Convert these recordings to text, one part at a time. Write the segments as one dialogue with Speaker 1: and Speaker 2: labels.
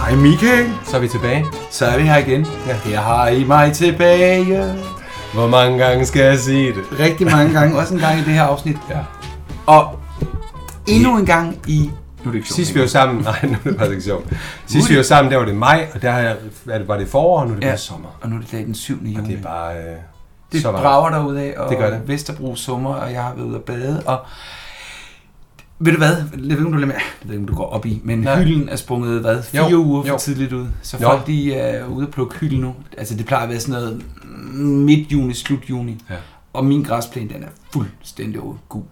Speaker 1: Hej Michael,
Speaker 2: Så er vi tilbage.
Speaker 1: så er vi her igen. Ja. Her har I mig tilbage.
Speaker 2: Hvor mange gange skal jeg sige det?
Speaker 1: Rigtig mange gange, også en gang i det her afsnit.
Speaker 2: Ja.
Speaker 1: Og endnu en gang i... Nu er det ikke sjovt
Speaker 2: Sidst vi
Speaker 1: længere.
Speaker 2: var sammen, nej, nu er det faktisk ikke sjovt. Sidst vi var sammen, der var det maj, og der har jeg- er det- var det forår, og nu er det
Speaker 1: Ja.
Speaker 2: bare sommer.
Speaker 1: Og nu er det dag den 7. juni.
Speaker 2: Det er bare øh,
Speaker 1: det
Speaker 2: så varmt.
Speaker 1: brager derudad, og
Speaker 2: Det gør det.
Speaker 1: Vesterbro sommer, og jeg har været ude at bade, og ved du hvad, jeg ved ikke, om du, lader med, jeg ved ikke, om du går op i, men Nej.
Speaker 2: Nej.
Speaker 1: hylden er sprunget, hvad, fire
Speaker 2: Jo,
Speaker 1: uger for
Speaker 2: jo.
Speaker 1: tidligt ud, så
Speaker 2: Nå.
Speaker 1: folk de er ude at plukke hylden nu. Altså det plejer at være sådan noget midt juni, slut juni,
Speaker 2: Ja.
Speaker 1: og min græsplæne den er fuldstændig over gul.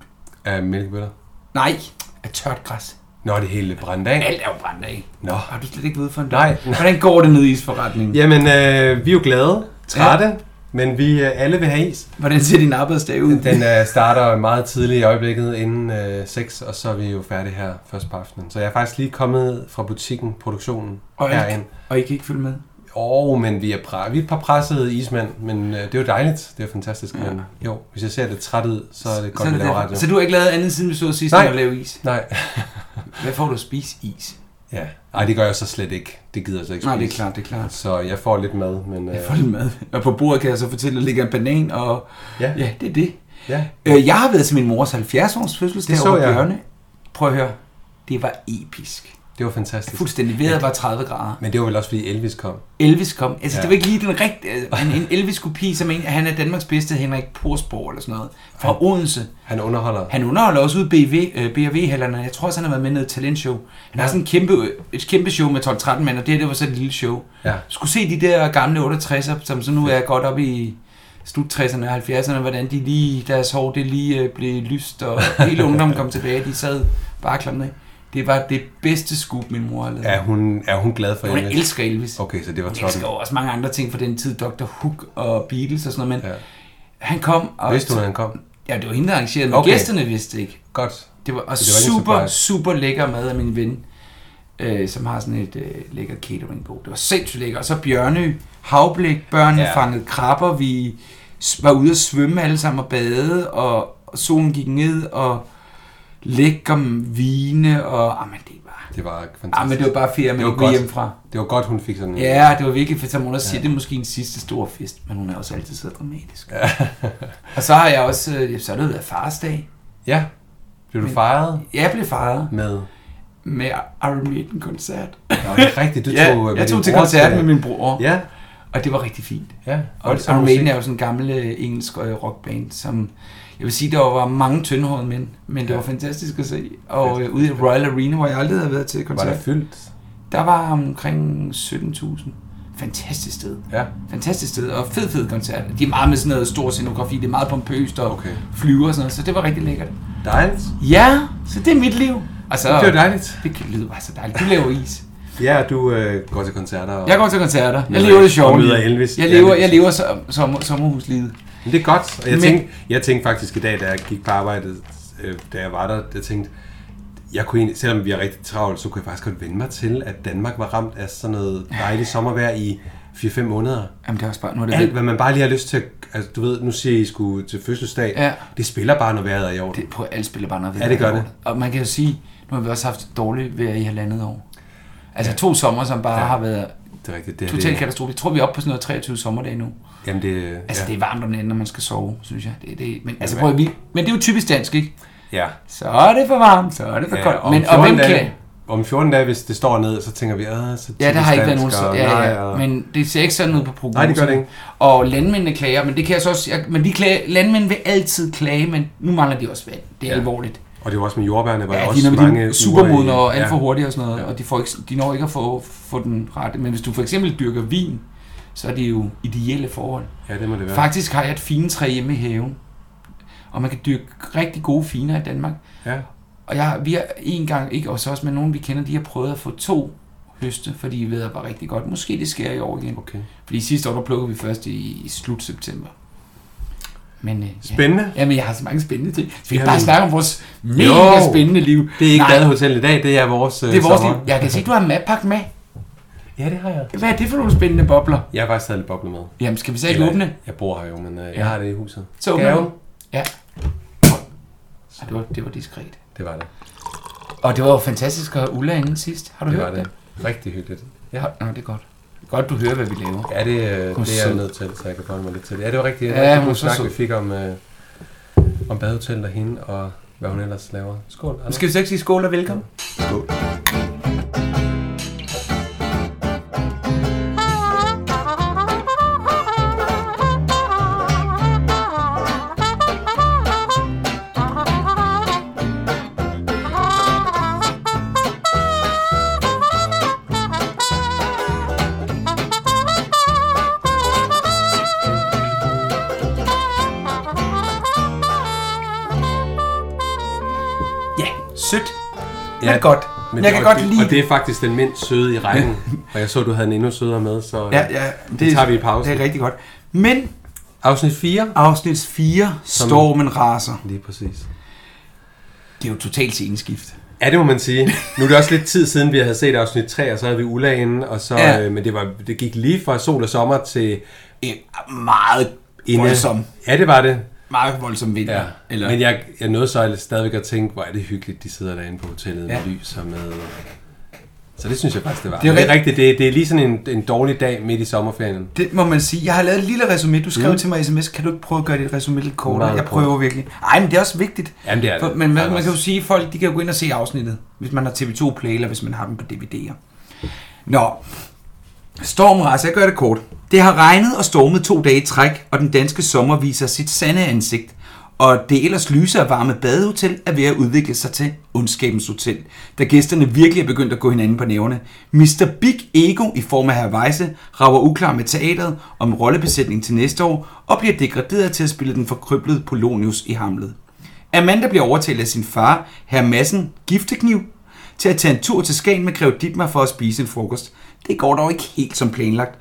Speaker 2: Af mælkebøller.
Speaker 1: Nej, af tørt græs.
Speaker 2: Nå, det hele brændt af.
Speaker 1: Alt er jo brændt af.
Speaker 2: Nå.
Speaker 1: Har du slet ikke været for en
Speaker 2: Nej.
Speaker 1: dag? Hvordan går det nede i isforretningen?
Speaker 2: Jamen, øh, vi er jo glade, trætte, ja. men vi øh, alle vil have is.
Speaker 1: Hvordan ser din arbejdsdag ud?
Speaker 2: Den øh, starter meget tidligt i øjeblikket, inden øh, 6, og så er vi jo færdige her først på aftenen. Så jeg er faktisk lige kommet fra butikken, produktionen,
Speaker 1: Og alt.
Speaker 2: herind.
Speaker 1: Og I kan ikke følge med?
Speaker 2: Åh, oh, men vi er, pra- vi er et par pressede ismænd, men øh, det er jo dejligt. Det er fantastisk. Ja. Men jo, hvis jeg ser det træt ud, så er det godt, at vi laver
Speaker 1: derfor.
Speaker 2: radio.
Speaker 1: så du har ikke lavet andet siden vi så sidst,
Speaker 2: Nej.
Speaker 1: end at lave is?
Speaker 2: Nej.
Speaker 1: Hvad får du at spise is?
Speaker 2: Ja. Nej, det gør jeg så slet ikke. Det gider jeg så ikke
Speaker 1: Nej, det er
Speaker 2: spise.
Speaker 1: klart, det er klart.
Speaker 2: Så jeg får lidt mad, men... Øh,
Speaker 1: Jeg får lidt mad. Og på bordet kan jeg så fortælle, at der ligger en banan, og
Speaker 2: Ja.
Speaker 1: ja det er det.
Speaker 2: ja.
Speaker 1: Øh, Jeg har været til min mors 70-års fødselsdag
Speaker 2: Det så
Speaker 1: over
Speaker 2: jeg.
Speaker 1: Bjørne. Prøv at høre. Det var episk.
Speaker 2: Det var fantastisk.
Speaker 1: Fuldstændig. Vejret var 30 grader.
Speaker 2: Men det var vel også, fordi Elvis kom.
Speaker 1: Elvis kom. Altså, ja.
Speaker 2: Ja.
Speaker 1: det var ikke lige den rigtige... En, en Elvis-kopi, som en, han er Danmarks bedste Henrik Porsborg eller sådan noget. Fra Odense.
Speaker 2: Han underholder.
Speaker 1: Han underholder også ude i øh, BRV-hallerne. Jeg tror også, han har været med i noget talentshow. Han har sådan en kæmpe, et kæmpe show med 12-13 mænd, og det her det var så et lille show.
Speaker 2: Ja.
Speaker 1: Skulle se de der gamle 68'er, som så nu er godt op i slut 60'erne og 70'erne, hvordan de lige, deres hår det lige øh, blev lyst, og hele ungdommen kom tilbage, de sad bare klamret. Det var det bedste scoop, min mor har lavet.
Speaker 2: Er hun, er hun glad for
Speaker 1: Hun
Speaker 2: Elvis?
Speaker 1: elsker Elvis.
Speaker 2: Okay, så det var
Speaker 1: Jeg elsker
Speaker 2: toppen.
Speaker 1: jo også mange andre ting fra den tid, Dr. Hook og Beatles og sådan noget, men ja.
Speaker 2: Ja.
Speaker 1: han kom, og
Speaker 2: Vidste hun, at han kom?
Speaker 1: ja, det var hende, der arrangerede, men okay.
Speaker 2: Okay.
Speaker 1: gæsterne vidste ikke.
Speaker 2: Godt.
Speaker 1: Det var, og
Speaker 2: Så det var ikke en
Speaker 1: super,
Speaker 2: surprise.
Speaker 1: super lækker mad af min ven, øh, som har sådan et øh, lækker catering på. Det var sindssygt lækker. Og så Bjørnø, havblik, børnene ja.
Speaker 2: Ja.
Speaker 1: fangede krabber, vi s- var ude at svømme alle sammen og bade, og og solen gik ned, og lækker vine, og ah, men det var...
Speaker 2: Det var fantastisk.
Speaker 1: Ah, men det var bare ferie, man
Speaker 2: Det var
Speaker 1: ikke var
Speaker 2: godt.
Speaker 1: hjemmefra.
Speaker 2: det var godt, hun fik sådan en...
Speaker 1: Ja, det var virkelig fedt, som hun også siger, det er måske en sidste stor fest, men hun er også altid så dramatisk. Ja. og så har jeg også, øh, så har det været fars dag.
Speaker 2: ja. Blev du fejret
Speaker 1: Jeg blev fejret
Speaker 2: med...
Speaker 1: med Iron Maiden koncert.
Speaker 2: Nå, det er rigtigt. Du
Speaker 1: Ja,
Speaker 2: tog, øh, med
Speaker 1: jeg
Speaker 2: din
Speaker 1: tog til
Speaker 2: bror
Speaker 1: koncert med min bror, ja.
Speaker 2: Ja,
Speaker 1: og det var rigtig fint.
Speaker 2: ja.
Speaker 1: Og
Speaker 2: voldsom
Speaker 1: Iron
Speaker 2: musik.
Speaker 1: Maiden er jo sådan en gammel øh, engelsk øh, rockband, som jeg vil sige, der var mange tyndhårede mænd, men det
Speaker 2: Ja.
Speaker 1: var fantastisk at se. Og øh, ude i Royal Arena, hvor jeg aldrig havde været til
Speaker 2: Var
Speaker 1: koncert,
Speaker 2: der fyldt?
Speaker 1: der var omkring 17.000. Fantastisk sted.
Speaker 2: Ja,
Speaker 1: Fantastisk sted, og fed, fed koncert. De er meget med sådan noget stor scenografi, det er meget pompøst og
Speaker 2: Okay.
Speaker 1: okay. flyver og sådan noget, så det var rigtig lækkert.
Speaker 2: dejligt.
Speaker 1: Ja, så det er mit liv. Og så,
Speaker 2: Det var dejligt.
Speaker 1: Det lyder bare så dejligt. Du laver is.
Speaker 2: Ja, og du øh, går til koncerter. Og...
Speaker 1: Jeg går til koncerter. Jeg
Speaker 2: Møder-
Speaker 1: lever det
Speaker 2: og
Speaker 1: sjove
Speaker 2: møder
Speaker 1: liv.
Speaker 2: Elvis.
Speaker 1: Jeg
Speaker 2: Ja,
Speaker 1: lever,
Speaker 2: det-
Speaker 1: jeg lever som, som, sommerhuslivet.
Speaker 2: Men det er godt. Og jeg,
Speaker 1: Men-
Speaker 2: tænkte, jeg tænkte faktisk i dag, da jeg gik på arbejde, øh, da jeg var der, jeg tænkte, jeg kunne egentlig, selvom vi er rigtig travlt, så kunne jeg faktisk godt vende mig til, at Danmark var ramt af sådan noget dejligt sommervejr i 4-5 måneder.
Speaker 1: Jamen det er også bare, nu er det
Speaker 2: Alt,
Speaker 1: Alt.
Speaker 2: hvad man bare lige har lyst til at, altså, du ved, nu siger I skulle til fødselsdag,
Speaker 1: Ja.
Speaker 2: det spiller bare, når vejret er i orden.
Speaker 1: Det, på alle spiller bare noget ved.
Speaker 2: Ja, det gør det.
Speaker 1: Og man kan jo sige, nu har vi også haft dårligt vejr i halvandet år. Altså to sommer, som bare
Speaker 2: Ja.
Speaker 1: ja. har været
Speaker 2: Det er rigtigt. Det, er
Speaker 1: totalt
Speaker 2: det,
Speaker 1: katastrofe. Jeg tror, vi er oppe på sådan noget 23 sommerdage nu.
Speaker 2: jamen det,
Speaker 1: Altså, ja. det er varmt om natten, når man skal sove, synes jeg. Det, det, men, altså,
Speaker 2: Ja.
Speaker 1: prøv at, vi, men det er jo typisk dansk, ikke?
Speaker 2: ja.
Speaker 1: Så er det for varmt, så er det for
Speaker 2: Ja,
Speaker 1: koldt.
Speaker 2: om
Speaker 1: Men, og
Speaker 2: 14
Speaker 1: hvem
Speaker 2: dage,
Speaker 1: kan...
Speaker 2: Om 14 dage, hvis det står ned, så tænker vi, ah, så
Speaker 1: Ja, der har ikke været nogen...
Speaker 2: så,
Speaker 1: Ja, ja, ja. Men det ser ikke sådan ud på prognosen.
Speaker 2: Nej, det gør det ikke.
Speaker 1: Og landmændene klager, men det kan jeg så også... Jeg, men de klager, landmænd vil altid klage, men nu mangler de også vand. Det er
Speaker 2: Ja.
Speaker 1: ja. alvorligt.
Speaker 2: Og det var også med jordbærne, var
Speaker 1: Ja,
Speaker 2: der
Speaker 1: de,
Speaker 2: også
Speaker 1: når de
Speaker 2: mange
Speaker 1: er supermodne
Speaker 2: uger i-
Speaker 1: og alt
Speaker 2: ja.
Speaker 1: for hurtige og sådan noget,
Speaker 2: Ja.
Speaker 1: ja. og de, får ikke, de når ikke at få, få den rette. Men hvis du for eksempel dyrker vin, så er det jo ideelle forhold.
Speaker 2: Ja, det må det være.
Speaker 1: Faktisk har jeg et fint træ hjemme i haven, og man kan dyrke rigtig gode finer i Danmark.
Speaker 2: Ja.
Speaker 1: Og jeg, vi har en gang, ikke også os, men nogen vi kender, de har prøvet at få to høste, fordi de ved, var rigtig godt. Måske det sker i år igen.
Speaker 2: Okay.
Speaker 1: Fordi sidste år, der plukkede vi først i, i slut september. Men, øh,
Speaker 2: Spændende.
Speaker 1: Ja. Jamen, jeg har så mange spændende ting. Skal vi ikke
Speaker 2: Jamen.
Speaker 1: bare snakke om vores mega
Speaker 2: Jo.
Speaker 1: spændende liv?
Speaker 2: Det er ikke
Speaker 1: Nej,
Speaker 2: Bade Hotel i dag, det er vores øh,
Speaker 1: det er vores liv. Jeg kan se, du har en madpakke med.
Speaker 2: Ja, det har jeg.
Speaker 1: Hvad er det for nogle spændende bobler?
Speaker 2: Jeg har faktisk taget lidt bobler med.
Speaker 1: Jamen, skal vi så ikke
Speaker 2: Eller,
Speaker 1: åbne?
Speaker 2: Jeg bor her jo, men øh, jeg har det i huset.
Speaker 1: Så åbner
Speaker 2: Gave.
Speaker 1: vi. Ja. Ej, det var, det var diskret.
Speaker 2: Det var det.
Speaker 1: Og det var jo fantastisk at have Ulla inden sidst. Har du
Speaker 2: Det
Speaker 1: hørt
Speaker 2: var det. Rigtig hyggeligt.
Speaker 1: Ja. Nå, det er godt. Godt, du hører, hvad vi laver.
Speaker 2: Ja, det, øh,
Speaker 1: Hun
Speaker 2: det er jeg
Speaker 1: sød.
Speaker 2: nødt til, så jeg kan forholde mig lidt til det. Ja, det var rigtig,
Speaker 1: Ja,
Speaker 2: ja, rigtig
Speaker 1: hun
Speaker 2: god
Speaker 1: er så
Speaker 2: snak,
Speaker 1: sød.
Speaker 2: vi fik om, øh, om badehotellet og hende, og hvad hun ellers laver. Skål, Anders.
Speaker 1: Skal vi så ikke sige skål og velkommen?
Speaker 2: Skål.
Speaker 1: Ja, sødt.
Speaker 2: Ja,
Speaker 1: Men godt.
Speaker 2: Men
Speaker 1: Jeg
Speaker 2: det-
Speaker 1: kan
Speaker 2: og
Speaker 1: godt
Speaker 2: det,
Speaker 1: lide
Speaker 2: Og det er faktisk den mindst søde i rækken. og jeg så, du havde en endnu sødere med, så øh,
Speaker 1: Ja, ja,
Speaker 2: det, det tager vi i pausen.
Speaker 1: Det er Ah. rigtig godt. Men
Speaker 2: Afsnit 4.
Speaker 1: afsnit 4,
Speaker 2: Som-
Speaker 1: Stormen raser.
Speaker 2: Lige præcis.
Speaker 1: Det er jo totalt sceneskift.
Speaker 2: Ja, det må man sige. Nu er det også lidt tid siden, vi havde set afsnit 3, og så havde vi Ulla inde, og så, ja.
Speaker 1: Ja.
Speaker 2: øh, men det, var, det gik lige fra sol og sommer til
Speaker 1: En meget
Speaker 2: Inde.
Speaker 1: voldsom,
Speaker 2: Ja, det var det.
Speaker 1: meget voldsom vinter.
Speaker 2: Ja.
Speaker 1: Ja.
Speaker 2: Eller... Men jeg, jeg nåede så stadigvæk at tænke, hvor er det hyggeligt, de sidder derinde på hotellet ja.
Speaker 1: Ja.
Speaker 2: med lys og med... Så det synes jeg faktisk, det var.
Speaker 1: Det er
Speaker 2: Men det er
Speaker 1: rigtigt.
Speaker 2: rigtigt. Det, det er lige sådan en, en dårlig dag midt i sommerferien.
Speaker 1: Det må man sige. Jeg har lavet et lille resume. Du skrev
Speaker 2: Mm.
Speaker 1: mm. til mig i sms, kan du ikke prøve at gøre dit resume lidt kortere?
Speaker 2: Meget
Speaker 1: Jeg
Speaker 2: kort.
Speaker 1: prøver virkelig. Ej, men det er også vigtigt.
Speaker 2: Jamen, det er
Speaker 1: For,
Speaker 2: det.
Speaker 1: men man, man
Speaker 2: Anders.
Speaker 1: kan jo sige, at folk de kan jo gå ind og se afsnittet, hvis man har TV2 Play, eller hvis man har dem på DVD'er. Nå, stormras, jeg gør det kort. Det har regnet og stormet to dage i træk, og den danske sommer viser sit sande ansigt. Og det ellers lyse og varme badehotel er ved at udvikle sig til ondskabens hotel, da gæsterne virkelig er begyndt at gå hinanden på nævne. Mr. Big Ego i form af Hervejse rager uklar med teateret om rollebesætning til næste år, og bliver degraderet til at spille den forkryblede Polonius i Hamlet. Amanda bliver overtalt af sin far, herr Madsen, giftekniv, til at tage en tur til Skagen med Grev Ditmar for at spise en frokost. Det går dog ikke helt som planlagt.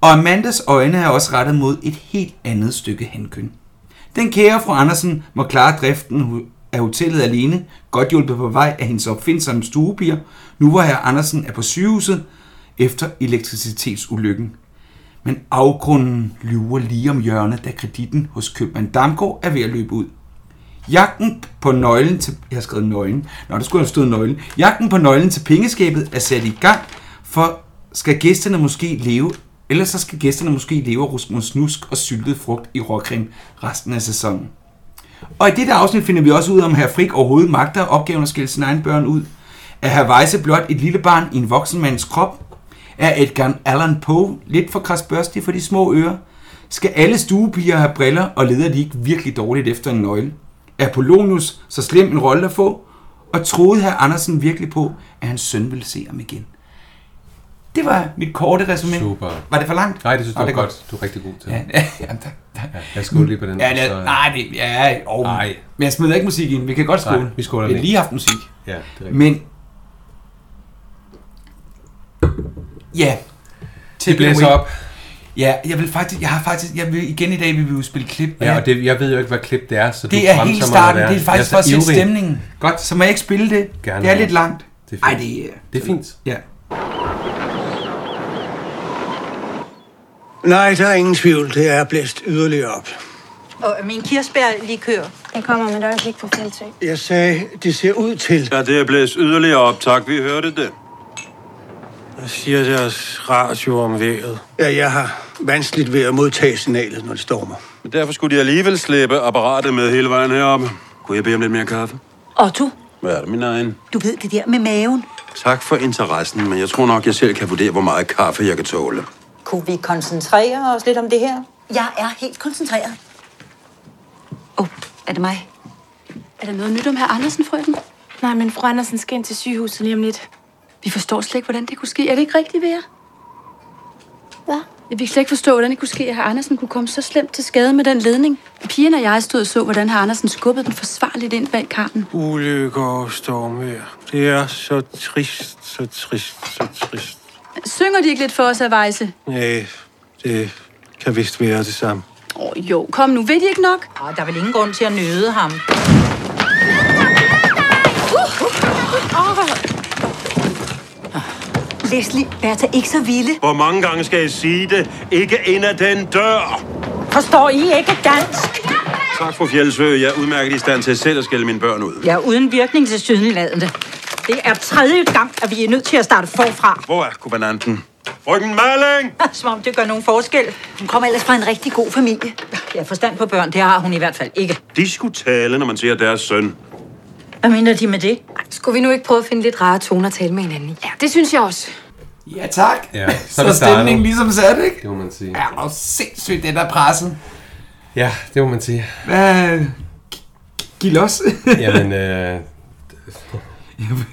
Speaker 1: Og Amandas øjne er også rettet mod et helt andet stykke handkøn. Den kære fru Andersen må klare driften hu- af hotellet alene, godt hjulpet på vej af hendes opfindsomme stuepiger, nu hvor herr Andersen er på sygehuset efter elektricitetsulykken. Men afgrunden lyver lige om hjørnet, da kreditten hos købmand Damgaard er ved at løbe ud. Jagten på nøglen til... Jeg har skrevet nøglen. Nå, der skulle have stået nøglen. Jagten på nøglen til pengeskabet er sat i gang, for skal gæsterne måske leve... Ellers så skal gæsterne måske leve af rusmund snusk og syltet frugt i råkrim resten af sæsonen. Og i dette afsnit finder vi også ud af, om herr Frik overhovedet magter opgaven at skille sine egne børn ud. Er herr Weisse blot et lille barn i en voksen mands krop? Er Edgar Allan Poe lidt for krasbørstig for de små ører? Skal alle stuepiger have briller, og leder de ikke virkelig dårligt efter en nøgle? Er Polonius så slem en rolle at få? Og troede herr Andersen virkelig på, at hans søn ville se ham igen? Det var mit korte resume.
Speaker 2: Super.
Speaker 1: Var det for langt?
Speaker 2: Nej, det synes
Speaker 1: Nå,
Speaker 2: du er
Speaker 1: det er
Speaker 2: godt. Du er rigtig god til
Speaker 1: Ja,
Speaker 2: det.
Speaker 1: jamen, tak. tak.
Speaker 2: Ja. Jeg skulle lige på den.
Speaker 1: Ja, det, ah.
Speaker 2: så-
Speaker 1: nej, det, ja, og,
Speaker 2: altså- Nej.
Speaker 1: men jeg smider ikke musik ind. Vi kan godt
Speaker 2: Nej,
Speaker 1: skåle.
Speaker 2: vi skåler
Speaker 1: Vi har
Speaker 2: lige.
Speaker 1: lige haft musik.
Speaker 2: ja, det er rigtigt.
Speaker 1: Men... Ja.
Speaker 2: Det blæser op.
Speaker 1: E. Ja, jeg vil faktisk... Jeg har faktisk... Jeg vil, igen i dag vil vi jo spille klip.
Speaker 2: Ja, og det, jeg ved jo ikke, hvad klip det er, så du
Speaker 1: det er helt
Speaker 2: fremser mig,
Speaker 1: starten.
Speaker 2: hvad
Speaker 1: Det er faktisk for
Speaker 2: Jeg
Speaker 1: at sætte
Speaker 2: så ivrig.
Speaker 1: stemningen.
Speaker 2: Godt.
Speaker 1: Så må jeg ikke spille det.
Speaker 2: Gerne.
Speaker 1: Det er lidt langt.
Speaker 2: Det er fint.
Speaker 1: Ej, det er...
Speaker 2: Det er fint.
Speaker 1: Ja.
Speaker 3: Nej, der er ingen tvivl. Det er blæst yderligere op.
Speaker 4: Og min kirsebær likør.
Speaker 5: Jeg kommer om et øjeblik på feltøj.
Speaker 3: Jeg sagde, det ser ud til.
Speaker 6: Ja, det er blæst yderligere op, tak. Vi hørte det.
Speaker 7: Hvad siger deres radio om vejret?
Speaker 3: Ja, jeg har vanskeligt ved at modtage signalet, når det stormer.
Speaker 6: Men derfor skulle de alligevel slæbe apparatet med hele vejen herop. Kunne jeg bede om lidt mere kaffe?
Speaker 4: Otto,
Speaker 6: Hvad er det, min egen?
Speaker 4: du ved det der med maven.
Speaker 6: Tak for interessen, men jeg tror nok, jeg selv kan vurdere, hvor meget kaffe jeg kan tåle.
Speaker 8: Kunne vi koncentrere os lidt om det her?
Speaker 4: Jeg er helt koncentreret. Åh, oh, er det mig? Er der noget nyt om herr Andersen, frøken?
Speaker 5: Nej, men fru Andersen skal ind til sygehuset lige om lidt.
Speaker 4: Vi forstår slet ikke, hvordan det kunne ske. Er det ikke rigtigt, Vera?
Speaker 5: Hvad?
Speaker 4: Jeg vil slet ikke forstå, hvordan det kunne ske, at herr Andersen kunne komme så slemt til skade med den ledning. Pigerne og jeg stod og så, hvordan herr Andersen skubbede den forsvarligt ind bag karten.
Speaker 7: Ulykker og stormvejr. Det er så trist, så trist, så trist.
Speaker 4: Synger de ikke lidt for os, Avejse?
Speaker 7: Nej, det kan vist være det samme.
Speaker 4: Åh oh, jo, kom nu, ved de ikke nok?
Speaker 8: Og der er vel ingen grund til at nøde ham.
Speaker 4: Leslie, Bertha, ikke så vilde.
Speaker 6: Hvor mange gange skal jeg sige det? Ikke ind ad den dør!
Speaker 8: Forstår I ikke dansk?
Speaker 6: Tak, fru Fjeldsø. Jeg er udmærket i stand til selv at skælde mine børn ud.
Speaker 8: Ja, uden virkning til sydenladende. Det er tredje gang, at vi er nødt til at starte forfra.
Speaker 6: Hvor er guvernanten? Frøken Malling!
Speaker 8: Som om det gør nogen forskel.
Speaker 4: Hun kommer ellers fra en rigtig god familie.
Speaker 8: Ja, forstand på børn, det har hun i hvert fald ikke.
Speaker 6: De skulle tale, når man ser deres søn.
Speaker 8: Hvad mener de med det?
Speaker 5: Skulle vi nu ikke prøve at finde lidt rare toner at tale med hinanden i? Ja, det synes jeg også.
Speaker 1: Ja, tak.
Speaker 2: Ja, så er vi
Speaker 1: så er
Speaker 2: startet.
Speaker 1: stemningen ligesom sat, ikke?
Speaker 2: Det må man sige.
Speaker 1: Ja, og sindssygt, den der pressen.
Speaker 2: Ja, det må man sige.
Speaker 1: Hvad... gi- gi- Giv los.
Speaker 2: Jamen, øh,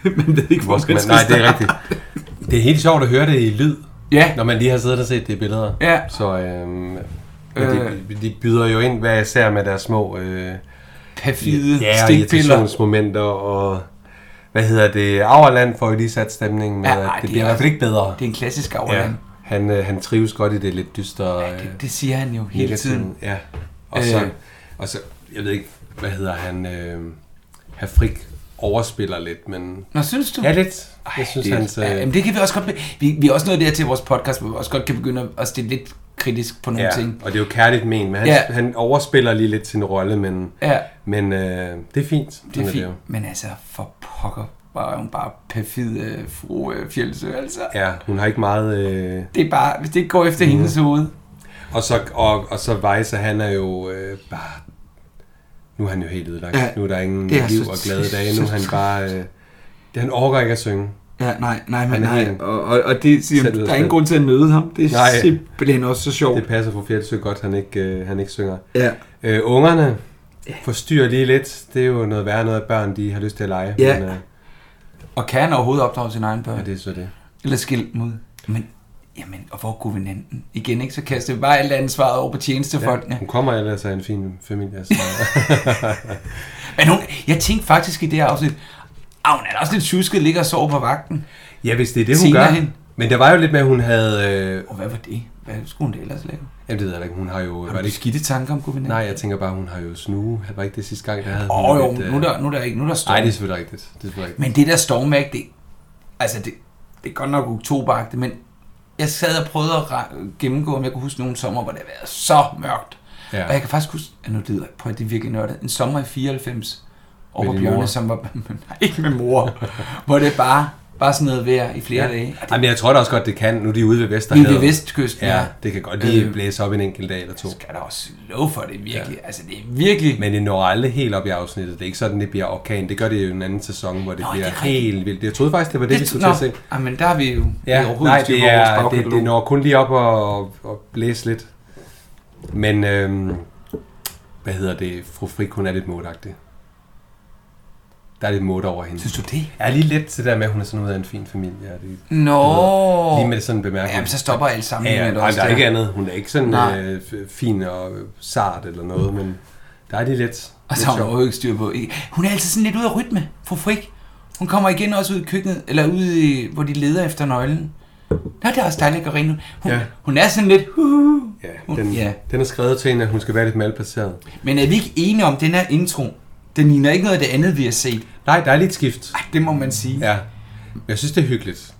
Speaker 1: Men det er ikke,
Speaker 2: hvor skal man... Nej, det er rigtigt. Det er helt sjovt at høre det i lyd,
Speaker 1: Ja,
Speaker 2: når man lige har siddet og set det i billeder.
Speaker 1: Ja. Øh.
Speaker 2: Så øh, men de, de byder jo ind, hvad især med deres små øh,
Speaker 1: perfide
Speaker 2: ja,
Speaker 1: ja,
Speaker 2: og
Speaker 1: stikpiller.
Speaker 2: irritationsmomenter og... Hvad hedder det? Auerland får jo lige sat stemningen med,
Speaker 1: Ja,
Speaker 2: ja,
Speaker 1: ej,
Speaker 2: at det,
Speaker 1: det
Speaker 2: bliver
Speaker 1: er-
Speaker 2: i hvert fald ikke bedre.
Speaker 1: Det er en klassisk
Speaker 2: Ja,
Speaker 1: afland.
Speaker 2: han, øh, han trives godt i det lidt dystre... øh, Ja,
Speaker 1: Ja. Det siger han jo hele
Speaker 2: Negativ,
Speaker 1: tiden.
Speaker 2: Ja. Og så,
Speaker 1: Øh.
Speaker 2: og så, jeg ved ikke, hvad hedder han, øh, herr Frik overspiller lidt, men...
Speaker 1: Nå, synes du?
Speaker 2: Ja, lidt.
Speaker 1: Ej,
Speaker 2: Jeg synes,
Speaker 1: det,
Speaker 2: hans... Øh,
Speaker 1: ja, jamen, det kan vi også godt... be- Vi, vi er også nået dertil i vores podcast, hvor vi også godt kan begynde at- at stille lidt kritisk på nogle
Speaker 2: ja,
Speaker 1: ting.
Speaker 2: og det er jo kærligt men, men han,
Speaker 1: Ja.
Speaker 2: ja. han overspiller lige lidt sin rolle, men,
Speaker 1: Ja.
Speaker 2: men øh, det er fint. Sådan
Speaker 1: Det er
Speaker 2: jo.
Speaker 1: fint. Men altså, for pokker, var hun bare perfid øh, fru øh, Fjeldsø, altså.
Speaker 2: Ja, Mhm. hun har ikke meget... Øh,
Speaker 1: Det er bare, hvis det ikke går efter hendes hoved.
Speaker 2: og så, og, og så Weiser, han er jo øh, bare... Nu er han jo helt ødelagt.
Speaker 1: Ja,
Speaker 2: Ja, nu er der ingen
Speaker 1: det er
Speaker 2: liv
Speaker 1: så
Speaker 2: og glade
Speaker 1: trist.
Speaker 2: dage. Nu er han bare... Øh, han overgår ikke at synge.
Speaker 1: Ja, nej, nej, men
Speaker 2: Han er
Speaker 1: nej.
Speaker 2: helt-
Speaker 1: Og, og, og det siger,
Speaker 2: Sæt det
Speaker 1: der er
Speaker 2: afsted.
Speaker 1: ingen grund til at nøde ham. Det er nej.
Speaker 2: Nej.
Speaker 1: simpelthen også så sjovt.
Speaker 2: Det passer for Fjeldsø godt, han ikke, øh, han ikke synger.
Speaker 1: Ja.
Speaker 2: Øh, ungerne forstyrrer lige lidt. Det er jo noget værre noget, at børn de har lyst til at lege.
Speaker 1: Ja.
Speaker 2: Men, øh,
Speaker 1: Og kan han overhovedet opdrage sin egen børn?
Speaker 2: ja, det er så det.
Speaker 1: Eller skilt mod. Men, jamen, og hvor guvernanten? Igen, ikke? Så kaster vi bare alt ansvaret over på tjenestefolkene.
Speaker 2: Hun kommer ellers af en fin familie. Så,
Speaker 1: Men hun, jeg tænkte faktisk i det her afsnit, ah, hun er da også lidt tjusket, ligger og sover på vagten.
Speaker 2: ja, hvis det er det, hun
Speaker 1: Senere
Speaker 2: gør.
Speaker 1: hen.
Speaker 2: Men der var jo lidt med, at hun havde... Øh,
Speaker 1: Og hvad var det? Hvad skulle hun da ellers lave?
Speaker 2: jeg ved jeg ikke, hun har jo... Har
Speaker 1: Var det skidte tanker om guvernanten?
Speaker 2: Nej, jeg tænker bare, hun har jo snue. Var ikke det sidste gang, der havde
Speaker 1: Åh oh, jo,
Speaker 2: lidt, øh-
Speaker 1: nu er der, nu er der ikke, nu er der storm.
Speaker 2: Nej, det er selvfølgelig rigtigt. Det er selvfølgelig rigtigt.
Speaker 1: Men det der stormværk, det, altså det, det er godt nok oktoberagtigt, men jeg sad og prøvede at ra- gennemgå, om jeg kunne huske nogle sommer, hvor det har været så mørkt. Ja.
Speaker 2: Ja.
Speaker 1: Og jeg kan faktisk huske, at nu lyder på, at det er virkelig nørdet, en sommer i 94 over
Speaker 2: din
Speaker 1: bjørne,
Speaker 2: mor.
Speaker 1: som var, nej, ikke med mor, hvor det bare var sådan noget vejr i flere ja.
Speaker 2: Ja.
Speaker 1: dage. Og det,
Speaker 2: Jamen, jeg tror da også godt, det kan. Nu er de ude ved
Speaker 1: lige
Speaker 2: Vesterhavet.
Speaker 1: ved Øh. vestkysten,
Speaker 2: Ja, det kan godt lige blæse op en enkelt dag eller to.
Speaker 1: Skal der også lov for det virkelig. Ja. Altså det er virkelig...
Speaker 2: Men det når aldrig helt op i afsnittet. Det er ikke sådan, det bliver orkan. Det gør det jo i en anden sæson, hvor det
Speaker 1: Nå,
Speaker 2: Nå, bliver
Speaker 1: det er
Speaker 2: det
Speaker 1: rigtigt.
Speaker 2: helt vildt. Jeg troede faktisk, det var det, det vi skulle til at se.
Speaker 1: Nå, men der er vi jo vi er
Speaker 2: Ja,
Speaker 1: overhovedet
Speaker 2: nej,
Speaker 1: ikke styr
Speaker 2: det,
Speaker 1: på vores
Speaker 2: er, det,
Speaker 1: bagkatalog.
Speaker 2: det når kun lige op og, og blæse lidt. Men, øhm, hvad hedder det? Fru Frik, hun er lidt modagtig. Der er lidt måde over hende.
Speaker 1: Synes du det?
Speaker 2: Jeg er lige lidt til det der med, at hun er sådan ud af en fin familie. Og det,
Speaker 1: Nå.
Speaker 2: Lige med det sådan bemærkning.
Speaker 1: Jamen, så stopper alle sammen
Speaker 2: Ja, ja,
Speaker 1: med det
Speaker 2: nej,
Speaker 1: også.
Speaker 2: der er
Speaker 1: der.
Speaker 2: ikke andet. Hun er ikke sådan
Speaker 1: Nej.
Speaker 2: øh, f- fin og øh, sart eller noget, men der er lige lidt.
Speaker 1: Og så
Speaker 2: lidt
Speaker 1: har hun
Speaker 2: sjovt.
Speaker 1: overhovedet ikke styr på. ikke? Hun er altid sådan lidt ude af rytme, fru Frik. Hun kommer igen også ud i køkkenet, eller ude i, hvor de leder efter nøglen. Nå, det er også dejligt at rene. Hun,
Speaker 2: Ja.
Speaker 1: ja. hun er sådan lidt... Uh,
Speaker 2: Ja, den,
Speaker 1: Ja.
Speaker 2: den er skrevet til hende, at hun skal være lidt malplaceret.
Speaker 1: Men er vi ikke enige om den her intro? Den ligner ikke noget af det andet, vi har set.
Speaker 2: Nej, der er lidt skift.
Speaker 1: Ej, det må man sige.
Speaker 2: Ja. Men Jeg synes, det er hyggeligt.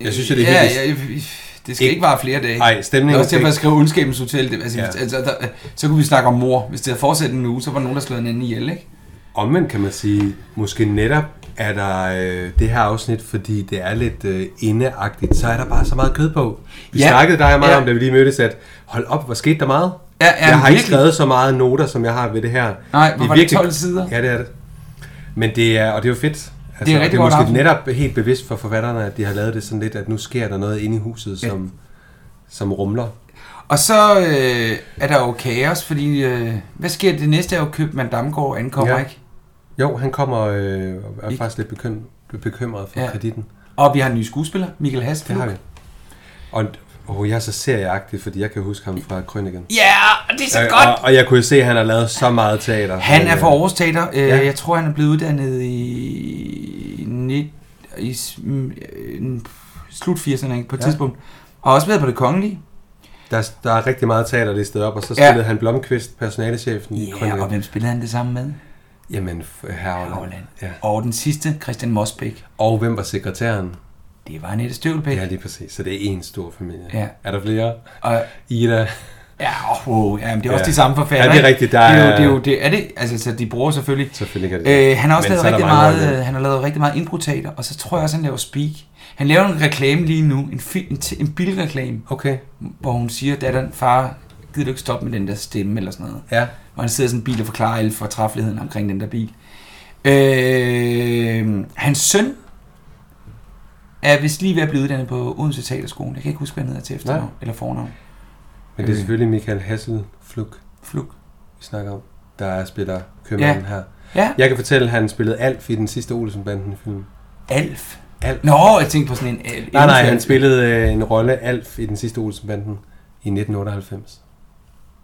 Speaker 2: Jeg synes, det er
Speaker 1: ja,
Speaker 2: hyggeligt.
Speaker 1: ja, ja, det skal
Speaker 2: Ikke-
Speaker 1: ikke vare flere dage.
Speaker 2: Ej, stemningen
Speaker 1: Det er også til
Speaker 2: skal
Speaker 1: at
Speaker 2: ikke-
Speaker 1: skrive ondskabens hotel. Det, altså,
Speaker 2: Ja.
Speaker 1: ja. altså, der, så kunne vi snakke om mor. Hvis det havde fortsat en uge, så var der nogen, der slået en anden ihjel, ikke?
Speaker 2: Omvendt kan man sige, måske netop er der øh, det her afsnit, fordi det er lidt øh, indeagtigt, så er der bare så meget kød på. Vi ja.
Speaker 1: Ja.
Speaker 2: snakkede dig og mig ja.
Speaker 1: Ja.
Speaker 2: om, da vi lige mødtes, at hold op, hvor skete der meget?
Speaker 1: Ja, ja,
Speaker 2: jeg har ikke
Speaker 1: virkelig.
Speaker 2: skrevet så meget noter, som jeg har ved det her.
Speaker 1: Nej,
Speaker 2: er
Speaker 1: hvor var det 12 sider?
Speaker 2: Ja, det er det. Men det er, og det er jo fedt. Altså,
Speaker 1: rigtig
Speaker 2: og det er
Speaker 1: godt
Speaker 2: måske
Speaker 1: afsnit.
Speaker 2: netop helt bevidst for forfatterne, at de har lavet det sådan lidt, at nu sker der noget inde i huset, som, som rumler.
Speaker 1: Og så øh, er der jo kaos, fordi... Øh, hvad sker der? det næste? Er jo Købmann Damgaard ankommer,
Speaker 2: Ja.
Speaker 1: ja. ikke?
Speaker 2: Jo, han kommer øh, og er
Speaker 1: Ikke?
Speaker 2: faktisk lidt bekym- bekymret for ja.
Speaker 1: Ja.
Speaker 2: kreditten.
Speaker 1: Og vi har en ny skuespiller, Michael Hasselhoff.
Speaker 2: Det har vi. Og oh, jeg er så serieagtig, fordi jeg kan huske ham fra Krøniken.
Speaker 1: Ja, og Ah, det er så
Speaker 2: Øh,
Speaker 1: godt!
Speaker 2: Og, og jeg kunne jo se, at han har lavet så meget teater.
Speaker 1: Han er
Speaker 2: Øh,
Speaker 1: fra Aarhus Teater. Øh,
Speaker 2: Ja.
Speaker 1: Jeg tror, han er blevet uddannet i, nit- i s- mm, øh, slut 80'erne ikke, på et
Speaker 2: Ja.
Speaker 1: ja. tidspunkt. Har også været på det kongelige.
Speaker 2: Der, er- der er rigtig meget teater det sted op, og så
Speaker 1: Ja.
Speaker 2: spillede han Blomqvist, personalechefen i
Speaker 1: Ja, og
Speaker 2: Krøniken.
Speaker 1: hvem spillede han det samme med?
Speaker 2: Jamen, f- Herreland.
Speaker 1: Havland.
Speaker 2: Ja.
Speaker 1: Ja. Og den sidste, Christian Mosbæk.
Speaker 2: Og hvem var sekretæren?
Speaker 1: Det var Annette Støvlbæk.
Speaker 2: Ja,
Speaker 1: Ja.
Speaker 2: lige præcis. Så det er en stor familie.
Speaker 1: Ja.
Speaker 2: Er der flere?
Speaker 1: Og,
Speaker 2: Ida.
Speaker 1: ja, wow, ja, men det er også
Speaker 2: Ja.
Speaker 1: de samme forfattere.
Speaker 2: Ja, det er
Speaker 1: ikke?
Speaker 2: rigtigt, der
Speaker 1: det er,
Speaker 2: er-
Speaker 1: jo, det er jo, det er det, altså så de bruger selvfølgelig.
Speaker 2: Selvfølgelig kan det.
Speaker 1: Øh, han har også
Speaker 2: Men
Speaker 1: lavet
Speaker 2: så er der
Speaker 1: rigtig
Speaker 2: mange
Speaker 1: meget,
Speaker 2: andre.
Speaker 1: øh, han har lavet rigtig meget improteater, og så tror jeg også, han laver speak. Han laver en reklame lige nu, en, fi, en, t- en bilreklame,
Speaker 2: Okay.
Speaker 1: hvor hun siger, datteren, far, gider du ikke stoppe med den der stemme eller sådan noget?
Speaker 2: Ja.
Speaker 1: Og han sidder i sådan en bil og forklarer alle fortræffeligheden omkring den der bil. Øh, hans søn er vist lige ved at blive uddannet på Odense Teaterskolen. Jeg kan ikke huske, hvad han hedder til efternavn
Speaker 2: Nej.
Speaker 1: eller fornavn.
Speaker 2: Men det er
Speaker 1: Øh.
Speaker 2: selvfølgelig Michael Hasselflug,
Speaker 1: Flug.
Speaker 2: vi snakker om, der er spiller købmanden
Speaker 1: Ja.
Speaker 2: her.
Speaker 1: Ja,
Speaker 2: Jeg kan fortælle, at han spillede Alf i den sidste Olsenbanden-film.
Speaker 1: Alf.
Speaker 2: Alf.
Speaker 1: Nå, jeg tænkte på sådan en... øh, Alf.
Speaker 2: Nej, nej, han spillede øh, en rolle Alf i den sidste Olsenbanden i 1998.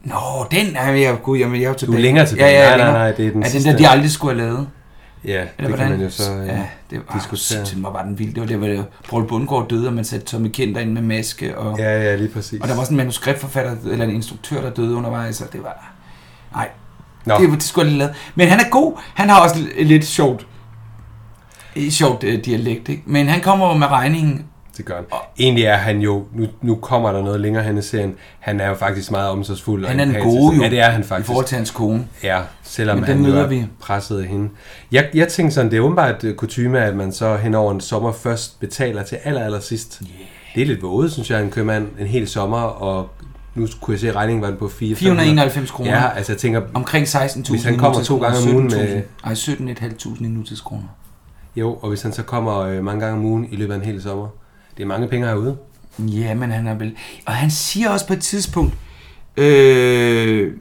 Speaker 1: Nå, den er jeg... Gud, jamen, jeg er jo tilbage.
Speaker 2: længere tilbage.
Speaker 1: Ja,
Speaker 2: Nej,
Speaker 1: ja,
Speaker 2: nej,
Speaker 1: længere.
Speaker 2: nej, det er den
Speaker 1: ja, den
Speaker 2: sidste.
Speaker 1: der, de aldrig skulle have lavet.
Speaker 2: Ja, det
Speaker 1: Eller
Speaker 2: kan
Speaker 1: hvordan?
Speaker 2: man jo så... Øh,
Speaker 1: ja, det var
Speaker 2: diskutere.
Speaker 1: diskutere. Den var bare den vilde. Det var det, hvor det- Poul Bundgaard døde, og man satte Tommy Kenter ind med maske. Og, ja.
Speaker 2: ja, ja, lige præcis.
Speaker 1: og der var sådan en manuskriptforfatter, eller en instruktør, der døde undervejs, og det var... Nej,
Speaker 2: Nå,
Speaker 1: det, var- det skulle jeg lige lavet. Men han er god. Han har også l- lidt sjovt, øh, sjovt øh, dialekt, ikke? Men han kommer jo med regningen.
Speaker 2: det gør han. Egentlig er han jo... Nu, nu kommer der noget længere hen i serien. Han er jo faktisk meget omsorgsfuld og
Speaker 1: Han er den
Speaker 2: empatisk.
Speaker 1: gode jo,
Speaker 2: Ja, det er han faktisk.
Speaker 1: I forhold til hans kone.
Speaker 2: Ja, selvom
Speaker 1: Men den
Speaker 2: han jo
Speaker 1: møder
Speaker 2: er
Speaker 1: vi.
Speaker 2: presset af hende. Jeg, jeg tænkte sådan, det er åbenbart øh, kutyme, at man så hen over en sommer først betaler til aller, aller sidst. Yeah. Det er lidt våget, synes jeg, en købmand en hel sommer, og nu kunne jeg se, at regningen var den på 4,
Speaker 1: 491 kroner.
Speaker 2: Ja, altså jeg tænker,
Speaker 1: Omkring 16.000
Speaker 2: Hvis han kommer to gange om
Speaker 1: nutidskroner,
Speaker 2: ugen med-
Speaker 1: 17.000. Ej, 17.500 i nutidskroner.
Speaker 2: jo, og hvis han så kommer øh, mange gange om ugen i løbet af en hel sommer, det er mange penge herude.
Speaker 1: Ja, men han er vel... Og han siger også på et tidspunkt, øh,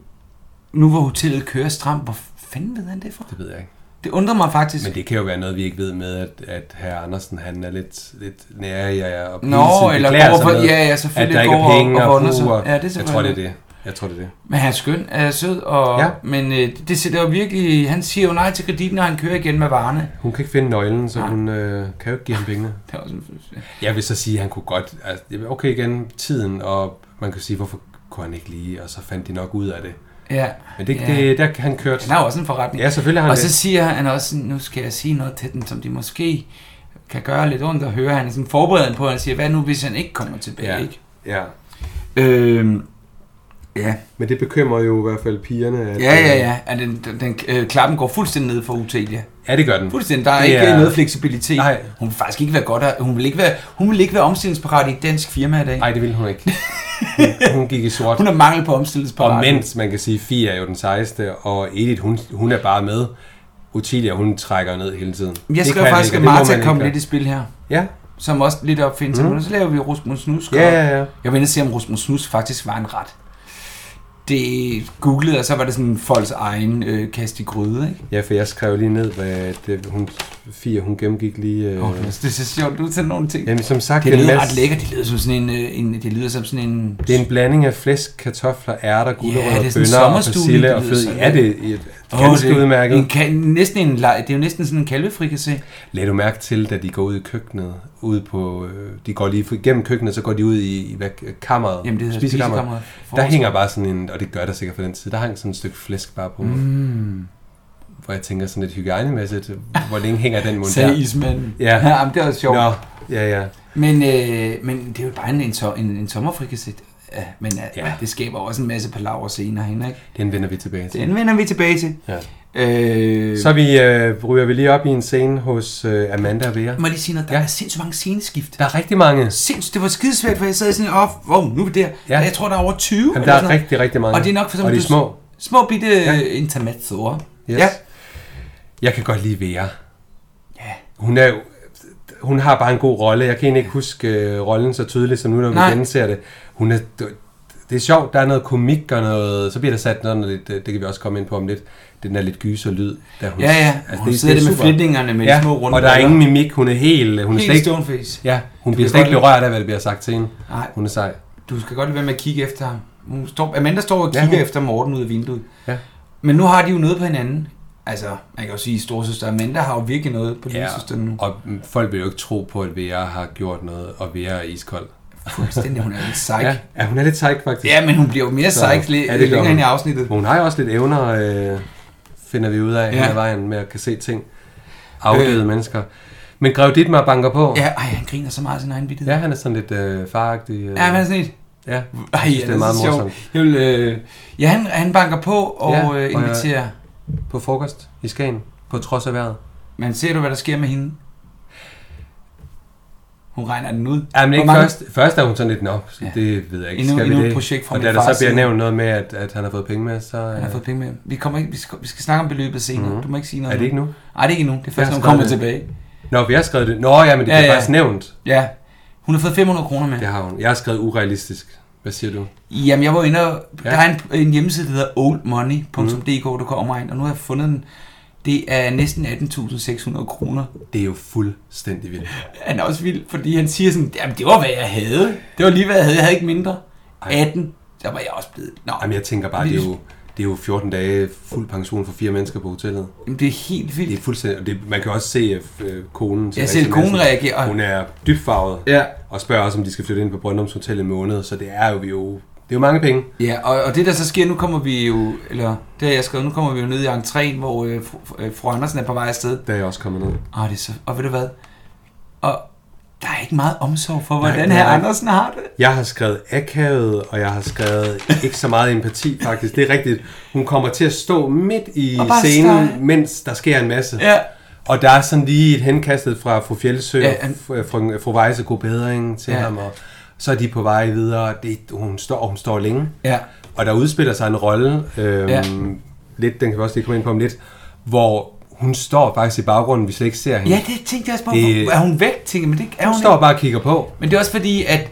Speaker 1: nu hvor hotellet kører stramt, hvor fanden ved han det fra?
Speaker 2: Det ved jeg ikke.
Speaker 1: Det undrer mig faktisk.
Speaker 2: Men det kan jo være noget, vi ikke ved med, at, at herr Andersen, han er lidt, lidt nære i jer, og
Speaker 1: Nå,
Speaker 2: hele tiden
Speaker 1: eller
Speaker 2: beklager
Speaker 1: går
Speaker 2: sig
Speaker 1: for-
Speaker 2: med,
Speaker 1: ja, ja, selvfølgelig
Speaker 2: at der ikke
Speaker 1: går
Speaker 2: er
Speaker 1: og-
Speaker 2: penge
Speaker 1: og
Speaker 2: og,
Speaker 1: vonder sig.
Speaker 2: puh, og
Speaker 1: Ja, det er
Speaker 2: jeg tror, det er
Speaker 1: selvfølgelig.
Speaker 2: det. Jeg tror, det er det.
Speaker 1: Men han er skøn, er sød, og,
Speaker 2: Ja.
Speaker 1: men øh, det sætter jo virkelig... Han siger jo nej til kreditten, når han kører igen med varerne.
Speaker 2: Hun kan ikke finde nøglen, så
Speaker 1: Nej.
Speaker 2: hun øh, kan jo ikke give ham pengene.
Speaker 1: Det er også en,
Speaker 2: Jeg vil så sige, at han kunne godt... Altså, det er okay igen, tiden, og man kan sige, hvorfor kunne han ikke lige, og så fandt de nok ud af det.
Speaker 1: ja.
Speaker 2: Men det,
Speaker 1: ja.
Speaker 2: ja. det der han kørte...
Speaker 1: Han har jo også en forretning.
Speaker 2: Ja, selvfølgelig har han
Speaker 1: og så
Speaker 2: det.
Speaker 1: siger han også, sådan, nu skal jeg sige noget til den, som de måske kan gøre lidt ondt at høre. Han er sådan forberedt på, at han siger, hvad nu, hvis han ikke kommer tilbage?
Speaker 2: Ja.
Speaker 1: Ikke?
Speaker 2: Ja.
Speaker 1: Øhm, ja,
Speaker 2: Men det bekymrer jo i hvert fald pigerne. At, øh,
Speaker 1: Ja, ja, ja. At den, den, den øh, klappen går fuldstændig ned for Utelia.
Speaker 2: Ja, det gør den.
Speaker 1: Fuldstændig. Der er
Speaker 2: Det
Speaker 1: ikke
Speaker 2: er-
Speaker 1: er... noget fleksibilitet.
Speaker 2: Nej.
Speaker 1: Hun vil faktisk ikke være godt at, hun vil ikke være, hun vil ikke være omstillingsparat i et dansk firma i dag.
Speaker 2: Nej, det ville hun ikke. Hun, hun gik i sort.
Speaker 1: Hun har mangel på
Speaker 2: Og
Speaker 1: omstillingsparat.
Speaker 2: mens man kan sige, at Fie er jo den sejeste, og Edith, hun, hun er bare med. Utilia, hun trækker ned hele tiden.
Speaker 1: Jeg
Speaker 2: Det
Speaker 1: skrev
Speaker 2: kan
Speaker 1: faktisk,
Speaker 2: ikke,
Speaker 1: at
Speaker 2: og det må man
Speaker 1: Martha
Speaker 2: ikke
Speaker 1: kom
Speaker 2: gøre.
Speaker 1: lidt i spil her.
Speaker 2: Ja,
Speaker 1: Som også lidt opfindelse. Mm. Så laver vi Rusmus Snus.
Speaker 2: Mhm. ja, ja, ja.
Speaker 1: Jeg vil se, om Rusmus Snus faktisk var en ret. det googlede, og så var det sådan folks egen øh, kast i gryde, ikke?
Speaker 2: Ja, for jeg skrev lige ned, hvad det, hun, Fie, hun gennemgik lige... Øh,
Speaker 1: Okay. Det er så sjovt, du tager nogle ting.
Speaker 2: Jamen, som sagt,
Speaker 1: det
Speaker 2: er en
Speaker 1: lyder
Speaker 2: masse-
Speaker 1: ret lækkert. Det lyder som sådan en, øh, en det lyder som sådan en...
Speaker 2: Det er en blanding af flæsk, kartofler, ærter, gulerødder,
Speaker 1: det er
Speaker 2: yeah,
Speaker 1: sådan
Speaker 2: bønner og
Speaker 1: sommerstue,
Speaker 2: persille
Speaker 1: det
Speaker 2: og
Speaker 1: lyder
Speaker 2: fløde.
Speaker 1: sådan.
Speaker 2: Ja, det er et
Speaker 1: Åh,
Speaker 2: ganske
Speaker 1: det er
Speaker 2: udmærket.
Speaker 1: En, ka- næsten en leg. Det er jo næsten sådan en kalvefrikassé.
Speaker 2: Lad du mærke til, da de går ud i køkkenet, ude på, øh, de går lige igennem køkkenet, så går de ud i, i hvad, øh, kammeret,
Speaker 1: Jamen, det hedder
Speaker 2: spisekammeret.
Speaker 1: spisekammeret.
Speaker 2: Der hænger bare sådan en, og det gør der sikkert for den tid, der hang sådan et stykke flæsk bare på. Mm. Hvor jeg tænker sådan lidt hygiejnemæssigt, hvor længe hænger den mund
Speaker 1: Sagde
Speaker 2: der?
Speaker 1: ismanden.
Speaker 2: Ja.
Speaker 1: ja men det var sjovt.
Speaker 2: Nå, ja, ja.
Speaker 1: Men, øh, men det er jo bare en, en, so- en, en sommerfrikassé. Ja, men ja.
Speaker 2: Ja.
Speaker 1: det skaber også en masse palaver senere hen, ikke?
Speaker 2: Den vender vi tilbage til.
Speaker 1: Den vender vi tilbage til.
Speaker 2: Ja.
Speaker 1: Øh,
Speaker 2: Så vi, øh, ryger vi lige op i en scene hos øh, Amanda og Vera.
Speaker 1: må jeg lige sige noget? Der ja.
Speaker 2: Ja.
Speaker 1: er sindssygt mange sceneskift.
Speaker 2: Der er rigtig mange.
Speaker 1: sindssygt, det var skidesvært, for jeg sad sådan, åh, oh, wow, nu er vi der. Ja.
Speaker 2: Ja.
Speaker 1: Jeg tror, der er over 20. eller
Speaker 2: Jamen, der
Speaker 1: sådan
Speaker 2: er
Speaker 1: noget.
Speaker 2: rigtig, rigtig mange.
Speaker 1: Og det er nok for
Speaker 2: Og
Speaker 1: eksempel...
Speaker 2: de er små.
Speaker 1: Små bitte ja. intermezzoer.
Speaker 2: Yes.
Speaker 1: Ja.
Speaker 2: Ja. Jeg kan godt lide Vera. Ja. Hun er jo, hun har bare en god rolle. Jeg kan egentlig ikke huske øh, rollen så tydeligt som nu, når
Speaker 1: Nej.
Speaker 2: vi genser det. Hun er, det er sjovt, der er noget komik og noget, så bliver der sat noget, noget lidt, øh, det kan vi også komme ind på om lidt, den der lidt gyser lyd. Der hun, altså,
Speaker 1: Ja, ja. hun sidder
Speaker 2: er
Speaker 1: der med
Speaker 2: super.
Speaker 1: flitningerne med ja.
Speaker 2: Ja,
Speaker 1: små runde
Speaker 2: og der er
Speaker 1: briller.
Speaker 2: ingen mimik. Hun er helt, øh, hun er slet
Speaker 1: Helt
Speaker 2: ikke,
Speaker 1: stoneface.
Speaker 2: ja, hun
Speaker 1: kan
Speaker 2: bliver slet ikke
Speaker 1: godt-
Speaker 2: berørt af, hvad der bliver sagt til hende.
Speaker 1: Nej.
Speaker 2: Hun er sej.
Speaker 1: Du skal godt lade være med at kigge efter ham. Hun står, Amanda står og
Speaker 2: Ja,
Speaker 1: kigger ja,
Speaker 2: hun-
Speaker 1: efter Morten ud af vinduet.
Speaker 2: Ja.
Speaker 1: Men nu har de jo noget på hinanden. Altså, man kan jo sige, at storsøster Amanda har jo virkelig noget på ja. lillesøsteren nu.
Speaker 2: og mm, folk vil jo ikke tro på, at Vera har gjort noget, og Vera er iskold.
Speaker 1: Fuldstændig, hun er lidt psych.
Speaker 2: Ja,
Speaker 1: ja.
Speaker 2: ja hun er lidt sejk faktisk.
Speaker 1: ja, men hun bliver jo mere
Speaker 2: Så-
Speaker 1: psych lidt
Speaker 2: Ja, det gør
Speaker 1: længere
Speaker 2: hun.
Speaker 1: ind i afsnittet.
Speaker 2: Men Hun har jo også lidt evner, øh, finder vi ud af,
Speaker 1: Ja.
Speaker 2: ja. vejen med at kan se ting. Afdøde øh. mennesker. Men Grev Dittmar banker på.
Speaker 1: Ja, ej, han griner så meget af sin egen vidighed.
Speaker 2: ja, han er sådan lidt øh, faragtig. Øh,
Speaker 1: ja men han er sådan lidt,
Speaker 2: ja.
Speaker 1: Ej,
Speaker 2: Jeg synes,
Speaker 1: ja, det er meget sjovt. Jeg vil, øh, ja, han, han banker på og
Speaker 2: Ja,
Speaker 1: ja, øh,
Speaker 2: og jeg-
Speaker 1: inviterer.
Speaker 2: På frokost i Skagen, på trods af vejret.
Speaker 1: Men ser du, hvad der sker med hende? Hun regner den ud.
Speaker 2: Ja, men
Speaker 1: Hvor
Speaker 2: ikke
Speaker 1: mange-
Speaker 2: først, først er hun sådan lidt, nå,
Speaker 1: Ja.
Speaker 2: ja. det ved jeg ikke,
Speaker 1: Endnu-
Speaker 2: skal
Speaker 1: endnu
Speaker 2: vi
Speaker 1: et
Speaker 2: det?
Speaker 1: projekt fra
Speaker 2: og
Speaker 1: min
Speaker 2: da der
Speaker 1: fars
Speaker 2: så bliver
Speaker 1: side.
Speaker 2: nævnt noget med, at, at han har fået penge med, så... øh,
Speaker 1: Han har fået penge med. Vi, kommer ikke, vi, skal, vi skal snakke om beløbet senere. Mm-hmm. Du må ikke sige noget.
Speaker 2: Mhm. Er det ikke nu?
Speaker 1: Nej, det er ikke nu. Det er først,
Speaker 2: Jeg
Speaker 1: når
Speaker 2: har
Speaker 1: hun kommer
Speaker 2: skrevet
Speaker 1: tilbage.
Speaker 2: Nå, vi har skrevet det. Nå, ja, men det
Speaker 1: Ja,
Speaker 2: ja, bliver
Speaker 1: ja.
Speaker 2: ja. faktisk nævnt.
Speaker 1: Ja. Hun har fået 500 kroner med.
Speaker 2: Det har hun. Jeg har skrevet urealistisk. Hvad siger du?
Speaker 1: Jamen, jeg var inde og... Ja.
Speaker 2: Ja. Mhm.
Speaker 1: Der er en, en hjemmeside, der hedder oldmoney.dk, du kan omregne, og nu har jeg fundet den. Det er næsten 18.600 kroner.
Speaker 2: Det er jo fuldstændig vildt.
Speaker 1: Han er også vild, fordi han siger sådan, jamen det var, hvad jeg havde. Det var lige, hvad jeg havde. Jeg havde ikke mindre. 18. Der var jeg også blevet... Nå,
Speaker 2: Jamen, jeg tænker bare, det er jo, det er jo 14 dage fuld pension for fire mennesker på hotellet.
Speaker 1: Jamen, det er helt
Speaker 2: Det
Speaker 1: vildt.
Speaker 2: er fuldstændig... og Det, man kan også se øh, konen...
Speaker 1: Jeg
Speaker 2: Therese
Speaker 1: ser konen
Speaker 2: Madsen.
Speaker 1: reagere.
Speaker 2: Hun er dybfarvet.
Speaker 1: Ja.
Speaker 2: Og spørger også, om de skal flytte ind på Brøndums Hotel i måned. Så det er jo vi jo... Det er jo mange penge.
Speaker 1: Ja, og, og det der så sker, nu kommer vi jo... Eller, det har jeg skrevet, nu kommer vi jo ned i entréen, hvor øh, fru, øh, fru Andersen er på vej afsted.
Speaker 2: Der er jeg også kommet ned.
Speaker 1: Åh, det er så... Og ved du hvad? Og der er ikke meget omsorg for, hvordan
Speaker 2: det
Speaker 1: her
Speaker 2: er der ikke.
Speaker 1: Andersen har det.
Speaker 2: Jeg har skrevet akavet, og jeg har skrevet ikke så meget empati, faktisk. Det er rigtigt. Hun kommer til at stå midt i
Speaker 1: Og bare
Speaker 2: scenen,
Speaker 1: stå-
Speaker 2: mens der sker en masse.
Speaker 1: Ja.
Speaker 2: Og der er sådan lige et henkastet fra fru Fjeldsø
Speaker 1: Ja,
Speaker 2: ja,
Speaker 1: han-
Speaker 2: og fru, øh, fru, fru Weisse god bedring til
Speaker 1: Ja.
Speaker 2: ja. ham, og så er de på vej videre. Det, hun, står, og hun står længe.
Speaker 1: Ja.
Speaker 2: Og der udspiller sig en rolle, øhm,
Speaker 1: Ja.
Speaker 2: ja. lidt, den kan vi også lige komme ind på om lidt, hvor hun står faktisk i baggrunden, vi slet ikke ser hende.
Speaker 1: Ja,
Speaker 2: Ja,
Speaker 1: det tænkte jeg også på.
Speaker 2: Det-
Speaker 1: Hvor- Er hun væk, tænker jeg, men det er hun,
Speaker 2: hun står bare og kigger på.
Speaker 1: Men det er også fordi, at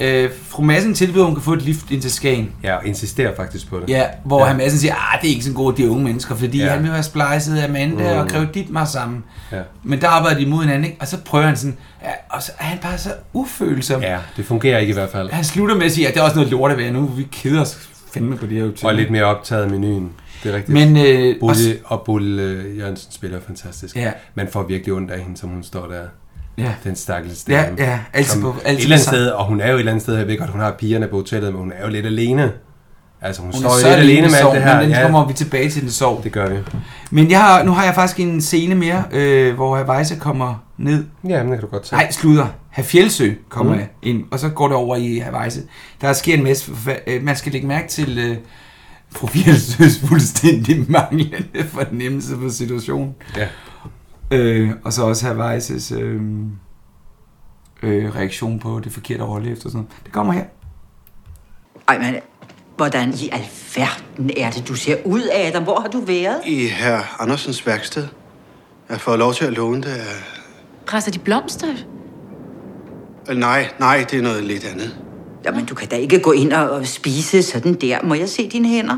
Speaker 1: øh, fru Madsen tilbyder, at hun kan få et lift ind til Skagen.
Speaker 2: Ja, og insisterer faktisk på det.
Speaker 1: Ja, hvor ja.
Speaker 2: Ja.
Speaker 1: han Madsen siger, at det er ikke så godt, de unge mennesker, fordi ja.
Speaker 2: Ja.
Speaker 1: han vil være splejset af Amanda mm. og Grev Dittmar sammen.
Speaker 2: Ja.
Speaker 1: Men der arbejder de imod hinanden, ikke? og så prøver han sådan, ja, og så er han bare så ufølsom.
Speaker 2: ja, det fungerer ikke i hvert fald.
Speaker 1: Han slutter med at sige, at det er også noget lort at være nu, vi keder os fandme på det her hotel.
Speaker 2: Og lidt mere optaget af menuen. Det er rigtigt.
Speaker 1: Men øh, også,
Speaker 2: Bolle, og Bolle øh, Jørgensen spiller fantastisk.
Speaker 1: Ja.
Speaker 2: Man får virkelig ondt af hende, som hun står der.
Speaker 1: ja,
Speaker 2: Den stakkels
Speaker 1: Ja,
Speaker 2: dame,
Speaker 1: ja, altid
Speaker 2: som
Speaker 1: på-
Speaker 2: et
Speaker 1: altid
Speaker 2: eller andet
Speaker 1: på-
Speaker 2: sted, og hun er jo et eller andet sted, jeg ved godt, hun har pigerne på hotellet, men hun er jo lidt alene. Altså, hun,
Speaker 1: hun er
Speaker 2: står
Speaker 1: så
Speaker 2: jo lidt alene med alt
Speaker 1: sorg,
Speaker 2: det her.
Speaker 1: men den
Speaker 2: ja,
Speaker 1: kommer vi tilbage til den sorg.
Speaker 2: det gør vi.
Speaker 1: Men jeg har, nu har jeg faktisk en scene mere, øh, hvor herr Weisse kommer ned
Speaker 2: Ja, men det kan du godt se.
Speaker 1: Nej, slutter. Herr Fjeldsø kommer mm. ind, og så går det over i Havajse. Der sker en masse... forfa- øh, Man skal lægge mærke til øh, fru Fjeldsøs fuldstændig manglende fornemmelse for situationen.
Speaker 2: Ja.
Speaker 1: Øh, og så også Havajses øh, øh, reaktion på det forkerte rolle efter sådan noget. Det kommer her.
Speaker 8: Ej, men hvordan i alverden er det, du ser ud, Adam? Hvor har du været?
Speaker 3: I herr Andersens værksted. Jeg får lov til at låne det af...
Speaker 4: Presser de blomster?
Speaker 3: Øh, Nej, nej, det er noget lidt andet.
Speaker 8: Jamen, du kan da ikke gå ind og, og spise sådan der. Må jeg se dine hænder?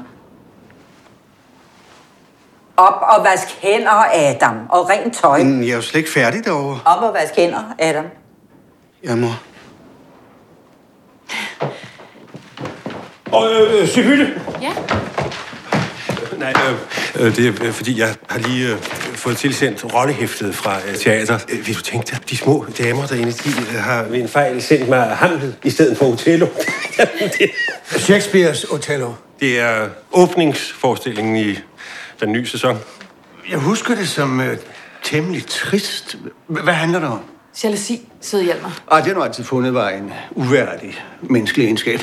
Speaker 8: Op og vask hænder, Adam. Og rent tøj.
Speaker 3: Men jeg er jo slet ikke færdig derovre.
Speaker 8: Op og vask hænder, Adam.
Speaker 3: Jeg må...
Speaker 7: Og øh, øh, Sibylle!
Speaker 4: Ja.
Speaker 7: Nej, øh, øh, det er øh, fordi, jeg har lige øh, fået tilsendt rollehæftet fra øh, teater. Øh, vil du tænke dig, de små damer derinde, de øh, har ved en fejl sendt mig Hamlet i stedet for Othello. det,
Speaker 3: Shakespeare's Othello.
Speaker 7: det er åbningsforestillingen i den nye sæson.
Speaker 3: Jeg husker det som øh, temmelig trist. H- hvad handler det om?
Speaker 5: Jalousi, søde Hjalmar.
Speaker 3: Ah, det har du altid fundet var en uværdig menneskelig egenskab.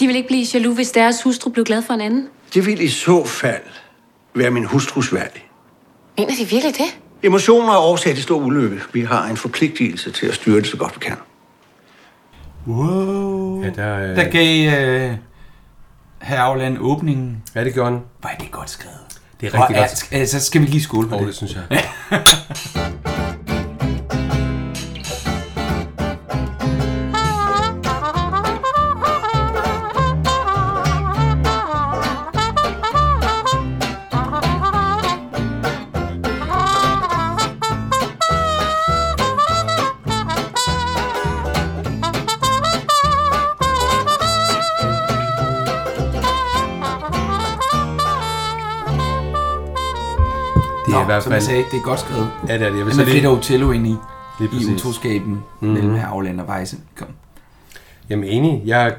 Speaker 4: De vil ikke blive jaloux, hvis deres hustru blev glad for en anden.
Speaker 3: Det vil i så fald være min hustrus værdig.
Speaker 5: Mener de virkelig det?
Speaker 3: Emotioner er årsag til stor ulykke. Vi har en forpligtelse til at styre det så godt vi kan.
Speaker 2: Ja, der, øh,
Speaker 1: Der gav øh, herr Auland åbningen.
Speaker 2: ja, det gjorde han.
Speaker 1: Hvor er det godt skrevet.
Speaker 2: Det er
Speaker 1: Og
Speaker 2: rigtig
Speaker 1: er,
Speaker 2: godt.
Speaker 1: sk- øh, så skal vi lige skåle på
Speaker 2: Og det
Speaker 1: det.
Speaker 2: synes jeg. Det er i hvert
Speaker 1: Som jeg
Speaker 2: fald...
Speaker 1: sagde, det er godt skrevet.
Speaker 2: Ja, det er det. Jeg vil
Speaker 1: Men
Speaker 2: så
Speaker 1: så fedt
Speaker 2: lige,
Speaker 1: Otello ind i,
Speaker 2: Lige præcis. Mhm.
Speaker 1: i utroskaben mm-hmm. mellem herr Auland og Weisse. Kom.
Speaker 2: jamen enig. Jeg,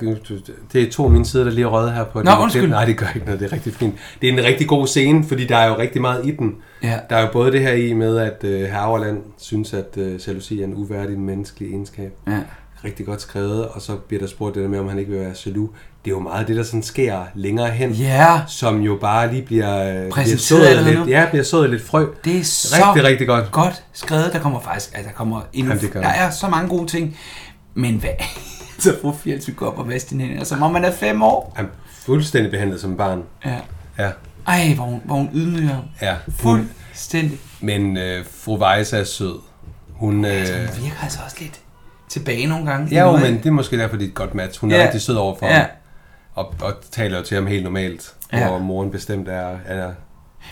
Speaker 2: det er to af mine sider, der lige er røget her på
Speaker 1: Nå,
Speaker 2: den.
Speaker 1: undskyld.
Speaker 2: Nej, det gør ikke noget. Det er rigtig fint. Det er en rigtig god scene, fordi der er jo rigtig meget i den.
Speaker 1: Ja.
Speaker 2: Der er jo både det her i med, at øh, Herreland synes, at øh, jalousi er en uværdig menneskelig egenskab.
Speaker 1: Ja.
Speaker 2: Rigtig godt skrevet, og så bliver der spurgt det der med, om han ikke vil være jaloux. Det er jo meget det, der sådan sker længere hen,
Speaker 1: Ja,
Speaker 2: som jo bare lige bliver, øh, bliver
Speaker 1: Præsenteret
Speaker 2: sået
Speaker 1: allerede
Speaker 2: lidt,
Speaker 1: nu.
Speaker 2: ja, bliver sået lidt frø.
Speaker 1: det er så
Speaker 2: Rigtig, rigtig godt.
Speaker 1: godt skrevet. Der kommer faktisk, altså, der kommer en,
Speaker 2: Jamen, det gør
Speaker 1: der
Speaker 2: det.
Speaker 1: er så mange gode ting. Men hvad? så fru Fjeldsø går op og vasker dine hænder, som om man er fem år.
Speaker 2: Han er fuldstændig behandlet som barn.
Speaker 1: Ja.
Speaker 2: Ja,
Speaker 1: Ej, hvor hun, hvor hun ydmyger.
Speaker 2: ja. Hun,
Speaker 1: Fuldstændig.
Speaker 2: men øh, fru Weisse er sød. Hun, øh,
Speaker 1: Hun virker altså også lidt tilbage nogle gange.
Speaker 2: ja, jo, men det er måske derfor, det er et godt match. Hun er
Speaker 1: Ja.
Speaker 2: rigtig sød overfor
Speaker 1: Ja.
Speaker 2: ham, og, og taler jo til ham helt normalt,
Speaker 1: Ja.
Speaker 2: hvor moren bestemt er, er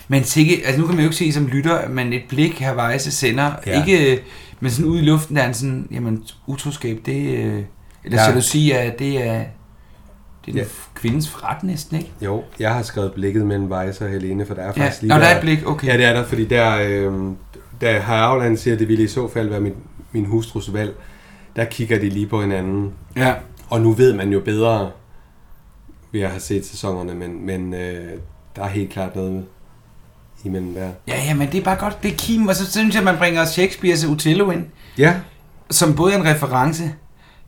Speaker 1: Men sikke, altså nu kan man jo ikke se som lytter, at man et blik her Weisse sender,
Speaker 2: Ja.
Speaker 1: ja. ikke, øh, men sådan ud i luften, der er en sådan, jamen utroskab, det, øh, eller
Speaker 2: Ja.
Speaker 1: ja. jalousi, er, det er, det er den
Speaker 2: Ja.
Speaker 1: f- kvindens forret næsten, ikke?
Speaker 2: Jo, jeg har skrevet blikket mellem Weiser og Helene, for der er
Speaker 1: Ja,
Speaker 2: faktisk lige...
Speaker 1: Nå, der er et blik, okay.
Speaker 2: Ja, det er der, fordi der, øh, da Havland siger, at det ville i så fald være min, min hustrus valg, der kigger de lige på hinanden.
Speaker 1: ja.
Speaker 2: Og nu ved man jo bedre, ved at have set sæsonerne, men, men øh, der er helt klart noget imellem der.
Speaker 1: Ja, ja, men det er bare godt, det er kim, og så synes jeg, at man bringer Shakespeare's Othello ind,
Speaker 2: Ja,
Speaker 1: som både er en reference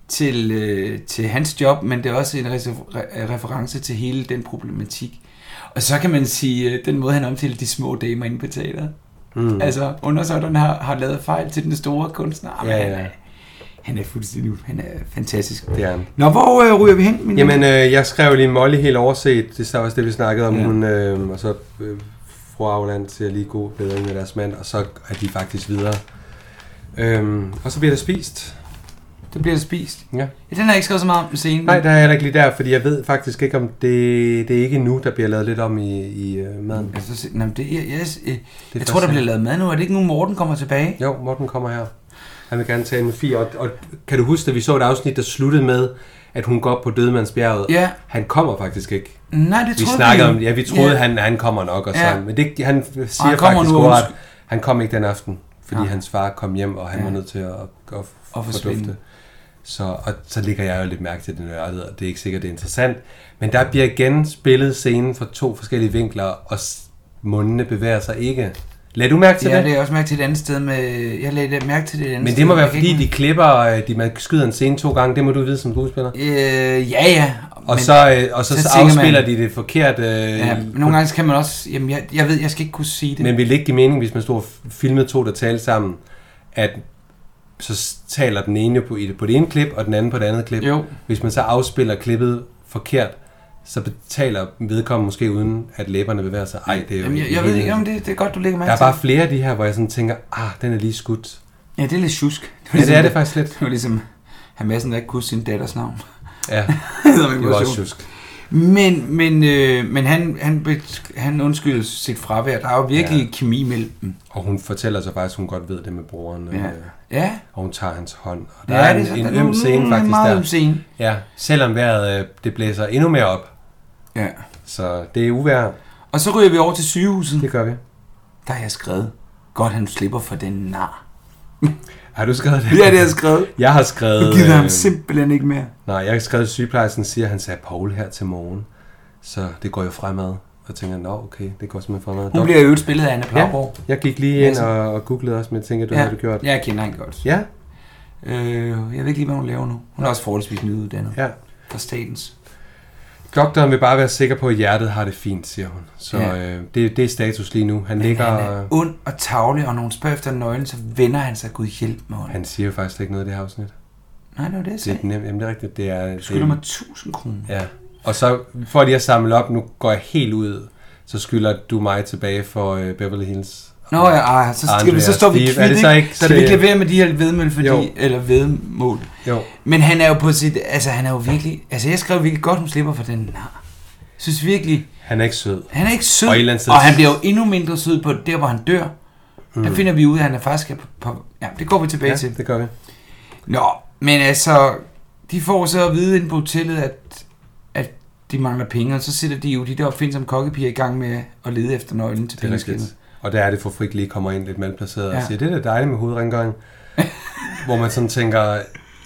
Speaker 1: til, øh, til hans job, men det er også en rese- re- reference til hele den problematik. Og så kan man sige, øh, den måde han omtaler de små damer inde på teateret. Mm. Altså, undersøgterne har, har lavet fejl til den store kunstner. Jamen,
Speaker 2: Ja, ja.
Speaker 1: ja, ja. Han, er, han er fuldstændig han er fantastisk.
Speaker 2: det er han.
Speaker 1: Nå, hvor øh, ryger vi hen? Min
Speaker 2: Jamen, øh, jeg skrev lige Molly helt overset. Det var også det, vi snakkede om. Ja.
Speaker 1: Ja.
Speaker 2: Hun, øh, og så øh, fru Auland ser lige god bedring med deres mand, og så er de faktisk videre. Øhm, og så bliver der spist.
Speaker 1: det bliver spist.
Speaker 2: Ja.
Speaker 1: Ja, den har jeg ikke skrevet så meget om scenen.
Speaker 2: Nej, der er jeg heller ikke lige der, fordi jeg ved faktisk ikke, om det, det er ikke nu, der bliver lavet lidt om i, i øh, maden.
Speaker 1: Altså, se- nå, men det, jeg, jeg, jeg, jeg
Speaker 2: først
Speaker 1: tror, der
Speaker 2: sen-
Speaker 1: bliver lavet mad nu. Er det ikke nu, Morten kommer tilbage?
Speaker 2: Jo, Morten kommer her. Han vil gerne tale med Fie. Og, og kan du huske, at vi så et afsnit, der sluttede med, at hun går op på Dødmandsbjerget?
Speaker 1: Ja.
Speaker 2: Han kommer faktisk ikke.
Speaker 1: Nej, det
Speaker 2: Vi
Speaker 1: troede
Speaker 2: snakkede om, ja, vi troede,
Speaker 1: Ja.
Speaker 2: han, han kommer nok og så,
Speaker 1: Ja.
Speaker 2: men det, han siger
Speaker 1: Og han kommer
Speaker 2: faktisk
Speaker 1: nu,
Speaker 2: nu, at
Speaker 1: undskyld.
Speaker 2: han kom ikke den aften, fordi
Speaker 1: Nej.
Speaker 2: hans far kom hjem, og han ja. var nødt til at, at, at
Speaker 1: Og forsvinde.
Speaker 2: fordufte. Så, og så ligger jeg jo lidt mærke til den ørlighed, og det er ikke sikkert, det er interessant. Men der bliver igen spillet scenen fra to forskellige vinkler, og s- mundene bevæger sig ikke. Lad du mærke til
Speaker 1: Ja,
Speaker 2: det?
Speaker 1: det er også mærke til et andet sted med... Jeg lagde det mærke til det andet
Speaker 2: Men
Speaker 1: sted.
Speaker 2: det må være,
Speaker 1: Jeg kan
Speaker 2: fordi
Speaker 1: ikke-
Speaker 2: de klipper, øh, de, man skyder en scene to gange, det må du vide som skuespiller.
Speaker 1: Øh, ja, ja.
Speaker 2: Og, så, øh, og så,
Speaker 1: så
Speaker 2: så
Speaker 1: tænker man-
Speaker 2: afspiller de det forkert. Øh,
Speaker 1: Ja,
Speaker 2: ja,
Speaker 1: men nogle gange kan man også... Jamen, jeg, jeg ved, jeg skal ikke kunne sige det.
Speaker 2: Men ville det ikke give mening, hvis man stod og f- filmede to, der talte sammen, at så s- taler den ene jo på, i det- på det ene klip, og den anden på det andet klip?
Speaker 1: Jo.
Speaker 2: Hvis man så afspiller klippet forkert, så betaler vedkommende måske uden, at læberne bevæger sig. Ej, det er jo
Speaker 1: Jamen, jeg, jeg ved ikke, om det, det er godt, du lægger mærke
Speaker 2: Der er bare
Speaker 1: til.
Speaker 2: flere af de her, hvor jeg sådan tænker, ah, den er lige skudt.
Speaker 1: det. Ja, det er lidt tjusk.
Speaker 2: Ja, det er det faktisk lidt.
Speaker 1: Det var ligesom Herr Madsen, der ikke kunne sin datters navn.
Speaker 2: Ja,
Speaker 1: det var
Speaker 2: det var også sjusk.
Speaker 1: Men, men, øh, men han, han, bet- han undskylder sit fravær. Der er jo virkelig
Speaker 2: Ja.
Speaker 1: ja. kemi mellem dem.
Speaker 2: Og hun fortæller så faktisk, at hun godt ved det med broren.
Speaker 1: Ja.
Speaker 2: øh,
Speaker 1: Ja,
Speaker 2: Og hun tager hans hånd. Og der
Speaker 1: ja
Speaker 2: er
Speaker 1: det
Speaker 2: en,
Speaker 1: er
Speaker 2: en
Speaker 1: sådan,
Speaker 2: øm scene faktisk
Speaker 1: meget
Speaker 2: der.
Speaker 1: øm scene.
Speaker 2: Ja, selvom vejret øh, det blæser endnu mere op.
Speaker 1: Ja.
Speaker 2: Så det er uvejr.
Speaker 1: Og så ryger vi over til sygehuset.
Speaker 2: Det gør vi.
Speaker 1: Der har jeg skrevet, godt han slipper for den nar.
Speaker 2: Øh, Har du skrevet det?
Speaker 1: Ja, det har jeg skrevet.
Speaker 2: Jeg har skrevet...
Speaker 1: Jeg gider ham
Speaker 2: øh,
Speaker 1: simpelthen ikke mere.
Speaker 2: Nej, jeg har skrevet, at sygeplejersken siger, at han sagde Paul her til morgen. Så det går jo fremad. Og jeg tænker, nå okay, det går simpelthen fremad.
Speaker 1: Hun
Speaker 2: Nå,
Speaker 1: bliver i øvrigt spillet af Anna Plagborg.
Speaker 2: ja, jeg gik lige ind
Speaker 1: Madsen.
Speaker 2: og, og googlede også, men jeg tænker, du ja. havde det gjort.
Speaker 1: Ja, jeg kender hende godt.
Speaker 2: Ja,
Speaker 1: Øh, jeg ved ikke lige, hvad hun laver nu. Hun er også forholdsvis nyuddannet
Speaker 2: ja.
Speaker 1: fra statens.
Speaker 2: Doktoren vil bare være sikker på, at hjertet har det fint, siger hun. Så
Speaker 1: Ja.
Speaker 2: ja. øh, det, det er status lige nu. Han
Speaker 1: Men
Speaker 2: ligger...
Speaker 1: han er
Speaker 2: og-
Speaker 1: ond og tavlig, og når hun spørger efter nøglen, så vender han sig, gud hjælp mig.
Speaker 2: Han siger jo faktisk ikke noget i det her afsnit.
Speaker 1: Nej, det var det, jeg
Speaker 2: Det
Speaker 1: sagde.
Speaker 2: er nemt, jamen, det er rigtigt. Det er,
Speaker 1: Du skylder
Speaker 2: det,
Speaker 1: mig 1000 kroner.
Speaker 2: Ja. Og så for lige at samle op, nu går jeg helt ud, så skylder du mig tilbage for øh, Beverly Hills.
Speaker 1: Nå ja, ej, så, skal vi,
Speaker 2: Andrea
Speaker 1: så står vi
Speaker 2: Steve,
Speaker 1: kvitt,
Speaker 2: er det så ikke-
Speaker 1: Så skal vi
Speaker 2: så-
Speaker 1: ikke levere med de her vedmål, fordi,
Speaker 2: Jo.
Speaker 1: eller vedmål.
Speaker 2: Jo.
Speaker 1: Men han er jo på sit, altså han er jo virkelig, altså jeg skrev virkelig godt, hun slipper for den nar. Jeg synes virkelig,
Speaker 2: Han er ikke sød.
Speaker 1: han er ikke sød,
Speaker 2: Og et eller andet sted-
Speaker 1: og han bliver jo endnu mindre sød på der, hvor han dør. Mm. Der finder vi ud af, at han er faktisk er på, på ja, det går vi tilbage
Speaker 2: Ja,
Speaker 1: til.
Speaker 2: det gør vi.
Speaker 1: Nå, men altså, de får så at vide inde på hotellet, at, at de mangler penge, og så sætter de jo de der opfindsomme kokkepiger i gang med at lede efter nøglen til
Speaker 2: Det er rigtigt.
Speaker 1: pengeskabet.
Speaker 2: Og der er det, for Frik lige kommer ind lidt malplaceret ja. og
Speaker 1: Ja.
Speaker 2: siger, det er da dejligt med hovedrengøring. hvor man sådan tænker,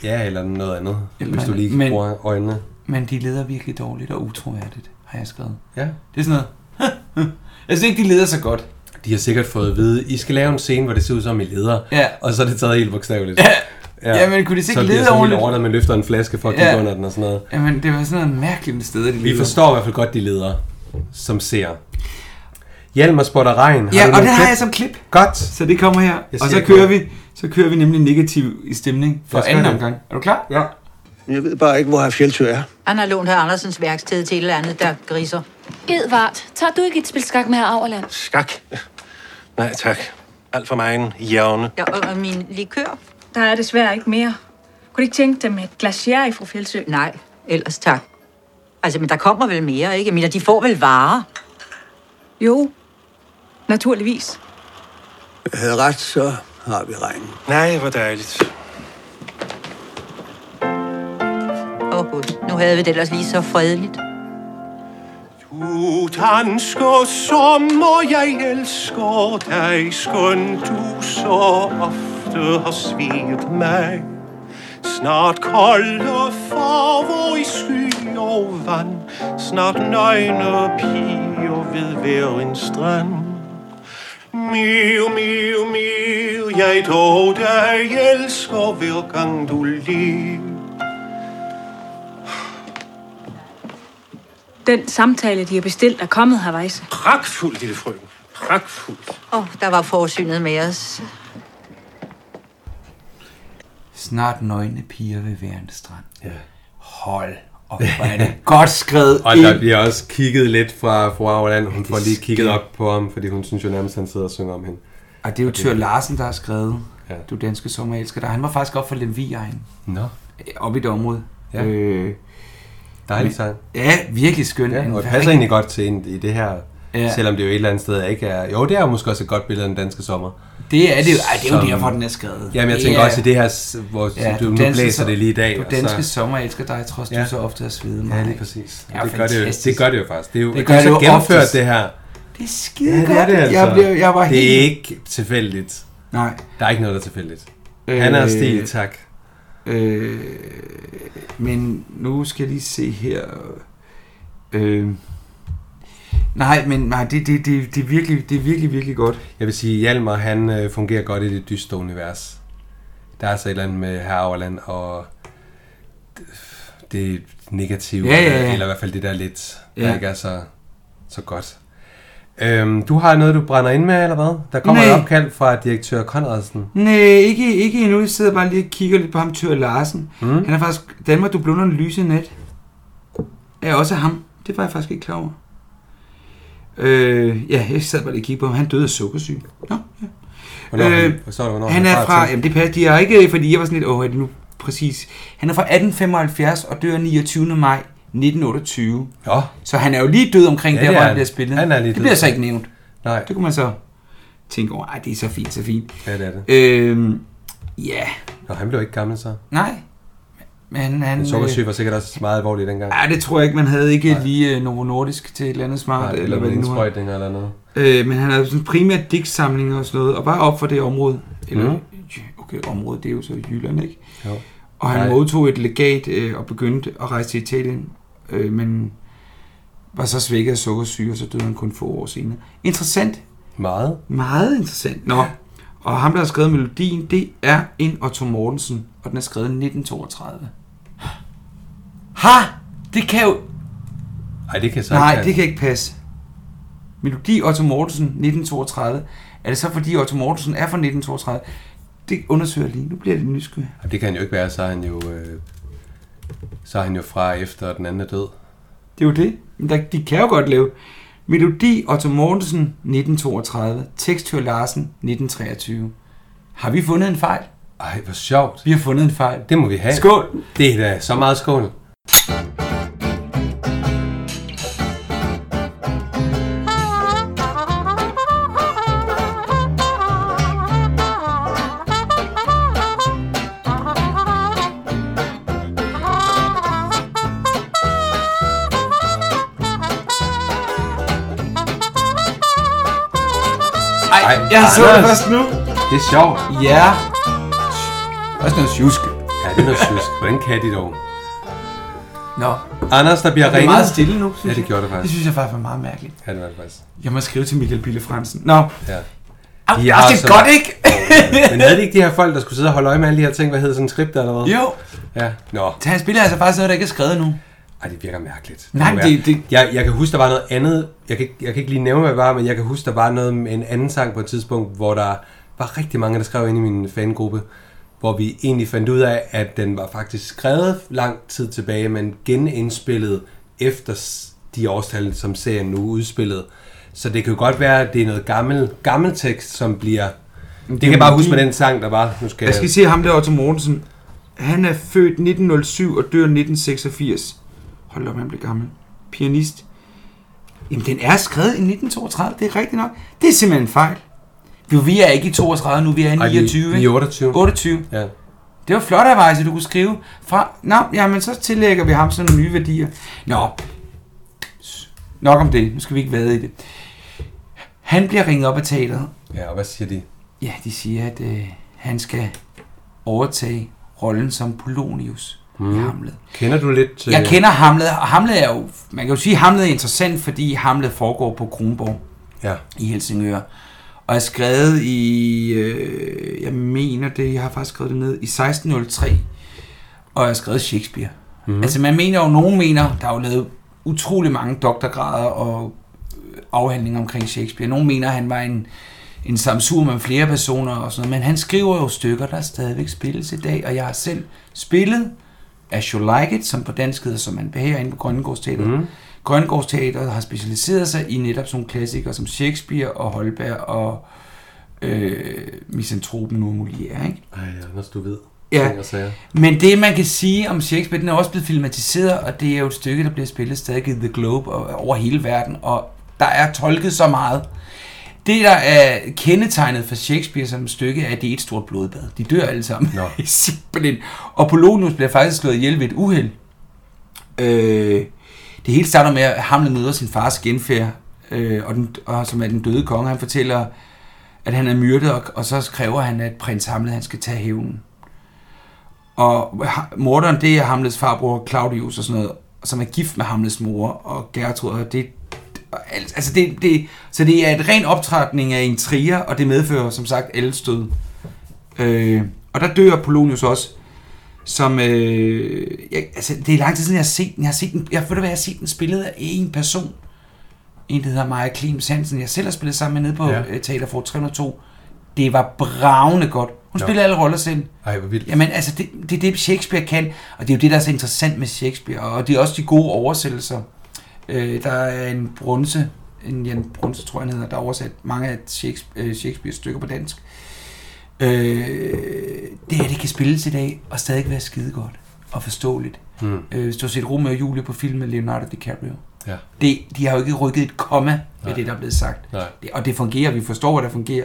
Speaker 2: ja, eller noget andet,
Speaker 1: Eller
Speaker 2: hvis du
Speaker 1: noget
Speaker 2: lige
Speaker 1: andet.
Speaker 2: men... bruger øjnene.
Speaker 1: Men de leder virkelig dårligt og utroværdigt, har jeg skrevet.
Speaker 2: Ja.
Speaker 1: Det er sådan noget. jeg synes ikke, de leder så godt.
Speaker 2: De har sikkert fået at vide, I skal lave en scene, hvor det ser ud som, I leder.
Speaker 1: Ja.
Speaker 2: Og så er det taget helt bogstaveligt.
Speaker 1: Ja. Jamen, kunne de så ikke
Speaker 2: så Så
Speaker 1: lede
Speaker 2: bliver sådan
Speaker 1: ordentligt?
Speaker 2: helt overdrevet, at man løfter en flaske for at
Speaker 1: Ja.
Speaker 2: kigge under den og sådan noget.
Speaker 1: Jamen, det var sådan noget mærkeligt sted, at de
Speaker 2: Vi
Speaker 1: leder.
Speaker 2: forstår i hvert fald godt de ledere, som ser. Hjelmer spotter regn. Har
Speaker 1: Ja,
Speaker 2: du
Speaker 1: og
Speaker 2: nogle
Speaker 1: det har
Speaker 2: klip?
Speaker 1: jeg som klip.
Speaker 2: Godt.
Speaker 1: Så det kommer her.
Speaker 2: Jeg
Speaker 1: Og
Speaker 2: siger
Speaker 1: så
Speaker 2: det
Speaker 1: kører
Speaker 2: godt.
Speaker 1: vi, så kører vi nemlig negativ i stemning for
Speaker 2: Lad os gøre
Speaker 1: anden
Speaker 2: det.
Speaker 1: omgang. Er du klar?
Speaker 2: Ja.
Speaker 3: Jeg ved bare ikke, hvor her Fjeldtø er.
Speaker 8: Han har lånt her Andersens værksted til et eller andet, der griser.
Speaker 4: Edvard, tager du ikke et spil skak med her, Auerland?
Speaker 7: Skak. Nej, tak. Alt for mig jævne.
Speaker 8: Ja, og, og min likør?
Speaker 9: Der er desværre ikke mere. Kunne du ikke tænke dig med et glas sherry, fru Fjeldsø?
Speaker 8: Nej, ellers tak. Altså, men der kommer vel mere, ikke? Jeg mener, de får vel varer.
Speaker 9: Jo, naturligvis.
Speaker 3: Jeg havde ret, så har vi regnen.
Speaker 7: Nej, hvor dejligt.
Speaker 8: Åh, oh, gud. Nu havde vi det ellers lige så fredeligt.
Speaker 7: Du dansker, sommer, jeg elsker dig, skøn du så ofte har svedt mig. Snart kolde farver i sky og vand, snart nøgne piger ved hver en strand. Miu, miu, miu, jeg dog dig elsker, hver gang du lever.
Speaker 9: Den samtale, de har bestilt, er kommet her, Vejse.
Speaker 7: Pragtfuldt, lille frøken. Pragtfuldt.
Speaker 8: Åh, oh, der var forsynet med os.
Speaker 1: Snart nøgne piger ved hver en strand.
Speaker 2: Ja.
Speaker 1: Hold op, hvor er det godt skrevet
Speaker 2: Og der
Speaker 1: ind.
Speaker 2: bliver også kigget lidt fra fru Auerland. Hun får lige
Speaker 1: sker.
Speaker 2: kigget op på ham, fordi hun synes jo nærmest, han sidder og synger om hende.
Speaker 1: Og det er jo Tyr Larsen, der har skrevet,
Speaker 2: Ja.
Speaker 1: du danske sommerelsker der. Han var faktisk op for Lemviejen,
Speaker 2: Nå,
Speaker 1: op i det område.
Speaker 2: Ja.
Speaker 1: Øh,
Speaker 2: dejlig sang.
Speaker 1: ja, virkelig skøn.
Speaker 2: Ja,
Speaker 1: Han
Speaker 2: og det
Speaker 1: var
Speaker 2: passer
Speaker 1: rigtig-
Speaker 2: egentlig godt til ind i det her.
Speaker 1: Ja.
Speaker 2: Ja. Selvom det jo et eller andet sted ikke er... Jo, det er jo måske også et godt billede af den danske sommer.
Speaker 1: Det er det jo. Ej, det er jo
Speaker 2: Som-
Speaker 1: derfor, den er skrevet.
Speaker 2: Jamen, jeg
Speaker 1: Det
Speaker 2: tænker
Speaker 1: er-
Speaker 2: også i det her, s- hvor ja, du, nu
Speaker 1: danske
Speaker 2: blæser
Speaker 1: som-
Speaker 2: det lige i dag.
Speaker 1: Du
Speaker 2: og
Speaker 1: danske
Speaker 2: så,
Speaker 1: sommer elsker dig, trods du
Speaker 2: Ja.
Speaker 1: så ofte har svedet mig.
Speaker 2: ja, lige præcis.
Speaker 1: Ja,
Speaker 2: det, gør det, jo,
Speaker 1: fantastisk.
Speaker 2: det gør det jo faktisk. Det er jo,
Speaker 1: Det gør det
Speaker 2: så
Speaker 1: jo
Speaker 2: gennemført,
Speaker 1: oftest.
Speaker 2: det her.
Speaker 1: Det er
Speaker 2: Ja,
Speaker 1: skide
Speaker 2: det er det altså.
Speaker 1: Jeg, blev, jeg var
Speaker 2: det er
Speaker 1: helt...
Speaker 2: ikke tilfældigt.
Speaker 1: Nej.
Speaker 2: Der er ikke noget, der er tilfældigt. Øh, Han er stil, tak.
Speaker 1: Øh, men nu skal jeg lige se her. Øh, nej, men nej, det, det, det, det, er virkelig, det er virkelig, virkelig godt.
Speaker 2: Jeg vil sige, Hjalmar, han øh, fungerer godt i det dystre univers. Der er så et eller andet med herre Overland og det negative,
Speaker 1: Ja, ja, ja.
Speaker 2: eller i hvert fald det der lidt, ja. der
Speaker 1: Ja.
Speaker 2: ikke er så, så godt. Øhm, du har noget, du brænder ind med, eller hvad? Der kommer
Speaker 1: Nej.
Speaker 2: et opkald fra direktør Konradsen.
Speaker 1: Nej, ikke, ikke endnu. Jeg sidder bare lige og kigger lidt på ham, Tyr Larsen. Mm. Han er faktisk... Danmark, du blunder en lyse net. Er også ham. Det var jeg faktisk ikke klar over. Øh, ja, jeg sad bare lige og kiggede på ham. Han døde af sukkersyge. Nå, ja.
Speaker 2: Hvornår,
Speaker 1: Øh,
Speaker 2: øh, forstår du, hvornår
Speaker 1: han er fra...
Speaker 2: til?
Speaker 1: Jamen, det passer. De er ikke... Fordi jeg var sådan lidt... Åh, er det nu præcis. Han er fra 1875 og dør 29. maj 1928.
Speaker 2: Ja.
Speaker 1: Så han er jo lige død omkring
Speaker 2: Ja,
Speaker 1: der,
Speaker 2: det
Speaker 1: hvor
Speaker 2: er
Speaker 1: han
Speaker 2: han.
Speaker 1: bliver spillet.
Speaker 2: Han er lige
Speaker 1: det
Speaker 2: død.
Speaker 1: bliver så ikke nævnt.
Speaker 2: Nej.
Speaker 1: Det kunne man så tænke over. Ej, det er så fint, så fint.
Speaker 2: Ja, det er det.
Speaker 1: Øhm, ja.
Speaker 2: Nå, han blev ikke gammel så.
Speaker 1: Nej. Men han...
Speaker 2: Han sukkersyg
Speaker 1: øh,
Speaker 2: var sikkert også meget alvorlig dengang.
Speaker 1: Ja, det tror jeg ikke, man havde ikke Nej. lige øh, Novo Nordisk til et eller andet smart.
Speaker 2: Nej,
Speaker 1: eller hvad det nu er.
Speaker 2: indsprøjtninger eller noget.
Speaker 1: Øh, men han havde sådan primært digtsamlinger og sådan noget, og bare op for det område. Eller,
Speaker 2: Mhm.
Speaker 1: Okay, området, det er jo så Jylland, ikke?
Speaker 2: Jo.
Speaker 1: Og han
Speaker 2: Nej.
Speaker 1: modtog et legat øh, og begyndte at rejse til Italien, øh, men var så svækket af sukkersyge, og så døde han kun få år senere. Interessant.
Speaker 2: Meget.
Speaker 1: Meget interessant. Nå, og ham, der har skrevet melodien, det er en Otto Mortensen, og den er skrevet i 1932. Ha! Det kan jo
Speaker 2: Ej, det kan så
Speaker 1: Nej,
Speaker 2: ikke
Speaker 1: det kan ikke passe. Melodi Otto Mortensen 1932. Er det så fordi Otto Mortensen er fra 1932? Det undersøger jeg lige. Nu bliver det nysgerrig.
Speaker 2: Jamen, det kan han jo ikke være, så er han jo... Øh, så er han jo fra efter, at den anden er død.
Speaker 1: Det er jo det. Men der, de kan jo godt lave. Melodi Otto Mortensen 1932. Tekst Hør Larsen 1923. Har vi fundet en fejl?
Speaker 2: Ej, hvor sjovt.
Speaker 1: Vi har fundet en fejl.
Speaker 2: Det må vi have.
Speaker 1: Skål!
Speaker 2: Det er da så meget skål.
Speaker 1: Ej,
Speaker 2: Ej,
Speaker 1: jeg så det
Speaker 2: Anders.
Speaker 1: først nu.
Speaker 2: Det er sjovt.
Speaker 1: Ja. Også noget sjusk.
Speaker 2: Ja, det er noget sjusk. Hvordan kan de dog?
Speaker 1: Nå.
Speaker 2: Anders, der bliver
Speaker 1: Det er
Speaker 2: ringet.
Speaker 1: meget stille nu, synes
Speaker 2: Ja, det
Speaker 1: jeg.
Speaker 2: gjorde det
Speaker 1: Det
Speaker 2: faktisk.
Speaker 1: synes jeg faktisk var meget mærkeligt.
Speaker 2: Ja, det var det faktisk.
Speaker 1: Jeg må skrive til Michael Bille Fransen. Nå.
Speaker 2: Ja.
Speaker 1: Au,
Speaker 2: De
Speaker 1: ja,
Speaker 2: har
Speaker 1: det er
Speaker 2: så-
Speaker 1: godt, ikke?
Speaker 2: Men havde de ikke de her folk, der skulle sidde og holde øje med alle de her ting? Hvad hedder sådan en skript eller hvad?
Speaker 1: Jo.
Speaker 2: Ja. Nå.
Speaker 1: Så han spiller altså faktisk noget, der ikke er skrevet nu.
Speaker 2: Ej, det virker mærkeligt.
Speaker 1: Nej,
Speaker 2: må
Speaker 1: det-
Speaker 2: være.
Speaker 1: det-
Speaker 2: Jeg, jeg kan huske, der var noget andet. Jeg kan, ikke- jeg kan ikke lige nævne, hvad det var, men jeg kan huske, der var noget med en anden sang på et tidspunkt, hvor der var rigtig mange, der skrev ind i min fangruppe, hvor vi egentlig fandt ud af, at den var faktisk skrevet lang tid tilbage, men genindspillet efter s- de årstal, som serien nu udspillede. Så det kan jo godt være, at det er noget gammel, gammel tekst, som bliver... Det kan jeg bare huske med den sang, der var. Nu skal
Speaker 1: Jeg skal se ham der, Otto Mortensen. Han er født 1907 og dør 1986. Hold op, han blev gammel. Pianist. Jamen, den er skrevet i 1932, det er rigtigt nok. Det er simpelthen en fejl. Jo, vi er ikke i 32 nu, vi er i
Speaker 2: Ej, vi-
Speaker 1: 29.
Speaker 2: vi er
Speaker 1: ikke?
Speaker 2: 28.
Speaker 1: 28.
Speaker 2: Ja.
Speaker 1: Det var flot af Vejse, du kunne skrive. Fra... Nå, jamen, så tillægger vi ham sådan nogle nye værdier. Nå, nok om det. Nu skal vi ikke vade i det. Han bliver ringet op af teateret,
Speaker 2: Ja, og hvad siger de?
Speaker 1: Ja, de siger, at øh, han skal overtage rollen som Polonius mm. i Hamlet.
Speaker 2: Kender du lidt...
Speaker 1: Jeg
Speaker 2: øh,
Speaker 1: kender Hamlet, og Hamlet er jo, man kan jo sige, at Hamlet er interessant, fordi Hamlet foregår på Kronborg
Speaker 2: Ja.
Speaker 1: i Helsingør. Og er skrevet i, øh, jeg mener det, jeg har faktisk skrevet det ned, i 1603. Og er skrevet Shakespeare. Mm. Altså man mener jo, nogen mener, der er jo lavet utrolig mange doktorgrader og øh, afhandlinger omkring Shakespeare. Nogen mener, han var en, en samsur med flere personer og sådan noget. Men han skriver jo stykker, der stadigvæk spilles i dag. Og jeg har selv spillet As You Like It, som på dansk hedder, som man behager inde på Grønnegårdsteateret. Mm. Grønnegårdsteateret har specialiseret sig i netop sådan nogle klassikere som Shakespeare og Holberg og øh, Misantropen og Molière. Ikke?
Speaker 2: Ej, Anders, du ved.
Speaker 1: Ja.
Speaker 2: ting og sager.
Speaker 1: Men det, man kan sige om Shakespeare, den er også blevet filmatiseret, og det er jo et stykke, der bliver spillet stadig i The Globe og over hele verden, og der er tolket så meget. Det, der er kendetegnet for Shakespeare som stykke, er, at det er et stort blodbad. De dør alle sammen.
Speaker 2: Nå.
Speaker 1: Simpelthen. Og Polonius bliver faktisk slået ihjel ved et uheld. Øh, det hele starter med, at Hamlet møder sin fars genfærd, øh, og, den, og som er den døde konge. Han fortæller, at han er myrdet, og, og så kræver han, at prins Hamlet han skal tage hævnen. Og ha- morderen, det er Hamlets farbror Claudius og sådan noget, som er gift med Hamlets mor og Gertrud, og det og alt- altså det, det, så det er et ren optrækning af intriger, og det medfører som sagt elstød. Øh, og der dør Polonius også, som, øh, jeg, altså det er lang tid siden, jeg har set den, jeg har set den, jeg, ved du hvad, jeg har set den spillet af en person, en, der hedder Maja Klims Hansen, jeg selv har spillet sammen med nede på øh,
Speaker 2: Ja.
Speaker 1: ja. Teater for 302. Det var bravende godt. Hun
Speaker 2: Nå.
Speaker 1: spillede alle roller selv.
Speaker 2: Ej, hvor vildt.
Speaker 1: Jamen, altså, det, det er det, Shakespeare kan, og det er jo det, der er så interessant med Shakespeare, og det er også de gode oversættelser. Øh, der er en brunse, øh, en Jan Brunse, tror jeg, han hedder, der har oversat mange af Shakespeare, Shakespeare's stykker på dansk. Øh, det her, det kan spilles i dag, og stadig være skidegodt og forståeligt.
Speaker 2: Mm.
Speaker 1: Mm. Øh, stort set Romeo og Julie på film med Leonardo DiCaprio.
Speaker 2: Ja.
Speaker 1: Det, de har jo ikke rykket et komma ved
Speaker 2: Nej.
Speaker 1: det, der er blevet sagt.
Speaker 2: Nej.
Speaker 1: Det, og det fungerer, vi forstår, hvad der fungerer.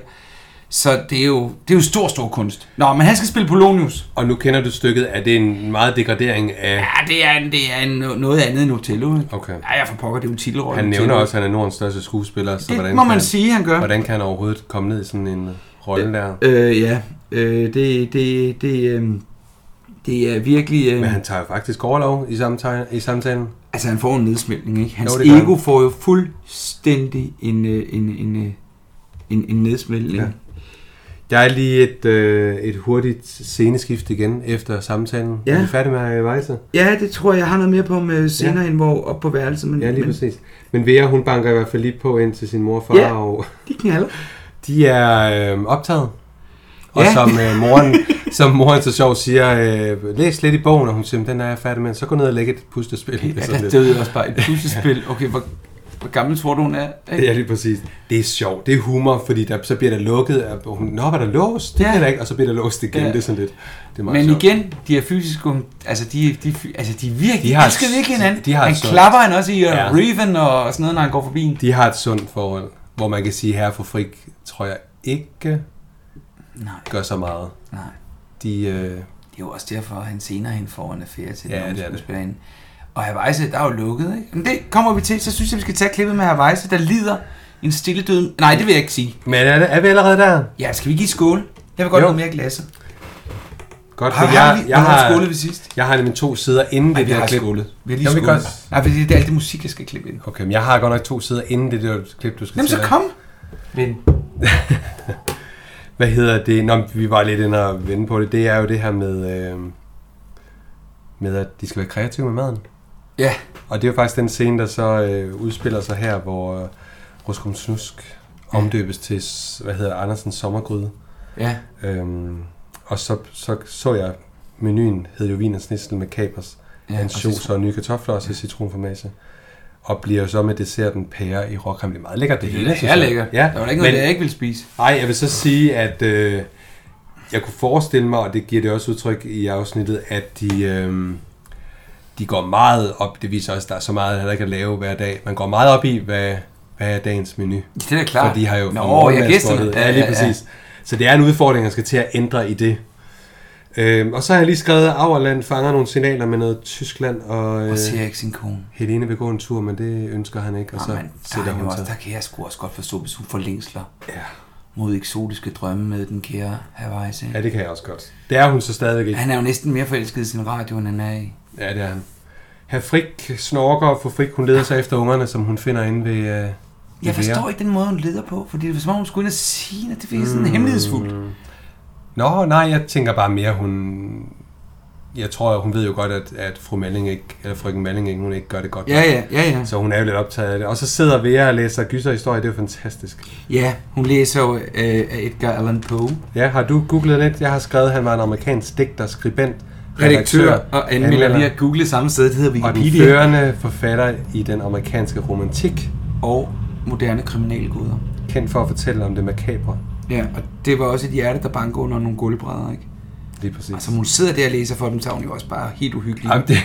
Speaker 1: Så det er jo, det er jo stor, stor kunst. Nå, men han skal spille Polonius.
Speaker 2: Og nu kender du stykket. Er det en meget degradering af...
Speaker 1: Ja, det er, en, det er en, noget andet end Otello. ikke?
Speaker 2: Okay.
Speaker 1: Ja, jeg for pokker, det er jo en titelrolle.
Speaker 2: Han nævner
Speaker 1: Otello.
Speaker 2: også, at han er Nordens største skuespiller. Så
Speaker 1: Det
Speaker 2: hvordan
Speaker 1: må
Speaker 2: kan
Speaker 1: man sige, han gør.
Speaker 2: Hvordan kan han overhovedet komme ned i sådan en øh, rolle der?
Speaker 1: Øh, ja, øh, det, det, det, øh, det er virkelig... Øh,
Speaker 2: Men han tager jo faktisk overlov i samtalen. I samtalen.
Speaker 1: Altså, han får en nedsmeltning, ikke? Hans
Speaker 2: Jo,
Speaker 1: jo,
Speaker 2: det gør han.
Speaker 1: ego får jo fuldstændig en, øh, en, en, øh, en, en nedsmeltning.
Speaker 2: Ja.
Speaker 1: Ja.
Speaker 2: Der er lige et, øh, et hurtigt sceneskift igen efter samtalen.
Speaker 1: Ja.
Speaker 2: Er vi færdige med Vejse?
Speaker 1: ja, det tror jeg, jeg har noget mere på med senere ja. end hvor op på værelset. Men,
Speaker 2: Ja, lige
Speaker 1: men,
Speaker 2: præcis. Men Vera, hun banker i hvert fald lige på ind til sin mor og far,
Speaker 1: Ja.
Speaker 2: og
Speaker 1: De knaller.
Speaker 2: de er øh, optaget. Og
Speaker 1: Ja.
Speaker 2: som, øh, moren, som moren så sjovt siger, øh, læs lidt i bogen, og hun siger, "Men den er jeg færdig med, så gå ned og lægge et pustespil. Det er sådan
Speaker 1: Ja, der
Speaker 2: lidt-
Speaker 1: døde også bare et puslespil. Okay, hvor, hvor gammel tror du, hun er?
Speaker 2: Ja, lige præcis. Det er sjovt. Det er humor, fordi der, så bliver der lukket. Og hun, Nå, var der låst? Det
Speaker 1: Ja.
Speaker 2: ja. der ikke. Og så bliver der låst igen.
Speaker 1: Ja.
Speaker 2: Det er sådan lidt. Det er meget
Speaker 1: Men
Speaker 2: sjovt.
Speaker 1: igen, de er fysisk... um- Altså, de, de, fy- altså, de er virkelig...
Speaker 2: De
Speaker 1: De
Speaker 2: har-
Speaker 1: har, elsker virkelig hinanden.
Speaker 2: de har
Speaker 1: han
Speaker 2: så-
Speaker 1: klapper han også i, og
Speaker 2: Ja.
Speaker 1: ja. Raven og sådan noget, når han går forbi en.
Speaker 2: De har et sundt forhold, hvor man kan sige, her for Frik, tror jeg ikke
Speaker 1: Nej.
Speaker 2: gør så meget.
Speaker 1: Nej.
Speaker 2: De, øh,
Speaker 1: Det er jo også derfor, at han senere hen får en affære til
Speaker 2: Ja,
Speaker 1: den unge
Speaker 2: det er det.
Speaker 1: skuespillerinde. Og Havajse, der er jo lukket, ikke? Men det kommer vi til, så synes jeg, vi skal tage klippet med Havajse, der lider en stille død. Nej, det vil jeg ikke sige.
Speaker 2: men er, det, er vi allerede der?
Speaker 1: Ja, skal vi give skål? Jeg vil godt
Speaker 2: Jo.
Speaker 1: jo. noget mere glasse.
Speaker 2: Godt,
Speaker 1: Har-
Speaker 2: for
Speaker 1: har
Speaker 2: jeg,
Speaker 1: vi-
Speaker 2: jeg,
Speaker 1: har vi
Speaker 2: har,
Speaker 1: skålet ved sidst?
Speaker 2: jeg har nemlig to sider inden det der klip.
Speaker 1: Vi har lige
Speaker 2: Jeg vil
Speaker 1: skålet.
Speaker 2: godt-
Speaker 1: Nej, fordi det er alt det musik, jeg skal klippe ind.
Speaker 2: Okay, men jeg har godt nok to sider inden det der klip, du skal
Speaker 1: Jamen, så
Speaker 2: til at-
Speaker 1: kom! Men
Speaker 2: Hvad hedder det? Nå, men vi var lidt inde og vende på det. Det er jo det her med, øh, med at de skal være kreative med maden.
Speaker 1: ja,
Speaker 2: Og det er jo faktisk den scene, der så øh, udspiller sig her, hvor øh, Ruskum Snusk omdøbes til, s- hvad hedder det, Andersens sommergryde.
Speaker 1: ja,
Speaker 2: Øhm, og så, så så jeg menuen, hed jo vin og snistel med kapers,
Speaker 1: Ja,
Speaker 2: ja,
Speaker 1: og
Speaker 2: ansjoser
Speaker 1: citron.
Speaker 2: og nye kartofler og så citronformage. Og bliver jo så med desserten pære i råkrem. Det er meget lækkert, det,
Speaker 1: det
Speaker 2: hele.
Speaker 1: er
Speaker 2: synes jeg.
Speaker 1: her lækkert.
Speaker 2: Ja,
Speaker 1: Der var da ikke noget,
Speaker 2: men-
Speaker 1: jeg ikke ville spise.
Speaker 2: Nej, jeg vil så sige, at øh, jeg kunne forestille mig, og det giver det også udtryk i afsnittet, at de, øh, de går meget op. Det viser også, at der er så meget, der ikke at lave hver dag. Man går meget op i, hvad, hvad er dagens menu.
Speaker 1: Det er da klart.
Speaker 2: For de har jo fra
Speaker 1: Nå, jeg
Speaker 2: morgenmadsbordet-
Speaker 1: gæster.
Speaker 2: Ja, lige præcis. Så det er en udfordring, at skal til at ændre i det. Øhm, og så har jeg lige skrevet, at Auerland fanger nogle signaler med noget Tyskland, og, øh,
Speaker 1: Og ser ikke sin kone.
Speaker 2: Helene vil gå en tur, men det ønsker han ikke, og så
Speaker 1: Jamen, der,
Speaker 2: sætter
Speaker 1: er jo
Speaker 2: hun
Speaker 1: også,
Speaker 2: sig.
Speaker 1: der kan jeg sgu også godt forstå, hvis hun får længsler
Speaker 2: Ja.
Speaker 1: mod eksotiske drømme med den kære Havajse.
Speaker 2: ja, det kan jeg også godt. Det er hun så stadigvæk ikke.
Speaker 1: Han er jo næsten mere forelsket i sin radio, end han er i.
Speaker 2: Ja, det er han. Herr Frik snorker, og fru Frik, hun leder sig efter ungerne, som hun finder inde ved... Øh, ved Vera.
Speaker 1: Jeg forstår ikke den måde, hun leder på, fordi det var som om, hun skulle ind og sige, at det virkede
Speaker 2: Mm.
Speaker 1: sådan hemmelighedsfuldt.
Speaker 2: Nå, nej, jeg tænker bare mere, hun... Jeg tror, hun ved jo godt, at, at fru Malling ikke, eller frøken Malling ikke, hun ikke gør det godt.
Speaker 1: Ja, ja, ja, ja.
Speaker 2: Så hun er jo lidt optaget af det. Og så sidder Vera og læser gyserhistorier, det er jo fantastisk.
Speaker 1: Ja, hun læser jo øh, af Edgar Allan Poe.
Speaker 2: Ja, har du googlet lidt? Jeg har skrevet, at han var en amerikansk digter, skribent,
Speaker 1: Redaktør og anmelder lige at google samme sted, det hedder
Speaker 2: og den
Speaker 1: Wikipedia.
Speaker 2: førende forfatter i den amerikanske romantik,
Speaker 1: Og moderne kriminalgoder.
Speaker 2: kendt for at fortælle om det makabre.
Speaker 1: Ja, og det var også et hjerte, der banker under nogle gulvbrædder, ikke?
Speaker 2: Lige præcis.
Speaker 1: Og som hun sidder der og læser for dem, så er hun jo også bare helt uhyggelig.
Speaker 2: Jamen, det,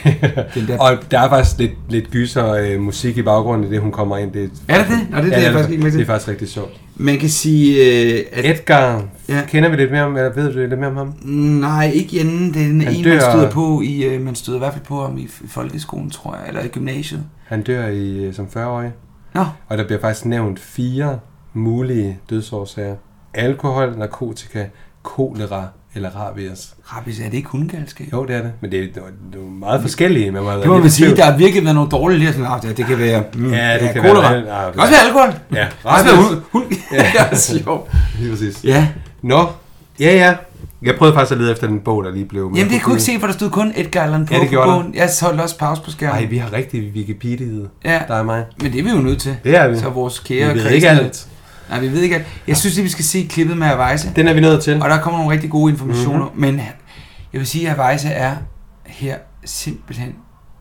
Speaker 1: Den der-
Speaker 2: og der er faktisk lidt, lidt gyser øh, musik i baggrunden, i det hun kommer ind. Det,
Speaker 1: Er der det? Nå, det er det, jeg faktisk ikke med til.
Speaker 2: Det er faktisk rigtig sjovt.
Speaker 1: Man kan sige, øh, at...
Speaker 2: Edgar, ja.
Speaker 1: Ja.
Speaker 2: kender vi lidt mere om, eller ved du lidt mere om ham?
Speaker 1: Nej, ikke i anden. Det er den
Speaker 2: Han
Speaker 1: ene,
Speaker 2: dør-
Speaker 1: man støder på i... Øh, man støder i hvert fald på ham i, i folkeskolen, tror jeg. Eller i gymnasiet.
Speaker 2: Han dør i, øh, som 40-årig,
Speaker 1: Nå,
Speaker 2: og der bliver faktisk nævnt fire mulige dødsårsager. Alkohol, narkotika, kolera eller rabies.
Speaker 1: rabis, er det ikke hundegalskab?
Speaker 2: Jo, det er det, men det er, det er jo meget forskellige. Man
Speaker 1: Det må man sige, der har virkelig været nogle dårlige lige sådan, ah, det, det kan være... Mm,
Speaker 2: Ja, det kan
Speaker 1: kolera.
Speaker 2: være-
Speaker 1: Det
Speaker 2: ah,
Speaker 1: kan også være alkohol.
Speaker 2: Ja,
Speaker 1: Det kan også være hund.
Speaker 2: rabies.
Speaker 1: hund. Ja, det er sjovt.
Speaker 2: Lige præcis.
Speaker 1: Ja.
Speaker 2: Nå, ja ja. Jeg prøvede faktisk at lede efter den bog, der lige blev...
Speaker 1: Jamen, det kunne jeg ikke se, for der stod kun Edgar Allan Poe
Speaker 2: Ja, det
Speaker 1: på
Speaker 2: gjorde der.
Speaker 1: bogen. Jeg holdt også pause på skærmen.
Speaker 2: Nej, vi har rigtig Wikipedia,
Speaker 1: Ja.
Speaker 2: der er mig.
Speaker 1: Men det er vi jo nødt til.
Speaker 2: Det er vi.
Speaker 1: Så vores kære
Speaker 2: Vi ved
Speaker 1: kristne-
Speaker 2: ikke alt.
Speaker 1: Nej, vi ved ikke alt. Jeg synes, at vi skal se klippet med Avejse.
Speaker 2: Den er vi nødt til.
Speaker 1: Og der kommer nogle rigtig gode informationer,
Speaker 2: Mhm.
Speaker 1: mm-hmm. men jeg vil sige, at Weisse er her simpelthen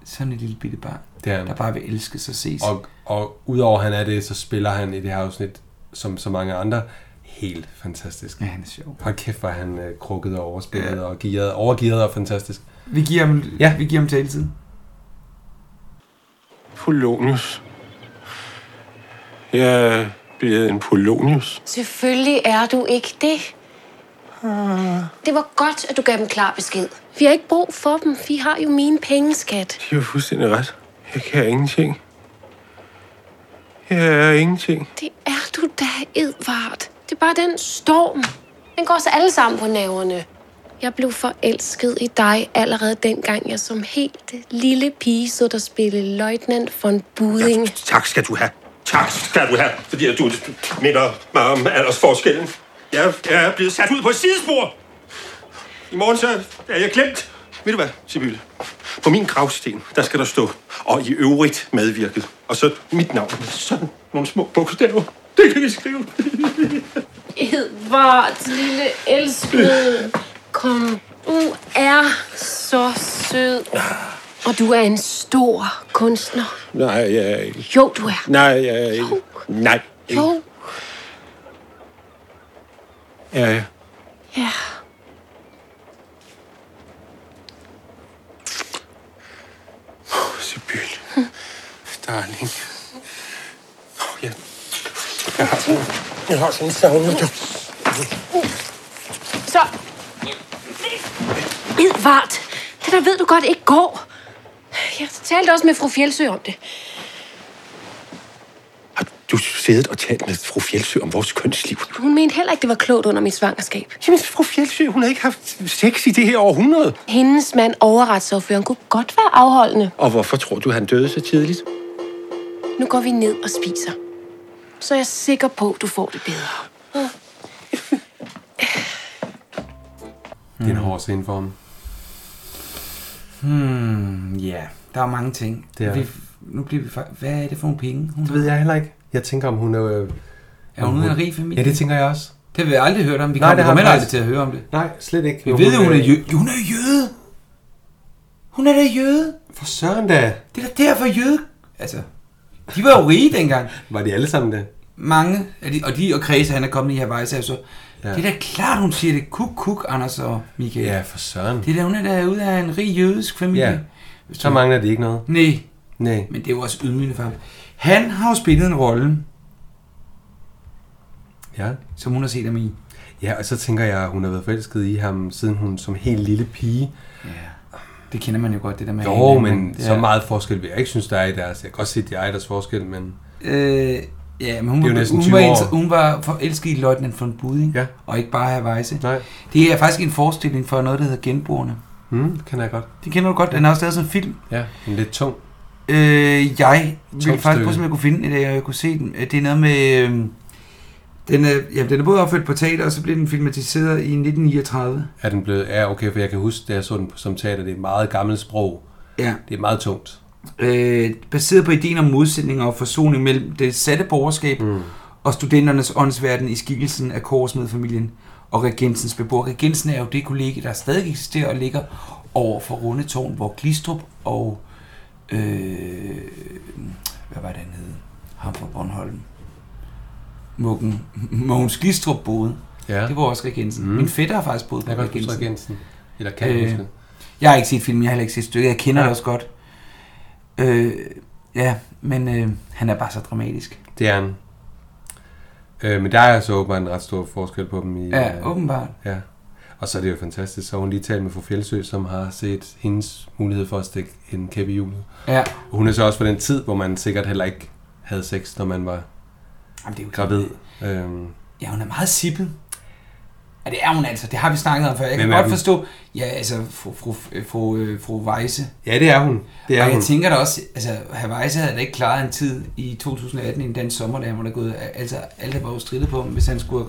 Speaker 1: sådan et lille bitte barn,
Speaker 2: Det er han.
Speaker 1: der bare vil elskes og ses. Og
Speaker 2: Og, og udover han er det, så spiller han i det her afsnit, som så mange andre, helt fantastisk.
Speaker 1: Ja, han er sjov.
Speaker 2: Hold kæft, var han øh, krukket og overspillet ja. og gearet, overgearet og fantastisk.
Speaker 1: Vi giver ham, ja. vi giver ham taletid.
Speaker 7: Polonius. Jeg er blevet en Polonius.
Speaker 10: Selvfølgelig er du ikke det. ah. Det var godt, at du gav dem klar besked. Vi har ikke brug for dem. Vi har jo mine penge, skat.
Speaker 7: De har fuldstændig ret. Jeg kan ingenting. Jeg er ingenting.
Speaker 10: Det er du da, Edvard. Det er bare den storm. Den går os alle sammen på naverne. Jeg blev forelsket i dig allerede dengang, jeg som helt lille pige så dig spille løjtnant von Buding.
Speaker 7: Tak skal du have. Tak skal du have, fordi at du minder mig om aldersforskellen. Jeg, jeg er blevet sat ud på et sidespor. I morgen så er jeg klemt. Ved du hvad, Sibylle? På min gravsten, der skal der stå, og i øvrigt medvirket. Og så mit navn med sådan nogle små bogstaver. Det kan vi skrive.
Speaker 10: Edvard, lille elskede. Kom, du er så sød.
Speaker 7: Ah.
Speaker 10: Og du er en stor kunstner.
Speaker 7: Nej, jeg er ikke.
Speaker 10: Jo, du er.
Speaker 7: Nej, jeg er ikke. Nej.
Speaker 10: Jo,
Speaker 7: Ja, ja.
Speaker 10: ja.
Speaker 7: Åh, Sibylle. Darling. Åh, Jeg, jeg, har, jeg har sådan savnet dig.
Speaker 10: Så... Edvard, det der ved du godt ikke går. Jeg talte også med fru Fjeldsø om det.
Speaker 7: Du siddet og talt med fru Fjeldsø om vores kønsliv.
Speaker 10: Hun mente heller ikke, det var klogt under mit svangerskab.
Speaker 7: Jamen, fru Fjeldsø, hun har ikke haft sex i det her århundrede.
Speaker 10: Hendes mand, overretsordføreren, kunne godt være afholdende.
Speaker 7: Og hvorfor tror du, han døde så tidligt?
Speaker 10: Nu går vi ned og spiser. Så er jeg sikker på, du får det bedre.
Speaker 2: Det er en
Speaker 1: Mm.
Speaker 2: hård scene for ham.
Speaker 1: Hmm, ja. Der er mange ting.
Speaker 2: Det er-
Speaker 1: Vi, nu bliver vi fa- Hvad er det for nogle penge? Hun
Speaker 2: Det ved jeg heller ikke. Jeg tænker, om hun er... Øh,
Speaker 1: Er hun en rig familie?
Speaker 2: Ja, det tænker jeg også.
Speaker 1: Det har vi aldrig hørt om. Vi kommer
Speaker 2: har
Speaker 1: heller
Speaker 2: jeg
Speaker 1: aldrig
Speaker 2: faktisk-
Speaker 1: til at høre om det.
Speaker 2: Nej, slet ikke.
Speaker 1: Vi
Speaker 2: Jo,
Speaker 1: ved, at hun er
Speaker 2: øh,
Speaker 1: jøde. Hun er jøde! Hun er da jøde!
Speaker 2: For søren da.
Speaker 1: Det er da derfor jøde... Altså, de var jo rige dengang.
Speaker 2: Var de alle sammen det?
Speaker 1: Mange af de, og de og Kredse, han er kommet i Hawaii, så jeg så,
Speaker 2: Ja.
Speaker 1: ja. det er da klart, hun siger det. Kuk, kuk, Anders og Michael.
Speaker 2: Ja, for søren.
Speaker 1: Det er da, hun er der ude af en rig jødisk familie.
Speaker 2: Ja. Så mangler de ikke noget.
Speaker 1: Nej,
Speaker 2: Nej.
Speaker 1: men det er jo også ydmygende for ham. Han har jo spillet en rolle,
Speaker 2: Ja.
Speaker 1: som hun har set ham i.
Speaker 2: Ja, og så tænker jeg, at hun har været forelsket i ham, siden hun som helt lille pige.
Speaker 1: Det kender man jo godt, det der med... at
Speaker 2: Jo,
Speaker 1: hænge,
Speaker 2: men
Speaker 1: det
Speaker 2: så
Speaker 1: er-
Speaker 2: meget forskel vil jeg ikke synes, der er i deres. Jeg kan godt se, at de er i deres forskel, men...
Speaker 1: Øh, ja, men hun,
Speaker 2: Det er jo
Speaker 1: var,
Speaker 2: næsten
Speaker 1: hun,
Speaker 2: 20
Speaker 1: var,
Speaker 2: år.
Speaker 1: inter- hun var forelsket i Løjtnant von Buding,
Speaker 2: Ja.
Speaker 1: og ikke bare have vejse.
Speaker 2: Nej.
Speaker 1: Det er faktisk en forestilling for noget, der hedder Genboerne.
Speaker 2: Hmm, det kender jeg godt.
Speaker 1: Det kender du godt, den er også lavet som en film.
Speaker 2: Ja, men lidt tung.
Speaker 1: Øh, jeg ville
Speaker 2: stykke.
Speaker 1: faktisk prøve, om jeg kunne finde det, jeg kunne se den. Det er noget med... Øh, den er, ja, den er både opført på teater, og så blev den filmatiseret i 1939.
Speaker 2: Er den blevet... Ja, okay, for jeg kan huske, da jeg så den som teater, det er et meget gammelt sprog.
Speaker 1: Ja.
Speaker 2: Det er meget tungt.
Speaker 1: Øh, baseret på ideen om modsætninger og forsoning mellem det satte borgerskab mm. og studenternes åndsverden i skikkelsen af Korsmedfamilien og Regensens beboer. Regensen er jo det kollega, der stadig eksisterer og ligger over for Rundetårn, hvor Glistrup og... Øh, hvad var det, han hed? Ham fra Bornholm. Muggen. Mogens Glistrup boede.
Speaker 2: Ja.
Speaker 1: Det var også Regensen. Mm. Min fætter har faktisk boet på
Speaker 2: Jeg kan godt huske
Speaker 1: Regensen.
Speaker 2: Regensen. Eller kan øh.
Speaker 1: Øh.
Speaker 2: huske.
Speaker 1: Jeg har ikke set filmen, jeg har heller ikke set stykket. Jeg kender ja. det også godt. Øh, ja, men øh, han er bare så dramatisk.
Speaker 2: Det er han. Øh, men der er så åbenbart en ret stor forskel på dem i...
Speaker 1: Ja, åbenbart.
Speaker 2: Ja. Og så er det jo fantastisk. Så har hun lige talt med fru Fjeldsø, som har set hendes mulighed for at stikke en kæppe i hjulet.
Speaker 1: Ja.
Speaker 2: Hun er så også fra den tid, hvor man sikkert heller ikke havde sex, når man var
Speaker 1: Jamen, det er jo
Speaker 2: gravid. Øhm,
Speaker 1: Ja, hun er meget sippet. Ja, det er hun altså. Det har vi snakket om før. Jeg kan
Speaker 2: Hvem er
Speaker 1: godt
Speaker 2: hun?
Speaker 1: forstå. Ja, altså, fru, fru, øh, fru, øh, fru Weisse.
Speaker 2: ja, det er hun. Det er
Speaker 1: og
Speaker 2: hun.
Speaker 1: jeg tænker da også, altså, herr Weisse havde da ikke klaret en tid i 2018 i en dansk sommer, da han var der gået. Altså, alt der var jo stridet på ham, hvis han skulle,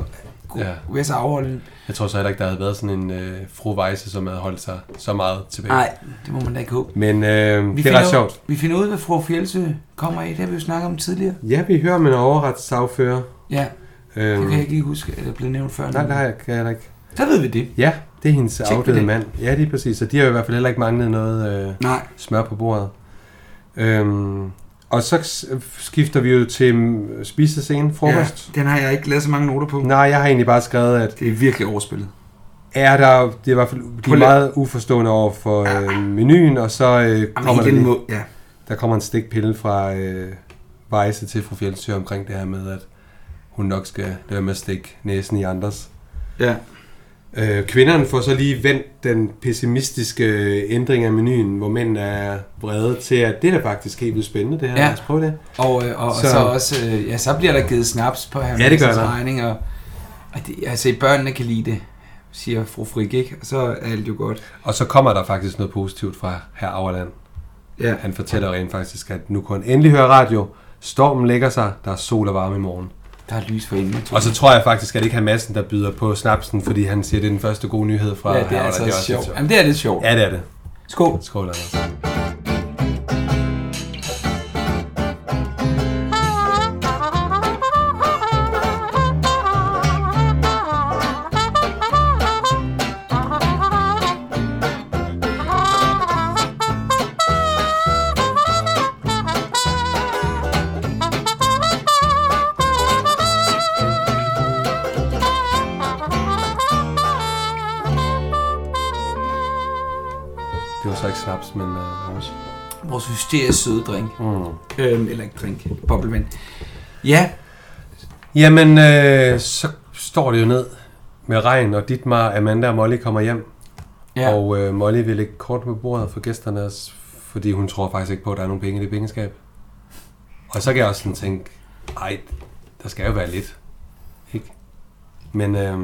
Speaker 1: kunne
Speaker 2: Ja.
Speaker 1: ja. være så afholden.
Speaker 2: jeg tror så heller ikke, der havde været sådan en øh, fru Weisse, som havde holdt sig så meget tilbage.
Speaker 1: Nej, det må man da ikke håbe.
Speaker 2: Men øh, det er
Speaker 1: finder
Speaker 2: ret
Speaker 1: ud-
Speaker 2: sjovt.
Speaker 1: Vi finder ud, hvad fru Fjeldsø kommer i. Det har vi jo snakket om tidligere.
Speaker 2: Ja, vi hører om en overretssagfører.
Speaker 1: Ja,
Speaker 2: Øhm,
Speaker 1: det kan jeg ikke lige huske, at det blev nævnt før.
Speaker 2: Nej, det har jeg kan jeg heller ikke.
Speaker 1: Så ved vi det.
Speaker 2: Ja, det er hendes
Speaker 1: på
Speaker 2: afdøde
Speaker 1: det.
Speaker 2: mand. Ja, det er præcis. Så de har jo i hvert fald heller ikke manglet noget øh,
Speaker 1: Nej.
Speaker 2: smør på bordet. Øhm, Og så s- skifter vi jo til mm, spisescenen, frokost. Mm.
Speaker 1: Ja, den har jeg ikke lavet så mange noter på.
Speaker 2: Nej, jeg har egentlig bare skrevet, at...
Speaker 1: Det er virkelig overspillet.
Speaker 2: Er der, det er i hvert fald, de
Speaker 1: Prøv
Speaker 2: er
Speaker 1: lige-
Speaker 2: meget uforstående over for øh, menuen, og så øh, kommer
Speaker 1: i
Speaker 2: der,
Speaker 1: den
Speaker 2: lige,
Speaker 1: må- ja.
Speaker 2: der kommer en stikpille fra øh, Vejse til fru Fjeldsø omkring det her med, at hun nok skal lade være med at stikke næsen i andres.
Speaker 1: Ja.
Speaker 2: Øh, kvinderne får så lige vendt den pessimistiske øh, ændring af menuen, hvor mænd er vrede til, at det er da faktisk helt vildt spændende, det her. Lad os prøve det.
Speaker 1: Og, øh, og så, så også, øh, ja, så bliver der givet snaps på her
Speaker 2: Ja, det gør der.
Speaker 1: regning, og, og det, altså, børnene kan lide det, siger fru Frik, ikke? Og så er alt jo godt.
Speaker 2: Og så kommer der faktisk noget positivt fra herr Auerland.
Speaker 1: Ja.
Speaker 2: Han fortæller rent faktisk, at nu kunne han endelig høre radio. Stormen lægger sig, der er sol og varme i morgen.
Speaker 1: Der er lys for enden.
Speaker 2: Og så tror jeg faktisk, at det ikke er Madsen, der byder på snapsen, fordi han siger, at det er den første gode nyhed fra
Speaker 1: Ja, det er
Speaker 2: herr Auerland.
Speaker 1: altså
Speaker 2: også lidt
Speaker 1: sjovt. Jamen, det er lidt sjovt.
Speaker 2: Ja, det er det.
Speaker 1: Skål.
Speaker 2: Skål, Anders. Det var så ikke snaps, men uh, vores.
Speaker 1: Vores hysterisk søde drink.
Speaker 2: Mm.
Speaker 1: Øhm, eller ikke drink, boblevand. Ja.
Speaker 2: Jamen, øh, så står det jo ned med regn, og Ditmar, Amanda og Molly kommer hjem.
Speaker 1: Ja.
Speaker 2: Og øh, Molly vil lægge kort på bordet for gæsterne, også, fordi hun tror faktisk ikke på, at der er nogen penge i det pengeskab. Og så kan jeg også sådan tænke, ej, der skal jo være lidt. Ikke? Men øh,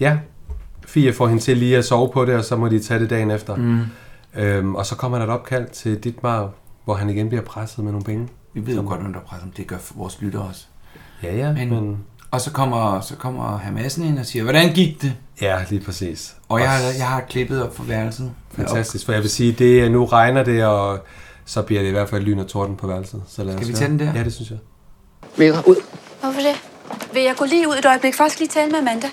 Speaker 2: ja, Fie får hende til lige at sove på det, og så må de tage det dagen efter.
Speaker 1: Mm.
Speaker 2: Øhm, og så kommer der et opkald til Ditmar, hvor han igen bliver presset med nogle penge.
Speaker 1: Vi ved jo godt, hvem der presser dem. Det gør vores lytter også.
Speaker 2: Ja, ja,
Speaker 1: men... men... Og så kommer, så kommer Hamassen ind og siger, hvordan gik det?
Speaker 2: Ja, lige præcis.
Speaker 1: Og jeg,
Speaker 2: Og s-
Speaker 1: har- jeg har klippet op for værelset.
Speaker 2: Fantastisk, for jeg vil sige, det er- nu regner det, og så bliver det i hvert fald lyn og torden på værelset. Så lad
Speaker 1: Skal
Speaker 2: os
Speaker 1: vi
Speaker 2: høre.
Speaker 1: tage den der?
Speaker 2: Ja, det synes jeg.
Speaker 8: Vera, ud.
Speaker 4: Hvorfor det? Vil jeg gå lige ud et øjeblik? Først lige tale med Amanda.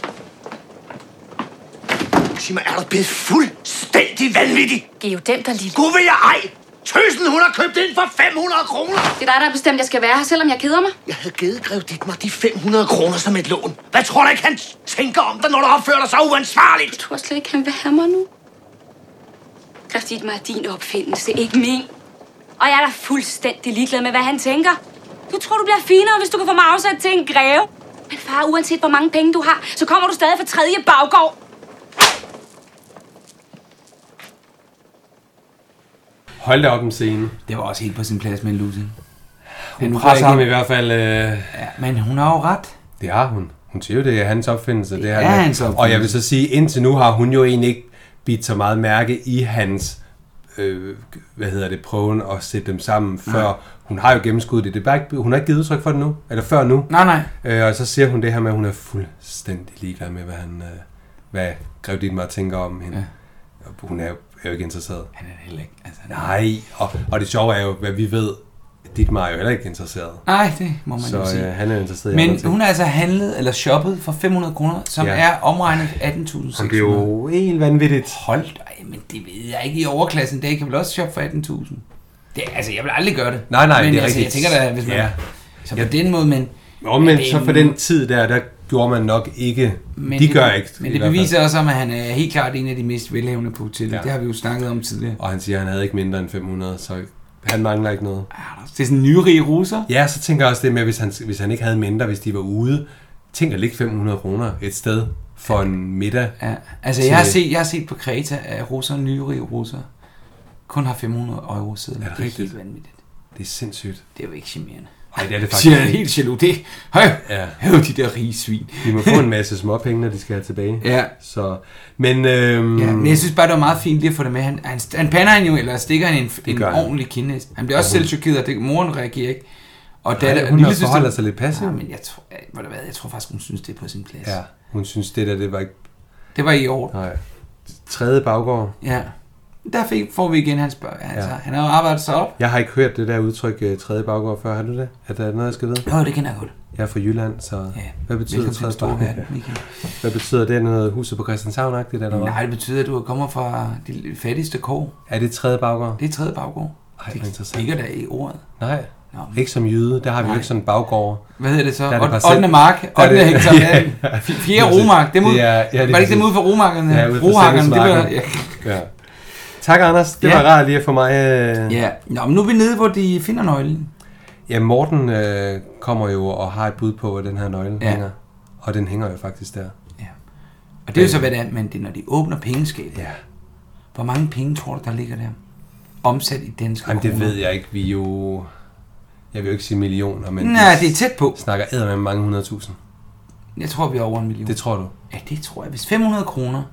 Speaker 3: Sig mig, er du blevet fuldstændig vanvittig?
Speaker 4: Giv dem der lige.
Speaker 3: Gud vil jeg ej! Tøsen, hun har købt ind for 500 kroner!
Speaker 4: Det er dig, der har bestemt, jeg skal være her, selvom jeg keder mig.
Speaker 3: Jeg havde givet Grev Dittmar de 500 kroner som et lån. Hvad tror du ikke, han tænker om dig, når du opfører dig så uansvarligt?
Speaker 4: Jeg tror slet ikke, han vil have mig nu. Christine, mig er din opfindelse, ikke min. Og jeg er da fuldstændig ligeglad med, hvad han tænker. Du tror, du bliver finere, hvis du kan få mig afsat til en greve. Men far, uanset hvor mange penge du har, så kommer du stadig fra tredje baggård.
Speaker 2: Hold da op en scene.
Speaker 1: Det var også helt på sin plads med en losing.
Speaker 2: Hun
Speaker 1: nu
Speaker 2: presser
Speaker 1: får jeg
Speaker 2: ham i
Speaker 1: ikke-
Speaker 2: hvert fald. Øh...
Speaker 1: Ja, men hun har jo ret.
Speaker 2: Det har hun. Hun siger jo, det er hans opfindelse. Det, det
Speaker 1: er hans opfindelse.
Speaker 2: Og jeg vil så sige, indtil nu har hun jo egentlig ikke bidt så meget mærke i hans øh, hvad hedder det, prøven at sætte dem sammen
Speaker 1: Nej.
Speaker 2: før. Hun har jo gennemskuddet det. det er bare ikke, hun har ikke givet udtryk for det nu, eller før nu.
Speaker 1: Nej, nej.
Speaker 2: Øh, og så siger hun det her med, at hun er fuldstændig ligeglad med, hvad, han, øh, hvad Grev Dietmar tænker om hende. Ja. Og hun er jo, er jo ikke interesseret.
Speaker 1: Han er heller ikke. Altså,
Speaker 2: nej, og, og det sjove er jo, hvad vi ved, Dietmar er jo heller ikke interesseret.
Speaker 1: Nej, det må man
Speaker 2: så,
Speaker 1: jo sige.
Speaker 2: Øh, han er jo interesseret i andre
Speaker 1: Men
Speaker 2: ting.
Speaker 1: hun har altså handlet eller shoppet for 500 kroner, som
Speaker 2: Ja.
Speaker 1: ja. er omregnet 18.600.
Speaker 2: Jamen, det er jo helt vanvittigt.
Speaker 1: Hold da, ej, men det ved jeg ikke i overklassen. i dag kan vel også shoppe for 18.000. Det, altså, jeg vil aldrig gøre det.
Speaker 2: Nej, nej,
Speaker 1: men,
Speaker 2: det er
Speaker 1: altså,
Speaker 2: rigtigt.
Speaker 1: Jeg tænker da, hvis man...
Speaker 2: Ja.
Speaker 1: Ja. Så på ja. den måde, men...
Speaker 2: Omvendt
Speaker 1: men-
Speaker 2: så for den tid der, der gjorde man nok ikke... Men
Speaker 1: Men
Speaker 2: de
Speaker 1: det-
Speaker 2: gør ikke.
Speaker 1: Men
Speaker 2: i
Speaker 1: det
Speaker 2: hvert fald.
Speaker 1: beviser også om, at han er helt klart en af de mest velhavende på hotellet.
Speaker 2: Ja.
Speaker 1: Ja. Det har vi jo snakket om tidligere.
Speaker 2: Og han siger, at han havde ikke mindre end 500, så han mangler ikke noget.
Speaker 1: Det er sådan en nyrig russer.
Speaker 2: Ja, så tænker jeg også det med, hvis han, hvis han ikke havde mindre, hvis de var ude. Tænk at lægge 500 kroner et sted for en middag.
Speaker 1: Ja, Altså, jeg har, set, jeg har set på Kreta, at russer, nyrige russer, kun har 500 euro siddende.
Speaker 2: Er det
Speaker 1: det er
Speaker 2: rigtigt?
Speaker 1: helt vanvittigt.
Speaker 2: Det er sindssygt.
Speaker 1: Det er jo ikke charmerende.
Speaker 2: Nej, det er det
Speaker 1: Jeg
Speaker 2: faktisk.
Speaker 1: er helt jaloux. Det høj,
Speaker 2: Ja.
Speaker 1: høj, de der rige svin.
Speaker 2: De må få en masse småpenge, når de skal have tilbage.
Speaker 1: Ja.
Speaker 2: Så, men, øhm,
Speaker 1: Ja, men jeg synes bare, det var meget fint lige at få det med. Han, han, han pander hende jo, eller stikker hende en, en
Speaker 2: gør han.
Speaker 1: ordentlig kindnæs. Han bliver også
Speaker 2: Og hun-
Speaker 1: selv chokeret, og det, moren reagerer ikke. Og
Speaker 2: Nej,
Speaker 1: datter,
Speaker 2: hun
Speaker 1: lillesøster-
Speaker 2: forholder sig lidt passiv.
Speaker 1: Ja, men jeg tror, jeg, ved du hvad, jeg tror faktisk, hun synes, det er på sin plads.
Speaker 2: Ja, hun synes det der, det var ikke...
Speaker 1: Det var i orden.
Speaker 2: Nej. Tredje baggård.
Speaker 1: Ja. Der fik, får vi igen hans børn. Altså,
Speaker 2: Ja.
Speaker 1: ja. Han har jo arbejdet sig op.
Speaker 2: Jeg har ikke hørt det der udtryk øh, tredje baggård før, har du det? Er der noget, jeg skal vide?
Speaker 1: Jo, det kender jeg godt.
Speaker 2: Jeg er fra Jylland, så ja. hvad betyder
Speaker 1: Velkommen til den
Speaker 2: tredje
Speaker 1: store
Speaker 2: baggård?
Speaker 1: verden, Michael.
Speaker 2: Hvad betyder det? Er det noget huset på Christianshavn-agtigt, eller hvad?
Speaker 1: Nej, det betyder, at du kommer fra de fattigste kår.
Speaker 2: Er det tredje baggård?
Speaker 1: Det er tredje baggård. Ej, det ligger der i ordet.
Speaker 2: Nej. Ikke som jyde, der har vi jo ikke sådan en baggård.
Speaker 1: Hvad hedder det så?
Speaker 2: Der er det
Speaker 1: Ottende-
Speaker 2: bare selv-
Speaker 1: ottende mark?
Speaker 2: Der er det-
Speaker 1: Ottende hektar?
Speaker 2: Ja,
Speaker 1: Ja,
Speaker 2: ja.
Speaker 1: f- fjerde
Speaker 2: Præcis.
Speaker 1: romark. Det må-
Speaker 2: Ja, ja,
Speaker 1: var det ikke
Speaker 2: præcis.
Speaker 1: dem ude for romarkerne?
Speaker 2: Ja, ude for
Speaker 1: Rohakkerne, det var-
Speaker 2: Sækkelsmarken. ja. Tak, Anders. Det
Speaker 1: Ja.
Speaker 2: var rart lige at få mig... Øh...
Speaker 1: Ja. Nå, men nu er vi nede, hvor de finder nøglen.
Speaker 2: Ja, Morten øh, kommer jo og har et bud på, hvor den her nøgle
Speaker 1: Ja.
Speaker 2: ja. hænger. Og den hænger jo faktisk der.
Speaker 1: Og det er jo så, hvad det er, men det er, når de åbner pengeskabet.
Speaker 2: Ja.
Speaker 1: Hvor mange penge tror du, der ligger der? Omsat i danske
Speaker 2: Jamen, det
Speaker 1: kroner.
Speaker 2: ved jeg ikke. Vi er jo... Jeg vil jo ikke sige millioner, men...
Speaker 1: Nej, det er tæt på.
Speaker 2: Snakker æder med mange hundredtusind.
Speaker 1: Jeg tror, vi er over en million.
Speaker 2: Det tror du?
Speaker 1: Ja, det tror jeg. Hvis 500 kroner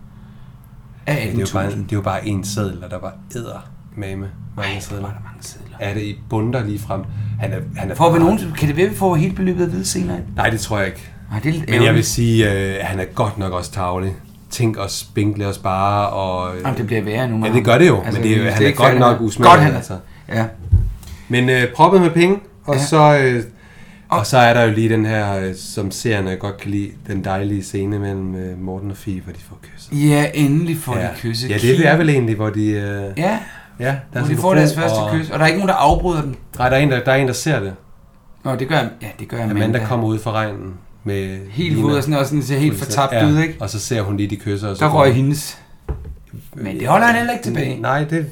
Speaker 1: er
Speaker 2: Ja, det, er jo
Speaker 1: 18.000.
Speaker 2: bare, det er jo bare én seddel, og der var æder med med mange Ej, sedler. Der
Speaker 1: mange sedler.
Speaker 2: Er det i bunder lige frem? Han er, han er
Speaker 1: Får vi nogen, kan det være, vi får hele beløbet at vide senere?
Speaker 2: Nej, det tror jeg ikke.
Speaker 1: Nej, det er lidt
Speaker 2: Men jeg vil
Speaker 1: ærgerligt.
Speaker 2: sige, øh, han er godt nok også tavlig. Tænk og spinkle og spare. Og, øh,
Speaker 1: Jamen, det bliver værre nu med
Speaker 2: Ja,
Speaker 1: ham.
Speaker 2: det gør det jo,
Speaker 1: Altså,
Speaker 2: altså, men det,
Speaker 1: vi
Speaker 2: er,
Speaker 1: er
Speaker 2: han er
Speaker 1: ikke
Speaker 2: godt
Speaker 1: færdige
Speaker 2: nok altså.
Speaker 1: med-
Speaker 2: usmagelig.
Speaker 1: Godt, han er- Ja.
Speaker 2: Men øh, proppet med penge, og,
Speaker 1: Ja.
Speaker 2: ja. så, øh, og, så er der jo lige den her, øh, som seerne godt kan lide, den dejlige scene mellem øh, Morten og Fie, hvor de får kysset.
Speaker 1: Ja, endelig får de kysset.
Speaker 2: Ja, det er
Speaker 1: Kim.
Speaker 2: vel egentlig, hvor de... Øh,
Speaker 1: Ja,
Speaker 2: ja
Speaker 1: hvor de
Speaker 2: sådan en
Speaker 1: får deres
Speaker 2: bro,
Speaker 1: første kys, og der er ikke nogen, der afbryder dem.
Speaker 2: Nej, der er en, der, der, er en, der ser det.
Speaker 1: Nå, det gør, ja, det gør
Speaker 2: Amanda.
Speaker 1: Amanda.
Speaker 2: Amanda kommer ud fra regnen med...
Speaker 1: Helt våd og sådan- og sådan ser helt fortabt ud, ikke?
Speaker 2: Og så ser hun lige de kysser. Og så
Speaker 1: Der
Speaker 2: går-
Speaker 1: røg hendes. Men det holder han heller ikke tilbage.
Speaker 2: Nej, det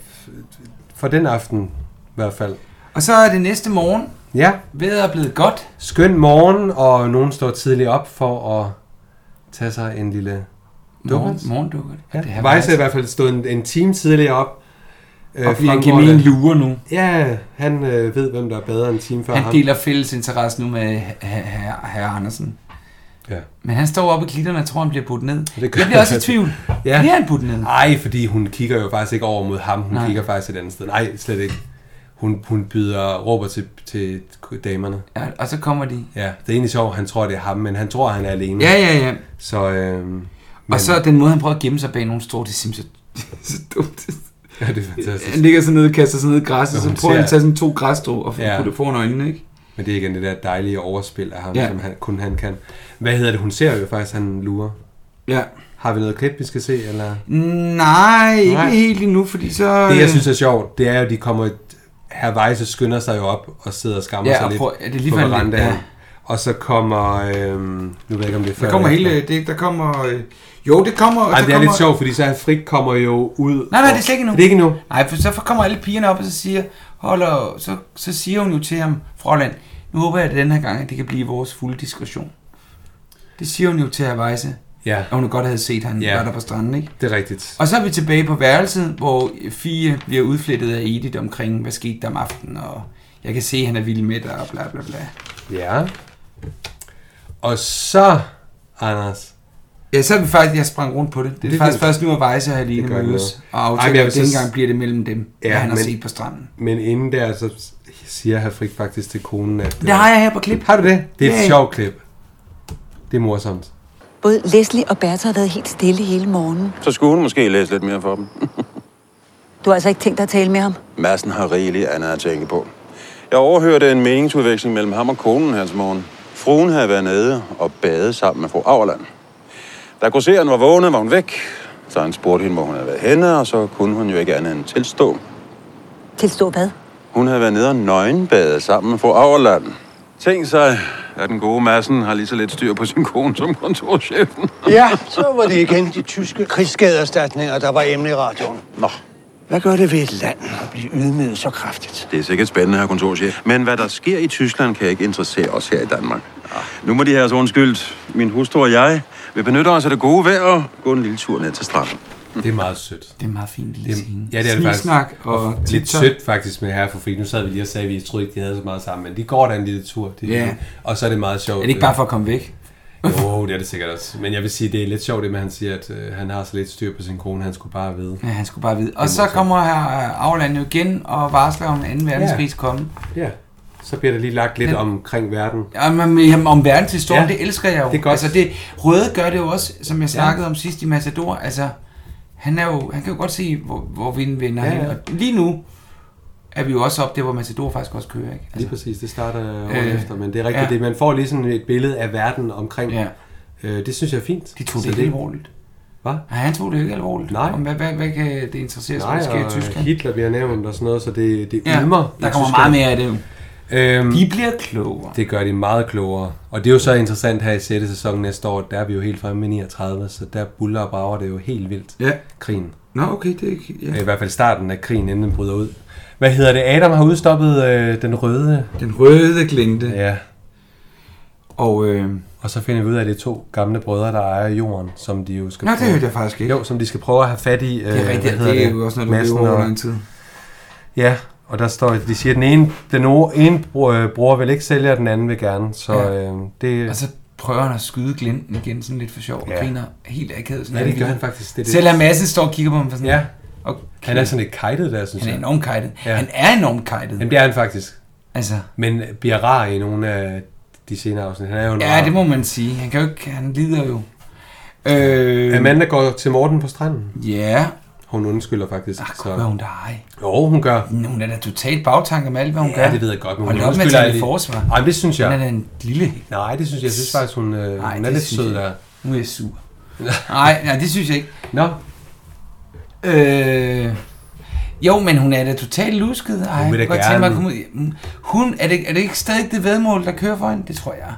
Speaker 2: for den aften i hvert fald.
Speaker 1: Og så er det næste morgen.
Speaker 2: Ja.
Speaker 1: Vejret er blevet godt.
Speaker 2: Skøn morgen, og nogen står tidligt op for at tage sig en lille dukkert.
Speaker 1: Morgen- morgendukkert.
Speaker 2: Ja.
Speaker 1: Det
Speaker 2: Vejse er
Speaker 1: har Vejse.
Speaker 2: i hvert fald stået en, en time tidligere op. øh,
Speaker 1: Og bliver en
Speaker 2: fremover,
Speaker 1: gemen
Speaker 2: da-
Speaker 1: lurer nu.
Speaker 2: Ja, han øh, ved, hvem der er bedre en time før
Speaker 1: Han
Speaker 2: ham.
Speaker 1: deler fælles interesse nu med herr Andersen.
Speaker 2: Ja.
Speaker 1: Men han står oppe i klitterne og tror, han bliver budt ned.
Speaker 2: Det
Speaker 1: Jeg bliver også i tvivl.
Speaker 2: ja.
Speaker 1: Bliver han budt ned?
Speaker 2: Nej, fordi hun kigger jo faktisk ikke over mod ham. Hun
Speaker 1: Nej.
Speaker 2: Nej. kigger faktisk et andet sted. Nej, slet ikke. Hun, hun byder råber til, til damerne.
Speaker 1: Ja, og så kommer de.
Speaker 2: Ja, det er egentlig sjovt, han tror, det er ham, men han tror, han er alene.
Speaker 1: Ja, ja, ja.
Speaker 2: Så, øh, men,
Speaker 1: Og så den måde, han prøver at gemme sig bag nogle store, det er simpelthen så, så dumt.
Speaker 2: Ja, det er fantastisk.
Speaker 1: Han ligger sådan nede, kaster sig ned i græsset,
Speaker 2: Men
Speaker 1: så
Speaker 2: hun
Speaker 1: prøver han at
Speaker 2: ser-
Speaker 1: tage sådan to græsstrå og ja. putte foran øjnene, ikke?
Speaker 2: Men det er igen det der dejlige overspil af ham,
Speaker 1: Ja.
Speaker 2: ja. som han, kun han kan. Hvad hedder det? Hun ser jo faktisk, han lurer.
Speaker 1: Ja.
Speaker 2: Har vi noget klip, vi skal se? Eller?
Speaker 1: Nej, ikke
Speaker 2: Nej.
Speaker 1: helt endnu, fordi så... øh,
Speaker 2: Det, jeg synes er sjovt, det er jo, de kommer... Herr Weisse skynder sig jo op og sidder og skammer
Speaker 1: Ja,
Speaker 2: sig
Speaker 1: og
Speaker 2: lidt
Speaker 1: prøver- ja, det er lige
Speaker 2: på
Speaker 1: før, lidt-
Speaker 2: verandaen.
Speaker 1: ja.
Speaker 2: Og så kommer... Øhm, nu ved jeg ikke, om det er før
Speaker 1: Der kommer
Speaker 2: eller efter.
Speaker 1: hele... Det, der kommer... øh, Jo, det kommer...
Speaker 2: Ej,
Speaker 1: der
Speaker 2: det er
Speaker 1: kommer,
Speaker 2: lidt sjovt, fordi så er Frik kommer jo ud...
Speaker 1: Nej, nej,
Speaker 2: og-
Speaker 1: det er slet ikke endnu.
Speaker 2: Er det ikke endnu?
Speaker 1: Nej, for så kommer alle pigerne op, og så siger, holder, så, så siger hun jo til ham, Fräulein, nu håber jeg at den her gang, at det kan blive vores fulde diskussion. Det siger hun jo til herr Weisse.
Speaker 2: Ja.
Speaker 1: Og hun jo godt havde set, at han
Speaker 2: Ja.
Speaker 1: var der på stranden, ikke?
Speaker 2: Det er rigtigt.
Speaker 1: Og så er vi tilbage på værelset, hvor Fie bliver udflettet af Edith omkring, hvad skete der om aftenen, og jeg kan se, at han er vild med dig, og bla bla bla.
Speaker 2: Ja. Og så, Anders...
Speaker 1: Ja, så er vi faktisk, jeg sprang rundt på det. Det er
Speaker 2: Det er
Speaker 1: faktisk
Speaker 2: fint.
Speaker 1: først nu, at Weisse og Aline
Speaker 2: Det gør ikke
Speaker 1: mødes,
Speaker 2: noget. Ej,
Speaker 1: og
Speaker 2: men
Speaker 1: aftaler,
Speaker 2: jeg vil
Speaker 1: at
Speaker 2: så-
Speaker 1: denne gang bliver det mellem dem, ja, hvad han har
Speaker 2: men-
Speaker 1: set på stranden.
Speaker 2: Men inden der, så siger herr Frik faktisk til konen, at... øh,
Speaker 1: Det har jeg her på klip.
Speaker 2: Har du det? Det er et
Speaker 1: Ja.
Speaker 2: sjovt klip. Det er morsomt.
Speaker 11: Både Leslie og Bertha har været helt stille hele morgenen.
Speaker 6: Så skulle hun måske læse lidt mere for dem.
Speaker 11: Du har altså ikke tænkt dig at tale med ham?
Speaker 6: Madsen har rigeligt andet at tænke på. Jeg overhørte en meningsudveksling mellem ham og konen hans morgen. Fruen havde været nede og badet sammen med fru Auerland. Da grosseren var vågnet, var hun væk. Så han spurgte hende, hvor hun havde været henne, og så kunne hun jo ikke andet end tilstå.
Speaker 11: Tilstå hvad?
Speaker 6: Hun havde været nede og nøgenbadet sammen med fru Auerland. Tænk sig, at den gode Madsen har lige så lidt styr på sin kone som kontorchefen.
Speaker 12: Ja, så var det igen de tyske krigsskadeerstatninger, der var emne i radioen.
Speaker 6: Nå.
Speaker 12: Hvad gør det ved et land at blive ydmyget så kraftigt?
Speaker 6: Det er sikkert spændende, her kontorchef. Men hvad der sker i Tyskland, kan ikke interessere os her i Danmark. Nu må de have os undskyldt. Min hustru og jeg vil benytte os af det gode vejr og gå en lille tur ned til stranden.
Speaker 2: Det er meget sødt.
Speaker 1: Det er meget fint lille scene.
Speaker 2: Ja, det er det faktisk.
Speaker 1: Sniksnak og
Speaker 2: lidt
Speaker 1: titter.
Speaker 2: sødt faktisk med herre for Frik. Nu sad vi lige og sagde, at vi troede ikke, de havde så meget sammen, men de går da en lille tur. Det er
Speaker 1: Ja.
Speaker 2: lige- Og så er det meget sjovt.
Speaker 1: Er det ikke bare for at komme væk?
Speaker 2: jo, det er det sikkert også. Men jeg vil sige, det er lidt sjovt, det med, at han siger, at øh, han har så lidt styr på sin kone. Han skulle bare vide.
Speaker 1: Ja, han skulle bare vide. Og så kommer her Afland jo igen og varsler om 2. verdenskrigs komme.
Speaker 2: Ja. Så bliver der lige lagt lidt
Speaker 1: Men-
Speaker 2: omkring verden.
Speaker 1: Jamen, jamen, om verdenshistorien, ja,
Speaker 2: Ja,
Speaker 1: det elsker jeg jo.
Speaker 2: det er godt.
Speaker 1: Altså, det, Røde gør det jo også, som jeg
Speaker 2: Ja.
Speaker 1: snakkede ja. om sidst i Matador. Altså, han, er jo, han kan jo godt se, hvor, hvor vinden vender
Speaker 2: Ja,
Speaker 1: ja, ja.
Speaker 2: ja.
Speaker 1: hen. Og lige nu er vi jo også op der, hvor Matador faktisk også kører. Ikke? Altså,
Speaker 2: Lige præcis, det starter året
Speaker 1: Øh,
Speaker 2: efter, men det er rigtigt,
Speaker 1: ja.
Speaker 2: ja. det, man får lige sådan et billede af verden omkring.
Speaker 1: Ja.
Speaker 2: Øh, det synes jeg er fint.
Speaker 1: De tog
Speaker 2: Så
Speaker 1: det ikke alvorligt.
Speaker 2: Hvad?
Speaker 1: Nej, han tog det jo ikke alvorligt.
Speaker 2: Nej.
Speaker 1: Om hvad, hvad, hvad kan det interessere sig,
Speaker 2: Nej,
Speaker 1: hvad der sker
Speaker 2: og øh,
Speaker 1: i Tyskland?
Speaker 2: Hitler bliver nævnt og sådan noget, så det, det
Speaker 1: Ja,
Speaker 2: ulmer.
Speaker 1: der kommer meget mere af
Speaker 2: det. Øhm,
Speaker 1: De bliver klogere.
Speaker 2: Det gør de meget klogere. Og det er jo så interessant her i 6. sæson næste år, der er vi jo helt fremme i 39, så der buller og brager det jo helt vildt.
Speaker 1: Ja.
Speaker 2: Krigen.
Speaker 1: Nå, okay, det er ikke... Ja.
Speaker 2: Øh, I hvert fald starten af krigen, inden den bryder ud. Hvad hedder det? Adam har udstoppet øh, den røde...
Speaker 1: Den røde glinte.
Speaker 2: Ja.
Speaker 1: Og, øh...
Speaker 2: og så finder vi ud af, at det er to gamle brødre, der ejer jorden, som de jo skal
Speaker 1: Nå, det hørte jeg faktisk ikke.
Speaker 2: Jo, som de skal prøve at have fat i. øh,
Speaker 1: Det er rigtigt,
Speaker 2: hvad
Speaker 1: det
Speaker 2: hedder
Speaker 1: er jo også noget, du
Speaker 2: Madsen
Speaker 1: lever over
Speaker 2: og-
Speaker 1: lang tid.
Speaker 2: Ja, og der står, de siger, at den ene, den o- ene bror, øh, bror vil ikke sælge, og den anden vil gerne. Så
Speaker 1: Ja. Altså-
Speaker 2: ja. øh, det...
Speaker 1: Og så prøver han at skyde glinten igen, sådan lidt for sjov, og
Speaker 2: Ja.
Speaker 1: griner helt akavet. Sådan
Speaker 2: Ja, det
Speaker 1: helt
Speaker 2: gør
Speaker 1: vildt.
Speaker 2: han faktisk, det er det.
Speaker 1: Selv massen står og kigger på ham for sådan...
Speaker 2: Ja.
Speaker 1: Og
Speaker 2: Han er sådan lidt kajtet der, synes
Speaker 1: Han er
Speaker 2: jeg.
Speaker 1: enormt kajtet. Han er enormt kajtet.
Speaker 2: Jamen, det er han faktisk.
Speaker 1: Altså.
Speaker 2: Men bliver rar i nogle af de senere afsnit. Han er jo en
Speaker 1: Ja,
Speaker 2: rar.
Speaker 1: det må man sige. Han kan jo ikke... Han lider jo. Øh...
Speaker 2: Amanda går til Morten på stranden.
Speaker 1: Ja.
Speaker 2: Hun undskylder faktisk. Ach, så...
Speaker 1: Hvad Ah, hun der ej.
Speaker 2: Jo, hun gør.
Speaker 1: Hun er da totalt bagtanker med alt, hvad hun
Speaker 2: Ja,
Speaker 1: gør.
Speaker 2: det ved jeg godt, men
Speaker 1: Hold
Speaker 2: hun
Speaker 1: op med at
Speaker 2: undskylder
Speaker 1: tage det i
Speaker 2: lige-
Speaker 1: forsvar.
Speaker 2: Ej, men det synes jeg.
Speaker 1: Hun er da en lille...
Speaker 2: Nej, det synes jeg. Jeg synes faktisk, hun, øh,
Speaker 1: Ej,
Speaker 2: hun er
Speaker 1: det
Speaker 2: lidt
Speaker 1: synes
Speaker 2: sød
Speaker 1: jeg
Speaker 2: der.
Speaker 1: Nu er jeg sur. nej, nej, det synes jeg ikke.
Speaker 2: Nå.
Speaker 1: Øh, jo, men hun er da totalt lusket. Ej,
Speaker 2: Hun vil da
Speaker 1: jeg kunne godt tænke mig at
Speaker 2: gerne-
Speaker 1: komme ud. Mm, Hun, er det, er det ikke stadig det vedmål, der kører for hende? Det tror jeg.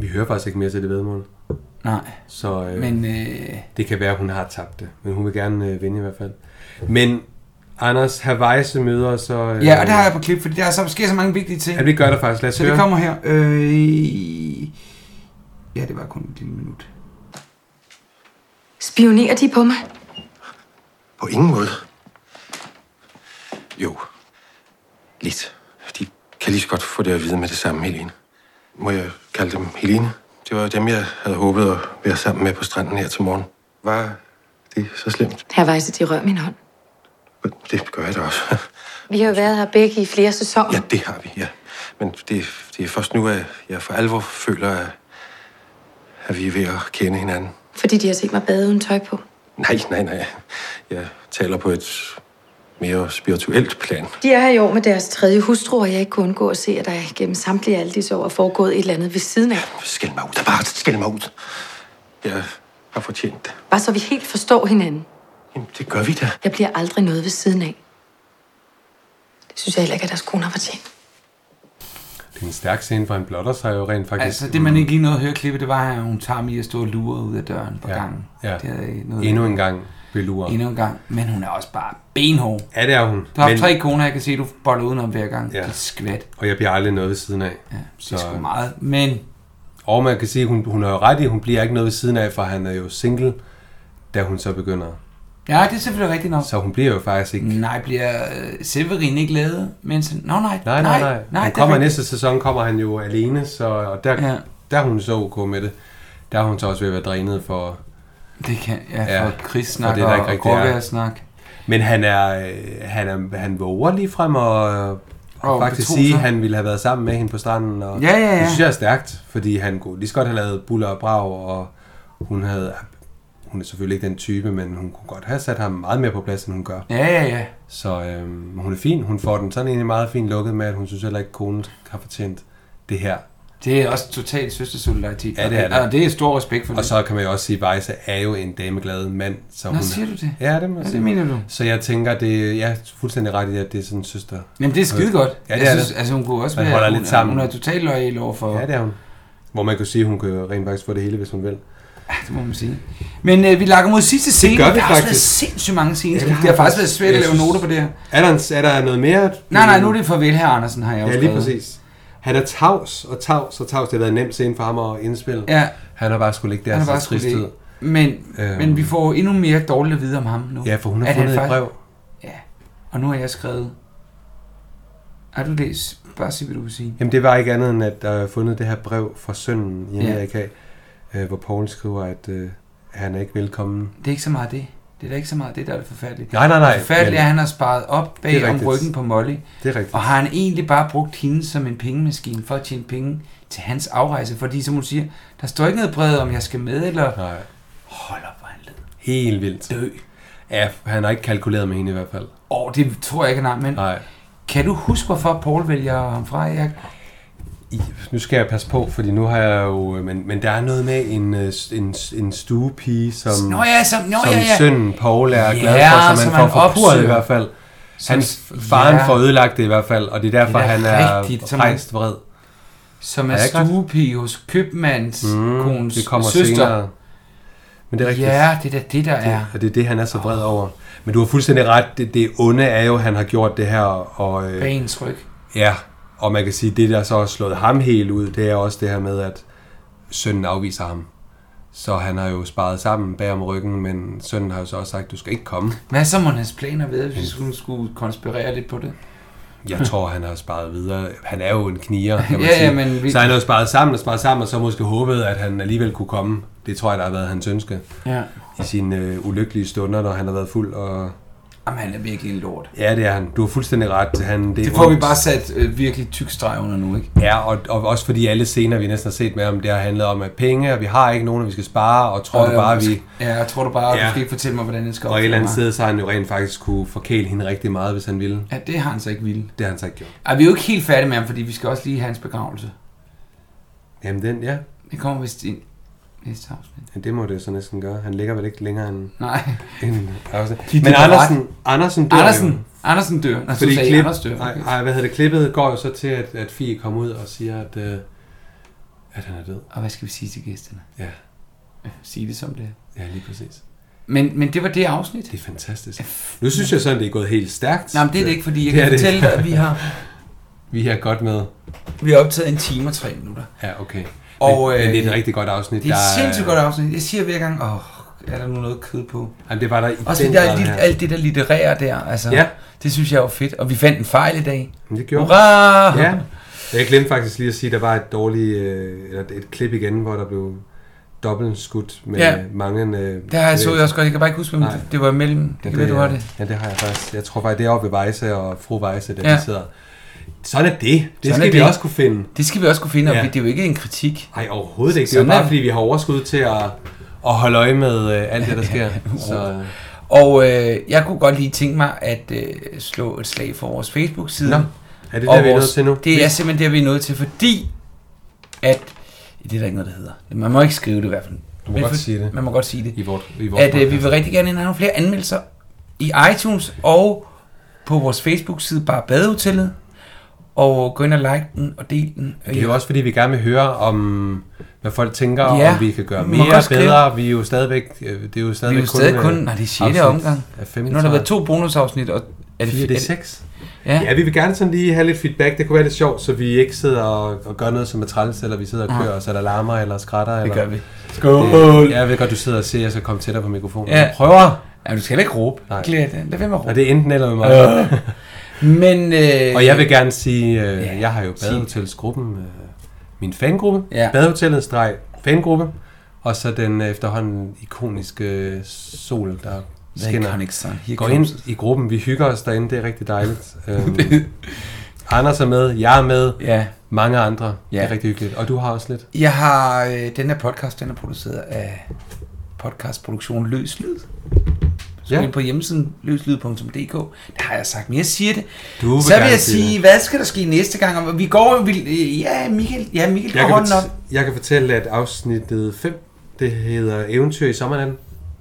Speaker 2: Vi hører faktisk ikke mere til det vedmål.
Speaker 1: Nej.
Speaker 2: Så øh,
Speaker 1: Men, øh,
Speaker 2: det kan være, hun har tabt det. Men hun vil gerne øh, vinde i hvert fald. Men Anders Havajse møder så... Øh,
Speaker 1: Ja, og det har jeg på klip, fordi der er så, sker så mange vigtige ting.
Speaker 2: Ja, det gør der faktisk. Lad os
Speaker 1: Så
Speaker 2: høre.
Speaker 1: det kommer her. Øh, ja, det var kun et lille minut.
Speaker 5: Spionerer de på mig?
Speaker 13: På ingen måde. Jo. Lidt. De kan lige så godt få det at vide med det samme, Helene. Må jeg kalde dem Helene? Det var dem, jeg havde håbet at være sammen med på stranden her til morgen. Var det så slemt?
Speaker 5: Her vejser de rør min hånd.
Speaker 13: Det gør jeg da også.
Speaker 5: Vi har jo været her begge i flere sæsoner.
Speaker 13: Ja, det har vi, ja. Men det, det er først nu, at jeg for alvor føler, at, at vi er ved at kende hinanden.
Speaker 5: Fordi de har set mig bade uden tøj på.
Speaker 13: Nej, nej, nej. Jeg taler på et mere spirituelt plan.
Speaker 5: De er her i år med deres tredje hustru, og jeg ikke kunne undgå at se, at der gennem samtlige alle disse år er foregået et eller andet ved siden af.
Speaker 13: Skæld mig ud, der bare skæld mig ud. Jeg har fortjent det.
Speaker 5: Bare så vi helt forstår hinanden.
Speaker 13: Jamen, det gør vi da.
Speaker 5: Jeg bliver aldrig noget ved siden af. Det synes jeg heller ikke, at deres kone har fortjent.
Speaker 2: Det er en stærk scene, for han blotter sig jo rent faktisk.
Speaker 1: Altså, det man ikke lige nåede at høre klippet, det var, at hun tager mig at stå og lure ud af døren på
Speaker 2: Ja,
Speaker 1: gangen.
Speaker 2: ja.
Speaker 1: Det havde jeg ikke noget
Speaker 2: Endnu en gang belurer.
Speaker 1: Endnu en gang. Men hun er også bare benhård.
Speaker 2: Ja, det er hun.
Speaker 1: Du har haft
Speaker 2: Men-
Speaker 1: tre koner, jeg kan se, du boller udenom hver gang. Ja. Det er skvat.
Speaker 2: Og jeg bliver aldrig noget ved siden af. Ja,
Speaker 1: det er sgu meget, men...
Speaker 2: Og man kan sige, hun, hun har jo ret i, hun bliver ikke noget ved siden af, for han er jo single, da hun så begynder.
Speaker 1: Ja, det er selvfølgelig rigtigt nok.
Speaker 2: Så hun bliver jo faktisk ikke...
Speaker 1: Nej, bliver øh, Severin ikke lavet, mens han... Nå, nej,
Speaker 2: Nej, nej, nej. nej han
Speaker 1: det er
Speaker 2: kommer
Speaker 1: rigtigt.
Speaker 2: næste sæson, kommer han jo alene, så, og der, ja. der er hun så ok med det. Der er hun så også ved at være drænet for...
Speaker 1: Det kan, ja, for krigssnak
Speaker 2: for det, der
Speaker 1: og-
Speaker 2: ikke rigtig
Speaker 1: og
Speaker 2: er.
Speaker 1: gråvejrssnak.
Speaker 2: Men han er, øh, han er, han våger lige frem og, øh, og
Speaker 1: Og
Speaker 2: faktisk
Speaker 1: betro
Speaker 2: sige,
Speaker 1: sig.
Speaker 2: at han ville have været sammen med hende på stranden. Og
Speaker 1: Ja, ja, ja.
Speaker 2: Det synes jeg er stærkt, fordi han kunne lige så godt have lavet buller og brag, og hun havde, hun er selvfølgelig ikke den type, men hun kunne godt have sat ham meget mere på plads, end hun gør.
Speaker 1: Ja, ja, ja.
Speaker 2: Så øh, hun er fin. Hun får den sådan egentlig meget fint lukket med, at hun synes heller ikke, at konen har fortjent det her.
Speaker 1: Det er også totalt søstersolidaritet.
Speaker 2: Ja, det er det.
Speaker 1: Og det er stor respekt for
Speaker 2: og
Speaker 1: det.
Speaker 2: så kan man jo også sige, at Weisse er jo en dameglad mand. Så
Speaker 1: Nå,
Speaker 2: hun...
Speaker 1: siger du det?
Speaker 2: Ja, det må jeg
Speaker 1: Ja, det
Speaker 2: sige.
Speaker 1: mener du.
Speaker 2: Så jeg tænker, det jeg er fuldstændig ret i, at det er sådan en søster.
Speaker 1: Jamen, det er skide godt.
Speaker 2: Ja, det
Speaker 1: jeg
Speaker 2: er
Speaker 1: synes,
Speaker 2: det.
Speaker 1: Altså, hun kunne også
Speaker 2: Man
Speaker 1: være...
Speaker 2: holder
Speaker 1: hun,
Speaker 2: lidt sammen.
Speaker 1: Hun er totalt lojal overfor...
Speaker 2: Ja, det er hun. Hvor man kan sige, at hun kan rent faktisk få det hele, hvis hun vil.
Speaker 1: Ja, det må man sige. Men øh, vi lakker mod sidste scene.
Speaker 2: Det gør vi
Speaker 1: der har også været
Speaker 2: faktisk.
Speaker 1: sindssygt mange scener. Ja, det, har faktisk været svært at
Speaker 2: Jeg
Speaker 1: lave
Speaker 2: synes-
Speaker 1: noter på det her.
Speaker 2: Er der, en, er der noget mere?
Speaker 1: Nej, nej, nu er det farvel her, Andersen, har jeg jo
Speaker 2: Ja, lige
Speaker 1: skrevet.
Speaker 2: præcis. Han er tavs og tavs og tavs. Det har været en nem scene for ham at indspille.
Speaker 1: Ja.
Speaker 2: Han har bare skulle ligge der
Speaker 1: Han
Speaker 2: og
Speaker 1: har
Speaker 2: se
Speaker 1: bare
Speaker 2: trist
Speaker 1: skulle
Speaker 2: ud.
Speaker 1: ligge. Men,
Speaker 2: Øhm.
Speaker 1: øhm. men vi får endnu mere dårligt at vide om ham nu.
Speaker 2: Ja, for hun har
Speaker 1: At han
Speaker 2: fundet et
Speaker 1: faktisk-
Speaker 2: brev.
Speaker 1: Ja, og nu har jeg skrevet... Har du læst? Bare sig, hvad du vil sige.
Speaker 2: Jamen, det var ikke andet end, at der er fundet det her brev fra sønnen i
Speaker 1: Ja.
Speaker 2: Amerika, øh, hvor Paul skriver, at øh, han er ikke velkommen.
Speaker 1: Det er ikke så meget det. Det er da ikke så meget det, der er det forfærdelige.
Speaker 2: Nej, nej, nej,
Speaker 1: Det forfærdelige
Speaker 2: men-
Speaker 1: er, at han har sparet op
Speaker 2: Det
Speaker 1: bag
Speaker 2: er
Speaker 1: om
Speaker 2: rigtigt.
Speaker 1: ryggen på Molly.
Speaker 2: Det er rigtigt.
Speaker 1: Og har han egentlig bare brugt hende som en pengemaskine for at tjene penge til hans afrejse? Fordi, som hun siger, der står ikke noget brev om, jeg skal med, eller...
Speaker 2: Nej.
Speaker 1: Hold op, hvor er han led.
Speaker 2: Helt vildt.
Speaker 1: Dø.
Speaker 2: Ja, han har ikke kalkuleret med hende i hvert fald.
Speaker 1: Åh, det tror jeg ikke, nej, men...
Speaker 2: Nej.
Speaker 1: Kan du huske, hvorfor Paul vælger ham fra, Erik?
Speaker 2: I- Nu skal jeg passe på, fordi nu har jeg jo... Men, men der er noget med en, øh, en, en stuepige, som,
Speaker 1: Nå ja, som- nå
Speaker 2: som
Speaker 1: ja, ja.
Speaker 2: sønnen Paul er
Speaker 1: Ja,
Speaker 2: glad for, som
Speaker 1: som
Speaker 2: han
Speaker 1: han
Speaker 2: får forpurret i
Speaker 1: opsøger.
Speaker 2: hvert fald.
Speaker 1: Som-
Speaker 2: Hans faren
Speaker 1: ja.
Speaker 2: får ødelagt det i hvert fald, og det er derfor,
Speaker 1: Det er
Speaker 2: han er
Speaker 1: rigtigt, som-
Speaker 2: rejst vred.
Speaker 1: Som
Speaker 2: Har
Speaker 1: er
Speaker 2: jeg ikke ret?
Speaker 1: stuepige hos købmands
Speaker 2: Mm,
Speaker 1: mm, kones
Speaker 2: det kommer
Speaker 1: søster.
Speaker 2: senere. Men det er rigtigt.
Speaker 1: Ja, det er da det, der er.
Speaker 2: Og det er det, han er så vred over. Men du har fuldstændig ret. Det, det onde er jo, at han har gjort det her. Og, øh,
Speaker 1: Bag ens ryg.
Speaker 2: Ja, og man kan sige, at det, der så har slået ham helt ud, det er også det her med, at sønnen afviser ham. Så han har jo sparet sammen bag om ryggen, men sønnen har jo så også sagt, du skal ikke komme.
Speaker 1: Hvad er så må hans planer ved, hvis
Speaker 2: Mm.
Speaker 1: hun skulle konspirere lidt på det?
Speaker 2: Jeg tror, han har sparet videre. Han er jo en kniger, kan man
Speaker 1: Ja,
Speaker 2: sige.
Speaker 1: ja, men vi-
Speaker 2: Så han har jo sparet sammen og sparet sammen, og så måske håbet, at han alligevel kunne komme. Det tror jeg, der har været hans ønske.
Speaker 1: Ja.
Speaker 2: I sine øh, ulykkelige stunder, når han har været fuld. Og...
Speaker 1: Jamen, han er virkelig en lort.
Speaker 2: Ja, det er han. Du har fuldstændig ret. Han,
Speaker 1: Det, det får vi
Speaker 2: ondt.
Speaker 1: bare sat øh, virkelig tyk streg under nu, ikke?
Speaker 2: Ja, og, og også fordi alle scener, vi næsten har set med ham, det har handlet om, at penge, og vi har ikke nogen, og vi skal spare, og tror
Speaker 1: Og
Speaker 2: du
Speaker 1: jeg
Speaker 2: bare,
Speaker 1: måske-
Speaker 2: vi...
Speaker 1: Ja, jeg tror du bare,
Speaker 2: Ja.
Speaker 1: ja. du skal ikke fortælle mig, hvordan det skal
Speaker 2: Og et eller andet
Speaker 1: opføre mig.
Speaker 2: sted, så har han jo rent faktisk kunne forkæle hende rigtig meget, hvis han ville.
Speaker 1: Ja, det har han så ikke ville.
Speaker 2: Det har han så ikke gjort.
Speaker 1: Ej, vi er jo ikke helt færdige med ham, fordi vi skal også lige have hans begravelse.
Speaker 2: Jamen den, ja.
Speaker 1: Det kommer vist i næste afsnit.
Speaker 2: Men det må det jo så næsten gøre. Han ligger vel ikke længere end...
Speaker 1: Nej.
Speaker 2: end Andersen.
Speaker 1: De
Speaker 2: Men
Speaker 1: dør
Speaker 2: Andersen,
Speaker 1: ret.
Speaker 2: Andersen dør
Speaker 1: Andersen-
Speaker 2: jo.
Speaker 1: Andersen dør. Nå, så
Speaker 2: Fordi
Speaker 1: sagde I
Speaker 2: klip,
Speaker 1: Anders dør.
Speaker 2: Nej,
Speaker 1: Okay.
Speaker 2: nej, hvad hedder det? Klippet går jo så til, at, at Fie kommer ud og siger, at, øh, at han er død.
Speaker 1: Og hvad skal vi sige til gæsterne?
Speaker 2: Ja.
Speaker 1: Sige det som det er.
Speaker 2: Ja, lige præcis.
Speaker 1: Men, men det var det afsnit.
Speaker 2: Det er fantastisk. Nu synes jeg sådan, det er gået helt stærkt.
Speaker 1: Nej, men det er det ikke, fordi jeg
Speaker 2: Det
Speaker 1: kan
Speaker 2: er det.
Speaker 1: fortælle dig, at vi har,
Speaker 2: Vi er godt med.
Speaker 1: vi har optaget en time og tre minutter.
Speaker 2: Ja, okay. Men,
Speaker 1: Og,
Speaker 2: og, øh, men det er et
Speaker 1: øh,
Speaker 2: rigtig godt afsnit.
Speaker 1: Det er et
Speaker 2: Der
Speaker 1: sindssygt godt afsnit. Jeg siger hver gang, åh, oh, er der nu noget kød på?
Speaker 2: Jamen, det var der i
Speaker 1: Også
Speaker 2: den
Speaker 1: det der,
Speaker 2: grad
Speaker 1: alt,
Speaker 2: her.
Speaker 1: alt det der litterære der, altså.
Speaker 2: Ja.
Speaker 1: Det synes jeg var fedt. Og vi fandt en fejl i dag.
Speaker 2: Men det gjorde
Speaker 1: Hurra!
Speaker 2: Ja. Jeg glemte faktisk lige at sige, at der var et dårligt, øh, eller et klip igen, hvor der blev dobbelt skudt med ja.
Speaker 1: Ja.
Speaker 2: mange... Øh,
Speaker 1: Det har jeg så jeg også godt. Jeg kan bare ikke huske, hvem
Speaker 2: Nej.
Speaker 1: det- det var imellem. Det kan være, du har det.
Speaker 2: Ja, det har jeg faktisk. Jeg tror faktisk, det er oppe ved Vejse og fru Vejse, der ja.
Speaker 1: Ja.
Speaker 2: de sidder. Sådan er det. Det
Speaker 1: Sådan
Speaker 2: skal
Speaker 1: er
Speaker 2: vi
Speaker 1: det.
Speaker 2: også kunne finde.
Speaker 1: Det skal vi også kunne finde, og vi- det er jo ikke en kritik.
Speaker 2: Nej, overhovedet ikke. Det er jo
Speaker 1: Sådan er
Speaker 2: bare,
Speaker 1: det.
Speaker 2: fordi vi har overskud til at, at holde øje med øh, alt det, der sker. Så, øh,
Speaker 1: Og øh, jeg kunne godt lige tænke mig at øh, slå et slag for vores Facebook-side.
Speaker 2: Nå, er det
Speaker 1: Og
Speaker 2: der, vi er
Speaker 1: vores-
Speaker 2: nået til nu?
Speaker 1: Det er simpelthen det, vi er nået til, fordi at... Det er der ikke noget, der hedder. Man må ikke skrive det i hvert fald.
Speaker 2: Du må
Speaker 1: Men
Speaker 2: godt sige det.
Speaker 1: Man må godt sige det.
Speaker 2: I vort- i vores
Speaker 1: at øh, vi
Speaker 2: podcast.
Speaker 1: vil rigtig gerne have nogle flere anmeldelser i iTunes og på vores Facebook-side bare badehotellet. Og gå ind og like den og del den.
Speaker 2: Det er jo også fordi, vi gerne vil høre om, hvad folk tænker, ja,
Speaker 1: Ja,
Speaker 2: om vi kan gøre
Speaker 1: vi må
Speaker 2: mere
Speaker 1: godt skrive.
Speaker 2: bedre. Vi er jo stadigvæk, øh, det er jo
Speaker 1: Vi
Speaker 2: stadigvæk
Speaker 1: er jo stadig kun...
Speaker 2: øh,
Speaker 1: Nej, det er 6.
Speaker 2: afsnit
Speaker 1: omgang.
Speaker 2: Af 15,
Speaker 1: nu har der været to bonusafsnit, og...
Speaker 2: Er det, Fire, det er
Speaker 1: er det-
Speaker 2: seks? Ja.
Speaker 1: Ja.
Speaker 2: ja, vi vil gerne sådan lige have lidt feedback. Det kunne være lidt sjovt, så vi ikke sidder og, og gør noget, som er træls, eller vi sidder og
Speaker 1: Nej.
Speaker 2: kører os, eller larmer, eller skrætter. eller...
Speaker 1: gør vi.
Speaker 2: Skål! Det, jeg ved godt, du sidder og siger, at jeg skal komme tættere på mikrofonen.
Speaker 1: Ja.
Speaker 2: Jeg prøver!
Speaker 1: Ja, du skal heller ikke råbe.
Speaker 2: Nej.
Speaker 1: Lad lad være med at råbe.
Speaker 2: Og det er enten eller med mig.
Speaker 1: Øh. Men... Øh,
Speaker 2: Og jeg vil gerne sige, øh, ja, jeg har jo badehotelsgruppen, øh, min fangruppe, ja.
Speaker 1: Ja.
Speaker 2: badehotellet streg fangruppe, og så den øh, efterhånden ikoniske øh, sol, der
Speaker 1: The
Speaker 2: skinner.
Speaker 1: iconic sun. Here
Speaker 2: Gå
Speaker 1: comes
Speaker 2: ind i gruppen, vi hygger os derinde, det er rigtig dejligt. øhm, Anders er med, jeg er med,
Speaker 1: Ja.
Speaker 2: mange andre, ja. det er
Speaker 1: Ja.
Speaker 2: rigtig hyggeligt. Og du har også lidt.
Speaker 1: Jeg har... Øh, den her podcast, den er produceret af podcastproduktion Løs Lyd. Så
Speaker 2: Ja.
Speaker 1: ja. på hjemmesiden løslyd.dk. Der har jeg sagt, men jeg siger det.
Speaker 2: Du vil
Speaker 1: så vil
Speaker 2: gerne
Speaker 1: jeg
Speaker 2: sige
Speaker 1: sige, hvad skal der ske næste gang? Og vi går... Vi, øh, ja, Michael, ja, Michael går
Speaker 2: Jeg kan,
Speaker 1: hånden op.
Speaker 2: fort- jeg kan fortælle, at afsnittet 5, det hedder Eventyr i sommernatten.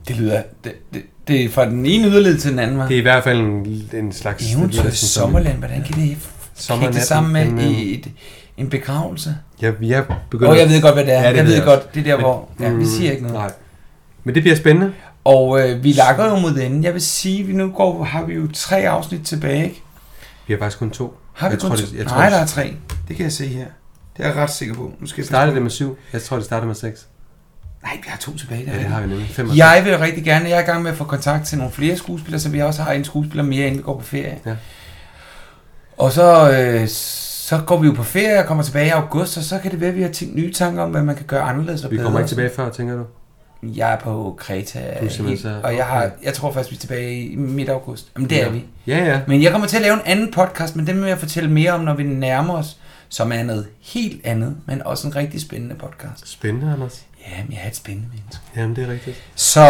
Speaker 1: Det lyder... Det, det, det er fra den ene yderled til den anden, hva'?
Speaker 2: Det er i hvert fald en, en slags... det lyder
Speaker 1: Eventyr i
Speaker 2: sådan som-
Speaker 1: Sommerland, hvordan kan det f- kigge
Speaker 2: Sommernatten,
Speaker 1: det sammen med
Speaker 2: den, øh,
Speaker 1: i et, en begravelse?
Speaker 2: Jeg, jeg begynder...
Speaker 1: Åh, oh, jeg ved godt, hvad det er. Ja, det jeg ved
Speaker 2: jeg også.
Speaker 1: godt, det er der,
Speaker 2: Men-
Speaker 1: hvor... Ja,
Speaker 2: mm,
Speaker 1: vi siger ikke noget.
Speaker 2: Nej. Men det bliver spændende.
Speaker 1: Og øh, vi lakker jo mod enden. Jeg vil sige, vi nu går, har vi jo tre afsnit tilbage, ikke?
Speaker 2: Vi har faktisk kun to.
Speaker 1: Har vi
Speaker 2: jeg
Speaker 1: kun
Speaker 2: tror,
Speaker 1: to?
Speaker 2: det, jeg tror,
Speaker 1: Nej, der er
Speaker 2: det-
Speaker 1: tre. Det kan jeg se her. Det er jeg ret sikker på. Nu skal jeg
Speaker 2: Startede det med syv? Jeg tror, det startede med seks.
Speaker 1: Nej, vi har to tilbage.
Speaker 2: Ja, det har vi nemlig. Fem og
Speaker 1: Jeg vil rigtig gerne, jeg er i gang med at få kontakt til nogle flere skuespillere, så vi også har en skuespiller mere, inden vi går på ferie.
Speaker 2: Ja.
Speaker 1: Og så, øh, så går vi jo på ferie og kommer tilbage i august, og så kan det være, at vi har tænkt nye tanker om, hvad man kan gøre anderledes og
Speaker 2: Vi
Speaker 1: bedre.
Speaker 2: kommer ikke tilbage før, tænker du?
Speaker 1: Jeg er på Kreta,
Speaker 2: Du er simpelthen
Speaker 1: helt,
Speaker 2: så-
Speaker 1: og jeg, har,
Speaker 2: okay.
Speaker 1: jeg tror faktisk, vi er tilbage i midt august. Jamen, det
Speaker 2: Ja.
Speaker 1: er vi.
Speaker 2: Ja, ja.
Speaker 1: Men jeg kommer til at lave en anden podcast, men den vil jeg fortælle mere om, når vi nærmer os, som er noget helt andet, men også en rigtig spændende podcast.
Speaker 2: Spændende, Anders.
Speaker 1: Jamen, jeg er et spændende menneske.
Speaker 2: Jamen, det er rigtigt.
Speaker 1: Så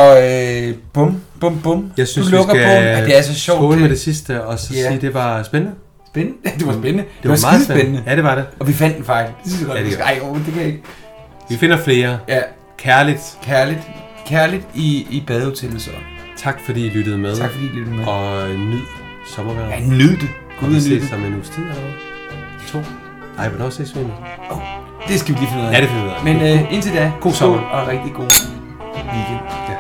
Speaker 1: øh, bum, bum, bum.
Speaker 2: Jeg synes,
Speaker 1: du lukker
Speaker 2: vi skal
Speaker 1: bogen. Ja, det er så sjovt.
Speaker 2: skåle med
Speaker 1: det-
Speaker 2: det sidste, og så
Speaker 1: Ja.
Speaker 2: sige, det var spændende.
Speaker 1: spændende. Det var spændende.
Speaker 2: var
Speaker 1: Det,
Speaker 2: meget
Speaker 1: skidespændende.
Speaker 2: spændende. Ja, det var det.
Speaker 1: Og vi fandt den faktisk. Det synes jeg godt,
Speaker 2: Ja,
Speaker 1: ja,
Speaker 2: det
Speaker 1: det
Speaker 2: gør
Speaker 1: Ej, åh, det kan jeg ikke.
Speaker 2: Vi finder flere.
Speaker 1: Ja.
Speaker 2: Kærligt.
Speaker 1: Kærligt. Kærligt i, i badehotellet så.
Speaker 2: Tak fordi I lyttede med.
Speaker 1: Tak fordi I lyttede med.
Speaker 2: Og nyd sommervejret.
Speaker 1: Ja, nyd det. Gå
Speaker 2: Gud, vi
Speaker 1: ud og nyd
Speaker 2: ses
Speaker 1: det.
Speaker 2: om en uges tid eller hvad? To. Nej, hvornår ses vi nu?
Speaker 1: Det skal vi lige finde ud af.
Speaker 2: Ja, det finder vi ud af.
Speaker 1: Men øh, indtil da,
Speaker 2: God
Speaker 1: skål
Speaker 2: sommer.
Speaker 1: og rigtig god weekend.
Speaker 2: Ja.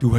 Speaker 14: Du har